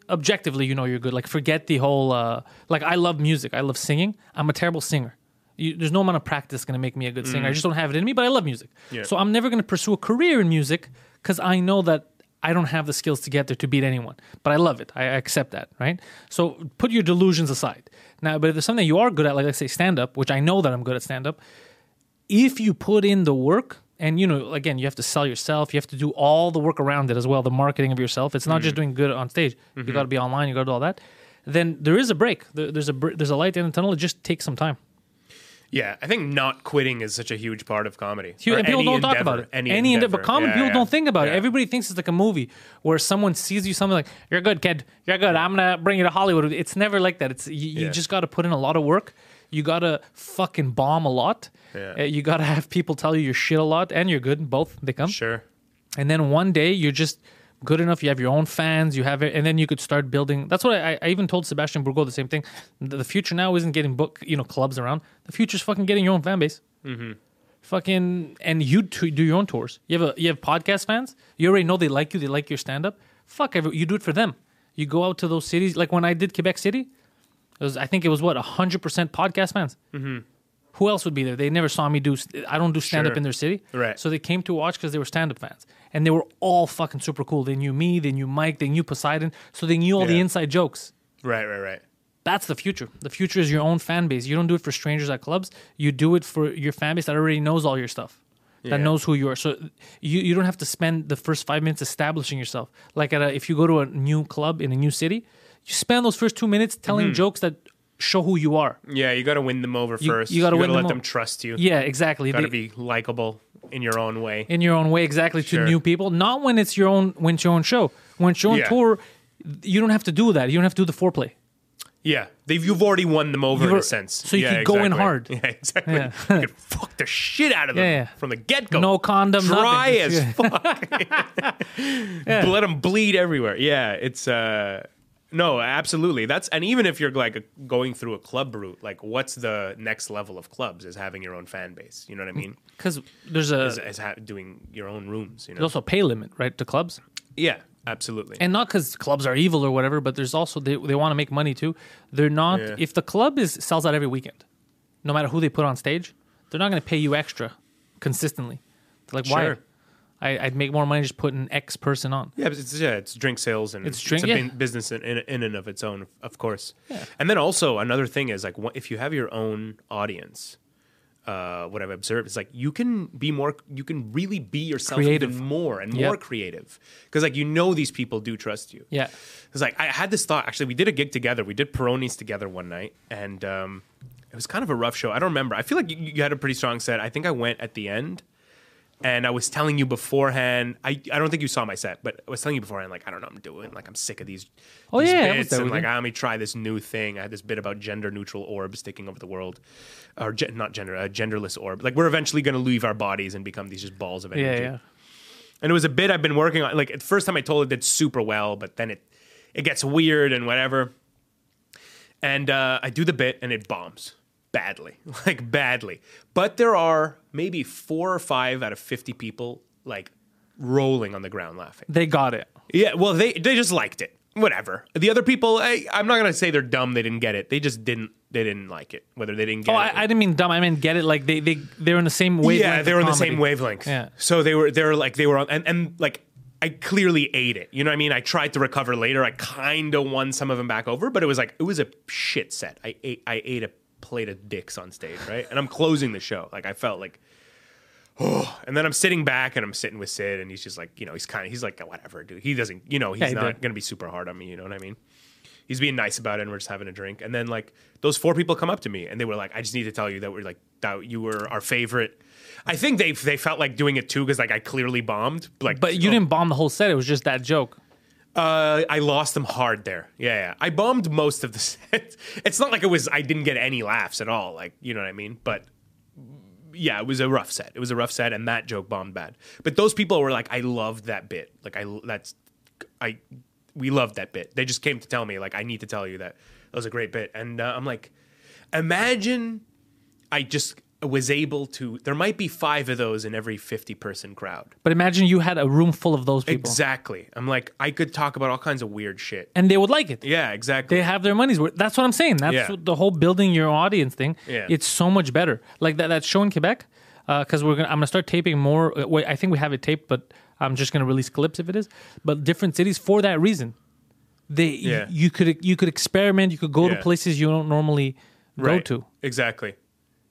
S2: objectively, you know you're good. Like forget the whole uh, like I love music, I love singing. I'm a terrible singer. You, there's no amount of practice gonna make me a good singer. I just don't have it in me. But I love music,
S3: Mm-hmm. Yeah.
S2: so I'm never gonna pursue a career in music because I know that. I don't have the skills to get there to beat anyone, but I love it. I I accept that, right? So put your delusions aside. Now, but if there's something you are good at, like let's say stand up, which I know that I'm good at stand up, if you put in the work and you know again you have to sell yourself you have to do all the work around it as well the marketing of yourself it's not
S3: Mm.
S2: just doing good on stage
S3: Mm-hmm.
S2: you got to be online you got to do all that then there is a break There- there's a br- there's a light in the tunnel it just takes some time
S3: yeah. I think not quitting is such a huge part of comedy.
S2: Hu-
S3: Or
S2: and people
S3: any
S2: don't talk
S3: endeavor,
S2: about it any, endeavor, but common
S3: Yeah,
S2: people
S3: yeah.
S2: don't think about
S3: Yeah.
S2: it everybody thinks it's like a movie where someone sees you something like you're good kid you're good i'm gonna bring you to hollywood it's never like that it's you, you
S3: Yeah.
S2: just gotta put in a lot of work you gotta fucking bomb a lot
S3: Yeah.
S2: Uh, you gotta have people tell you you're shit a lot and you're good both they come
S3: Sure.
S2: and then one day you're just good enough you have your own fans you have it and then you could start building that's what i, I even told sebastian bourgo the same thing the, the future now isn't getting book you know clubs around the future's fucking getting your own fan base mm-hmm. fucking and you t- do your own tours you have a you have podcast fans you already know they like you they like your stand-up fuck every, you do it for them you go out to those cities like when i did quebec city it was i think it was what 100% podcast fans mm-hmm. who else would be there they never saw me do st- i don't do stand-up
S3: Sure.
S2: in their city
S3: Right.
S2: so they came to watch because they were stand up fans. And they were all fucking super cool. They knew me, they knew Mike, they knew Poseidon. So they knew all the
S3: Yeah.
S2: inside jokes.
S3: Right. Right. Right.
S2: That's the future. The future is your own fan base. You don't do it for strangers at clubs. You do it for your fan base that already knows all your stuff, that
S3: Yeah.
S2: knows who you are. So you, you don't have to spend the first five minutes establishing yourself. Like at a, if you go to a new club in a new city, you spend those first two minutes telling
S3: Mm-hmm.
S2: jokes that show who you are.
S3: Yeah. You got to win them over
S2: You-
S3: first.
S2: you gotta win them
S3: let them
S2: over.
S3: trust you.
S2: Yeah, exactly.
S3: Got to
S2: They-
S3: be likable in your own way.
S2: in your own way exactly to
S3: Sure.
S2: new people not when it's your own when it's your own show when it's your own
S3: Yeah.
S2: tour you don't have to do that you don't have to do the foreplay
S3: Yeah, they've, you've already won them over
S2: You've
S3: in
S2: al-
S3: a sense.
S2: so you
S3: yeah,
S2: can go in
S3: exactly.
S2: hard.
S3: Yeah, exactly.
S2: Yeah.
S3: you can fuck the shit out of them
S2: Yeah, yeah.
S3: from the get go.
S2: No condom,
S3: dry
S2: nothing.
S3: as fuck. Let them bleed everywhere. Yeah, it's uh, no, absolutely. That's and even if you're like going through a club route, like what's the next level of clubs is having your own fan base. You know what I mean?
S2: because there's a
S3: Is, is ha- doing your own rooms. You know?
S2: there's also a pay limit right to clubs
S3: yeah, absolutely.
S2: and not because clubs are evil or whatever but there's also they, they want to make money too they're not
S3: Yeah.
S2: if the club is sells out every weekend no matter who they put on stage they're not going to pay you extra consistently they're like
S3: Sure.
S2: why I, i'd make more money just putting x person on
S3: Yeah, but it's yeah, it's drink sales and
S2: It's
S3: it's,
S2: drink-
S3: a
S2: yeah.
S3: bin- business in, in, in and of its own, of course. And then also another thing is like wha- if you have your own audience, uh, what I've observed is like you can be more, you can really be yourself
S2: Creative.
S3: even more and
S2: Yeah.
S3: more creative because like you know these people do trust you.
S2: Yeah.
S3: Because like I had this thought actually, we did a gig together. We did Peronis together one night, and um, it was kind of a rough show. I don't remember. I feel like you, you had a pretty strong set. I think I went at the end, and I was telling you beforehand. I, I don't think you saw my set, but I was telling you beforehand. Like I don't know, what I'm doing. Like I'm sick of these.
S2: Oh,
S3: these
S2: yeah, I was
S3: bits,
S2: there
S3: and
S2: with
S3: like
S2: you.
S3: ah, let me try this new thing. I had this bit about gender neutral orbs taking over the world, or gen- not gender, uh, genderless orb. Like we're eventually going to leave our bodies and become these just balls of energy.
S2: yeah yeah
S3: And it was a bit I've been working on. Like the first time I told it did super well, but then it it gets weird and whatever. And uh, I do the bit and it bombs badly, like badly. But there are maybe four or five out of fifty people like rolling on the ground laughing.
S2: they got it
S3: Yeah, well they they just liked it. Whatever. The other people, I, I'm not gonna say they're dumb. They didn't get it. They just didn't. They didn't like it. Whether they didn't get
S2: Oh,
S3: it.
S2: I, I didn't mean dumb. I meant get it. Like they they they're in the same wavelength.
S3: yeah, they
S2: of
S3: were on the
S2: comedy.
S3: same wavelength.
S2: Yeah.
S3: So they were they were like they were on and, and like I clearly ate it. You know what I mean? I tried to recover later. I kind of won some of them back over, but it was like it was a shit set. I ate I ate a plate of dicks on stage, right? And I'm closing the show. Like I felt like oh, and then I'm sitting back and I'm sitting with Sid, and he's just like, you know, he's kind of, he's like, whatever, dude. He doesn't, you know, he's
S2: Yeah, he
S3: not
S2: did.
S3: gonna be super hard on me. You know what I mean? He's being nice about it, and we're just having a drink. And then like those four people come up to me, and they were like, I just need to tell you that we're like that you were our favorite. I think they they felt like doing it too because like I clearly bombed, like,
S2: But you
S3: oh,
S2: didn't bomb the whole set. It was just that joke.
S3: uh, I lost them hard there. Yeah, yeah. I bombed most of the set. It's not like it was I didn't get any laughs at all. Like you know what I mean. But yeah, it was a rough set. It was a rough set, and that joke bombed bad. But those people were like, I loved that bit. Like I that's I we loved that bit. They just came to tell me like I need to tell you that that was a great bit. And uh, I'm like, imagine I just was able to. There might be five of those in every fifty person crowd.
S2: But imagine you had a room full of those people,
S3: Exactly. I'm like, I could talk about all kinds of weird shit.
S2: and they would like it.
S3: Yeah, exactly.
S2: They have their money's worth. That's what I'm saying. That's
S3: Yeah.
S2: what the whole building your audience thing.
S3: Yeah.
S2: It's so much better. Like that that show in Quebec, because we're gonna I'm gonna start taping more. uh, Wait, I think we have it taped, but I'm just gonna release clips if it is. But different cities for that reason. They
S3: Yeah.
S2: you could you could experiment. You could go
S3: Yeah.
S2: to places you don't normally go
S3: Right.
S2: to.
S3: Exactly.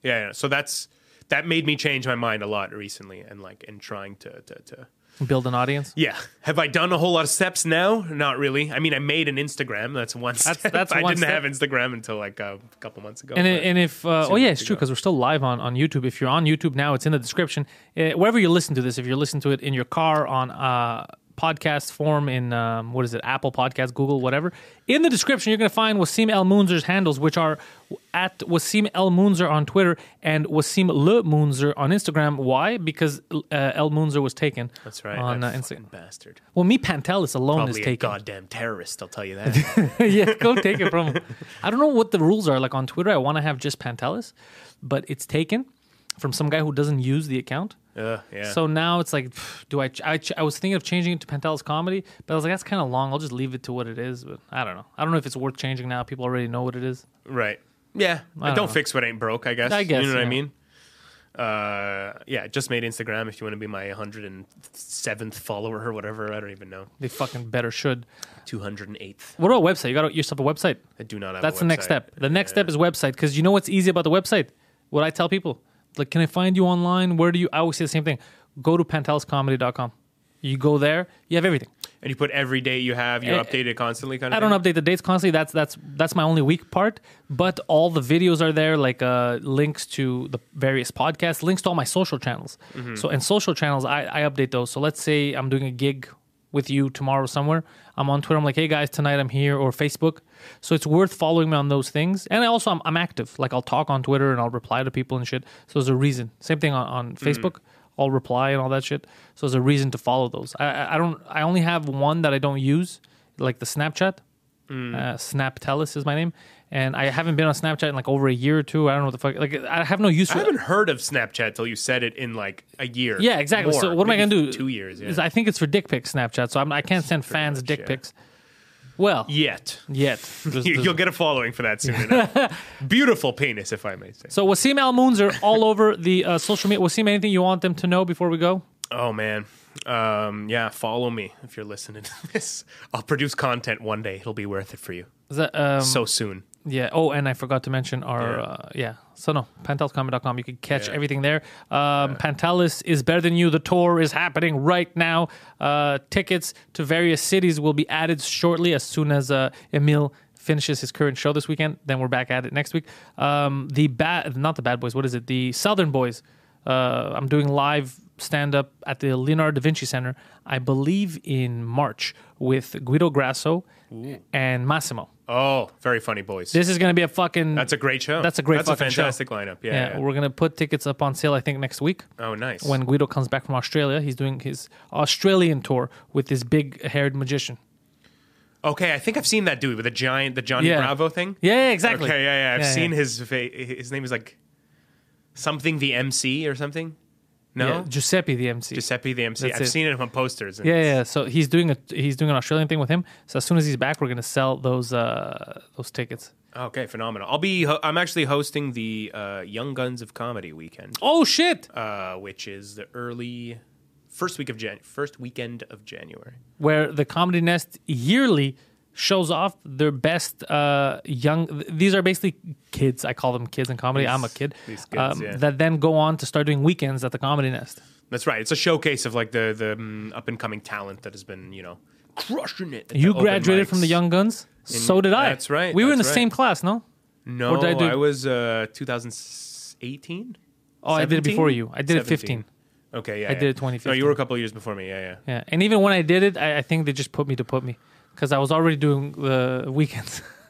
S3: Yeah, yeah. So that's that made me change my mind a lot recently, and like in trying to to to.
S2: Build an audience.
S3: Yeah. Have I done a whole lot of steps now? Not really. I mean, I made an Instagram. That's one. That's, step.
S2: that's
S3: I
S2: one
S3: didn't
S2: step.
S3: have Instagram until like a couple months ago.
S2: And,
S3: but-
S2: and if uh, oh
S3: months
S2: yeah, it's true
S3: ago.
S2: because we're still live on, on YouTube. If you're on YouTube now, it's in the description. Uh, wherever you listen to this, if you're listening to it in your car on uh, podcast form in um, what is it, Apple Podcasts, Google, whatever, in the description you're gonna find Wasim El Munzer's handles, which are at Wasim El Munzer on Twitter and Wasim Le Munzer on Instagram. Why? Because uh, El Munzer was taken.
S3: that's right.
S2: On
S3: that
S2: uh,
S3: fucking
S2: Instagram.
S3: bastard.
S2: Well, me Pantelis alone
S3: Probably
S2: is
S3: a
S2: taken.
S3: goddamn terrorist. I'll tell you that.
S2: yeah, go take it from him. I don't know what the rules are. Like on Twitter, I want to have just Pantelis, but it's taken from some guy who doesn't use the account.
S3: uh, yeah.
S2: So now it's like, pff, do I, ch- I? ch- I was thinking of changing it to Pantelis Comedy, but I was like, that's kind of long. I'll just leave it to what it is. But I don't know. I don't know if it's worth changing now. People already know what it is.
S3: Right. Yeah.
S2: I
S3: don't
S2: don't know.
S3: fix what ain't broke, I guess.
S2: I guess,
S3: You know what
S2: yeah.
S3: I mean? Uh, yeah, just made Instagram if you want to be my 107th follower or whatever. I don't even know.
S2: They fucking better should.
S3: 208th.
S2: What about a website? You got yourself a website.
S3: I do not have
S2: That's
S3: a
S2: the next
S3: website.
S2: step. The next step is website because you know what's easy about the website. What I tell people, like, can I find you online? Where do you? I always say the same thing. Go to panteliscomedy.com. You go there, you have everything.
S3: And you put every date you have, you
S2: Eh,
S3: update it constantly kind of
S2: I don't
S3: thing?
S2: update the dates constantly. That's that's that's my only weak part. But all the videos are there, like uh, links to the various podcasts, links to all my social channels. So and social channels, I, I update those. So let's say I'm doing a gig with you tomorrow somewhere. I'm on Twitter. I'm like, hey guys, tonight I'm here, or Facebook. So it's worth following me on those things. And I also I'm, I'm active. Like I'll talk on Twitter and I'll reply to people and shit. So there's a reason. Same thing on, on Facebook. I'll reply and all that shit. So there's a reason to follow those. I- I, I don't. I only have one that I don't use, like the Snapchat.
S3: Hmm.
S2: Uh, Snap Telus is my name, and I haven't been on Snapchat in like over a year or two. I don't know what the fuck. Like I have no use
S3: I
S2: for. it.
S3: haven't heard of Snapchat till you said it in like a year.
S2: Yeah, exactly.
S3: More.
S2: so what am I
S3: Maybe
S2: gonna do?
S3: Two years. Yeah.
S2: Is- I think it's for dick pics Snapchat. So I'm, I can't send fans
S3: much,
S2: dick
S3: yeah.
S2: pics. Well,
S3: Yet.
S2: yet There's-
S3: You-
S2: there's-
S3: You'll get a following for that soon enough. Beautiful penis, if I may say.
S2: So Wasim Al Munzer all over the uh, social media. Wasim, anything you want them to know before we go?
S3: Oh man. Um, yeah, follow me if you're listening to this. I'll produce content one day. It'll be worth it for you.
S2: Is that um,
S3: So soon.
S2: Yeah. Oh, and I forgot to mention our yeah.
S3: Yeah.
S2: Uh, yeah. So no, panteliscomedy.com. You can catch everything there. Um, Pantelis is better than you. The tour is happening right now. Uh, tickets to various cities will be added shortly. As soon as uh, Emil finishes his current show this weekend, then we're back at it next week. Um, the bad, not the bad boys. What is it? The Southern Boys. Uh, I'm doing live stand up at the Leonardo da Vinci Center, I believe in March, with Guido Grasso and Massimo.
S3: Oh, very funny boys.
S2: This is going to be a fucking.
S3: that's a great show.
S2: That's a great
S3: That's a
S2: fucking show.
S3: fantastic lineup. Yeah.
S2: yeah,
S3: yeah.
S2: we're gonna put tickets up on sale. I think next week
S3: oh, nice.
S2: when Guido comes back from Australia, he's doing his Australian tour with this big-haired magician.
S3: okay, I think I've seen that dude with the giant, the Johnny
S2: Yeah.
S3: Bravo thing.
S2: Yeah, yeah, exactly.
S3: Okay, yeah, yeah. I've
S2: Yeah,
S3: seen
S2: yeah.
S3: his fa- his name is like something the MC or something. No,
S2: Yeah, Giuseppe the MC.
S3: Giuseppe the MC.
S2: That's
S3: I've
S2: it.
S3: seen it on posters. and
S2: yeah,
S3: it's-
S2: yeah. So he's doing a he's doing an Australian thing with him. So as soon as he's back, we're gonna sell those uh those tickets.
S3: Okay, phenomenal. I'll be. Ho- I'm actually hosting the uh, Young Guns of Comedy weekend.
S2: Oh shit!
S3: uh, which is the early first week of Jan- first weekend of January.
S2: Where the Comedy Nest yearly shows off their best uh, young. th- These are basically kids. I call them kids in comedy. I'm a kid. Um,
S3: these kids, yeah.
S2: That then go on to start doing weekends at the Comedy Nest.
S3: That's right. It's a showcase of like the the mm, up and coming talent that has been you know crushing it. at
S2: You
S3: the open
S2: graduated from the
S3: mics.
S2: Young Guns. so did I.
S3: that's right,
S2: We were in the
S3: that's right.
S2: same class, no?
S3: No,
S2: What did I
S3: I,
S2: do?
S3: was uh, 2018.
S2: Oh, I did it before
S3: 17?
S2: you. I did it 15.
S3: Okay, yeah,
S2: I
S3: yeah.
S2: did it 2015.
S3: No, you were a couple of years before me. Yeah, yeah.
S2: Yeah, and even when I did it, I, I think they just put me to put me because I was already doing the weekends.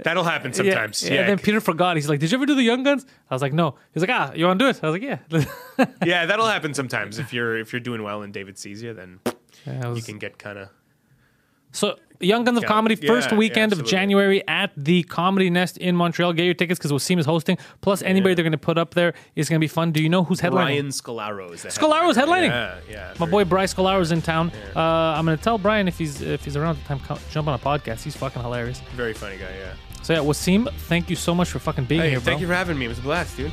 S3: That'll happen sometimes.
S2: Yeah,
S3: Yeah,
S2: And then Peter forgot. He's like, "Did you ever do the Young Guns?" I was like, "No." He's like, "Ah, you want to do it?" I was like, "Yeah."
S3: yeah, that'll happen sometimes. If you're if you're doing well and David sees you, then
S2: Yeah, I
S3: you
S2: was-
S3: can get kind of
S2: so, Young Guns of
S3: Yeah,
S2: Comedy,
S3: yeah,
S2: first
S3: yeah,
S2: weekend of
S3: absolutely.
S2: January at the Comedy Nest in Montreal. Get your tickets because Wasim is hosting. Plus, anybody they're going to put up there is going to be fun. Do you know who's headlining?
S3: Ryan Scalaro is the
S2: Scalaro's headlining.
S3: Yeah, yeah.
S2: My boy Bryce Scalaro's in town. Uh, I'm going to tell Brian if he's if he's around at the time, come, jump on a podcast. He's fucking hilarious.
S3: Very funny guy. Yeah.
S2: So yeah, Wasim, thank you so much for fucking being
S3: Hey,
S2: here, bro.
S3: thank you for having me. It was a blast, dude.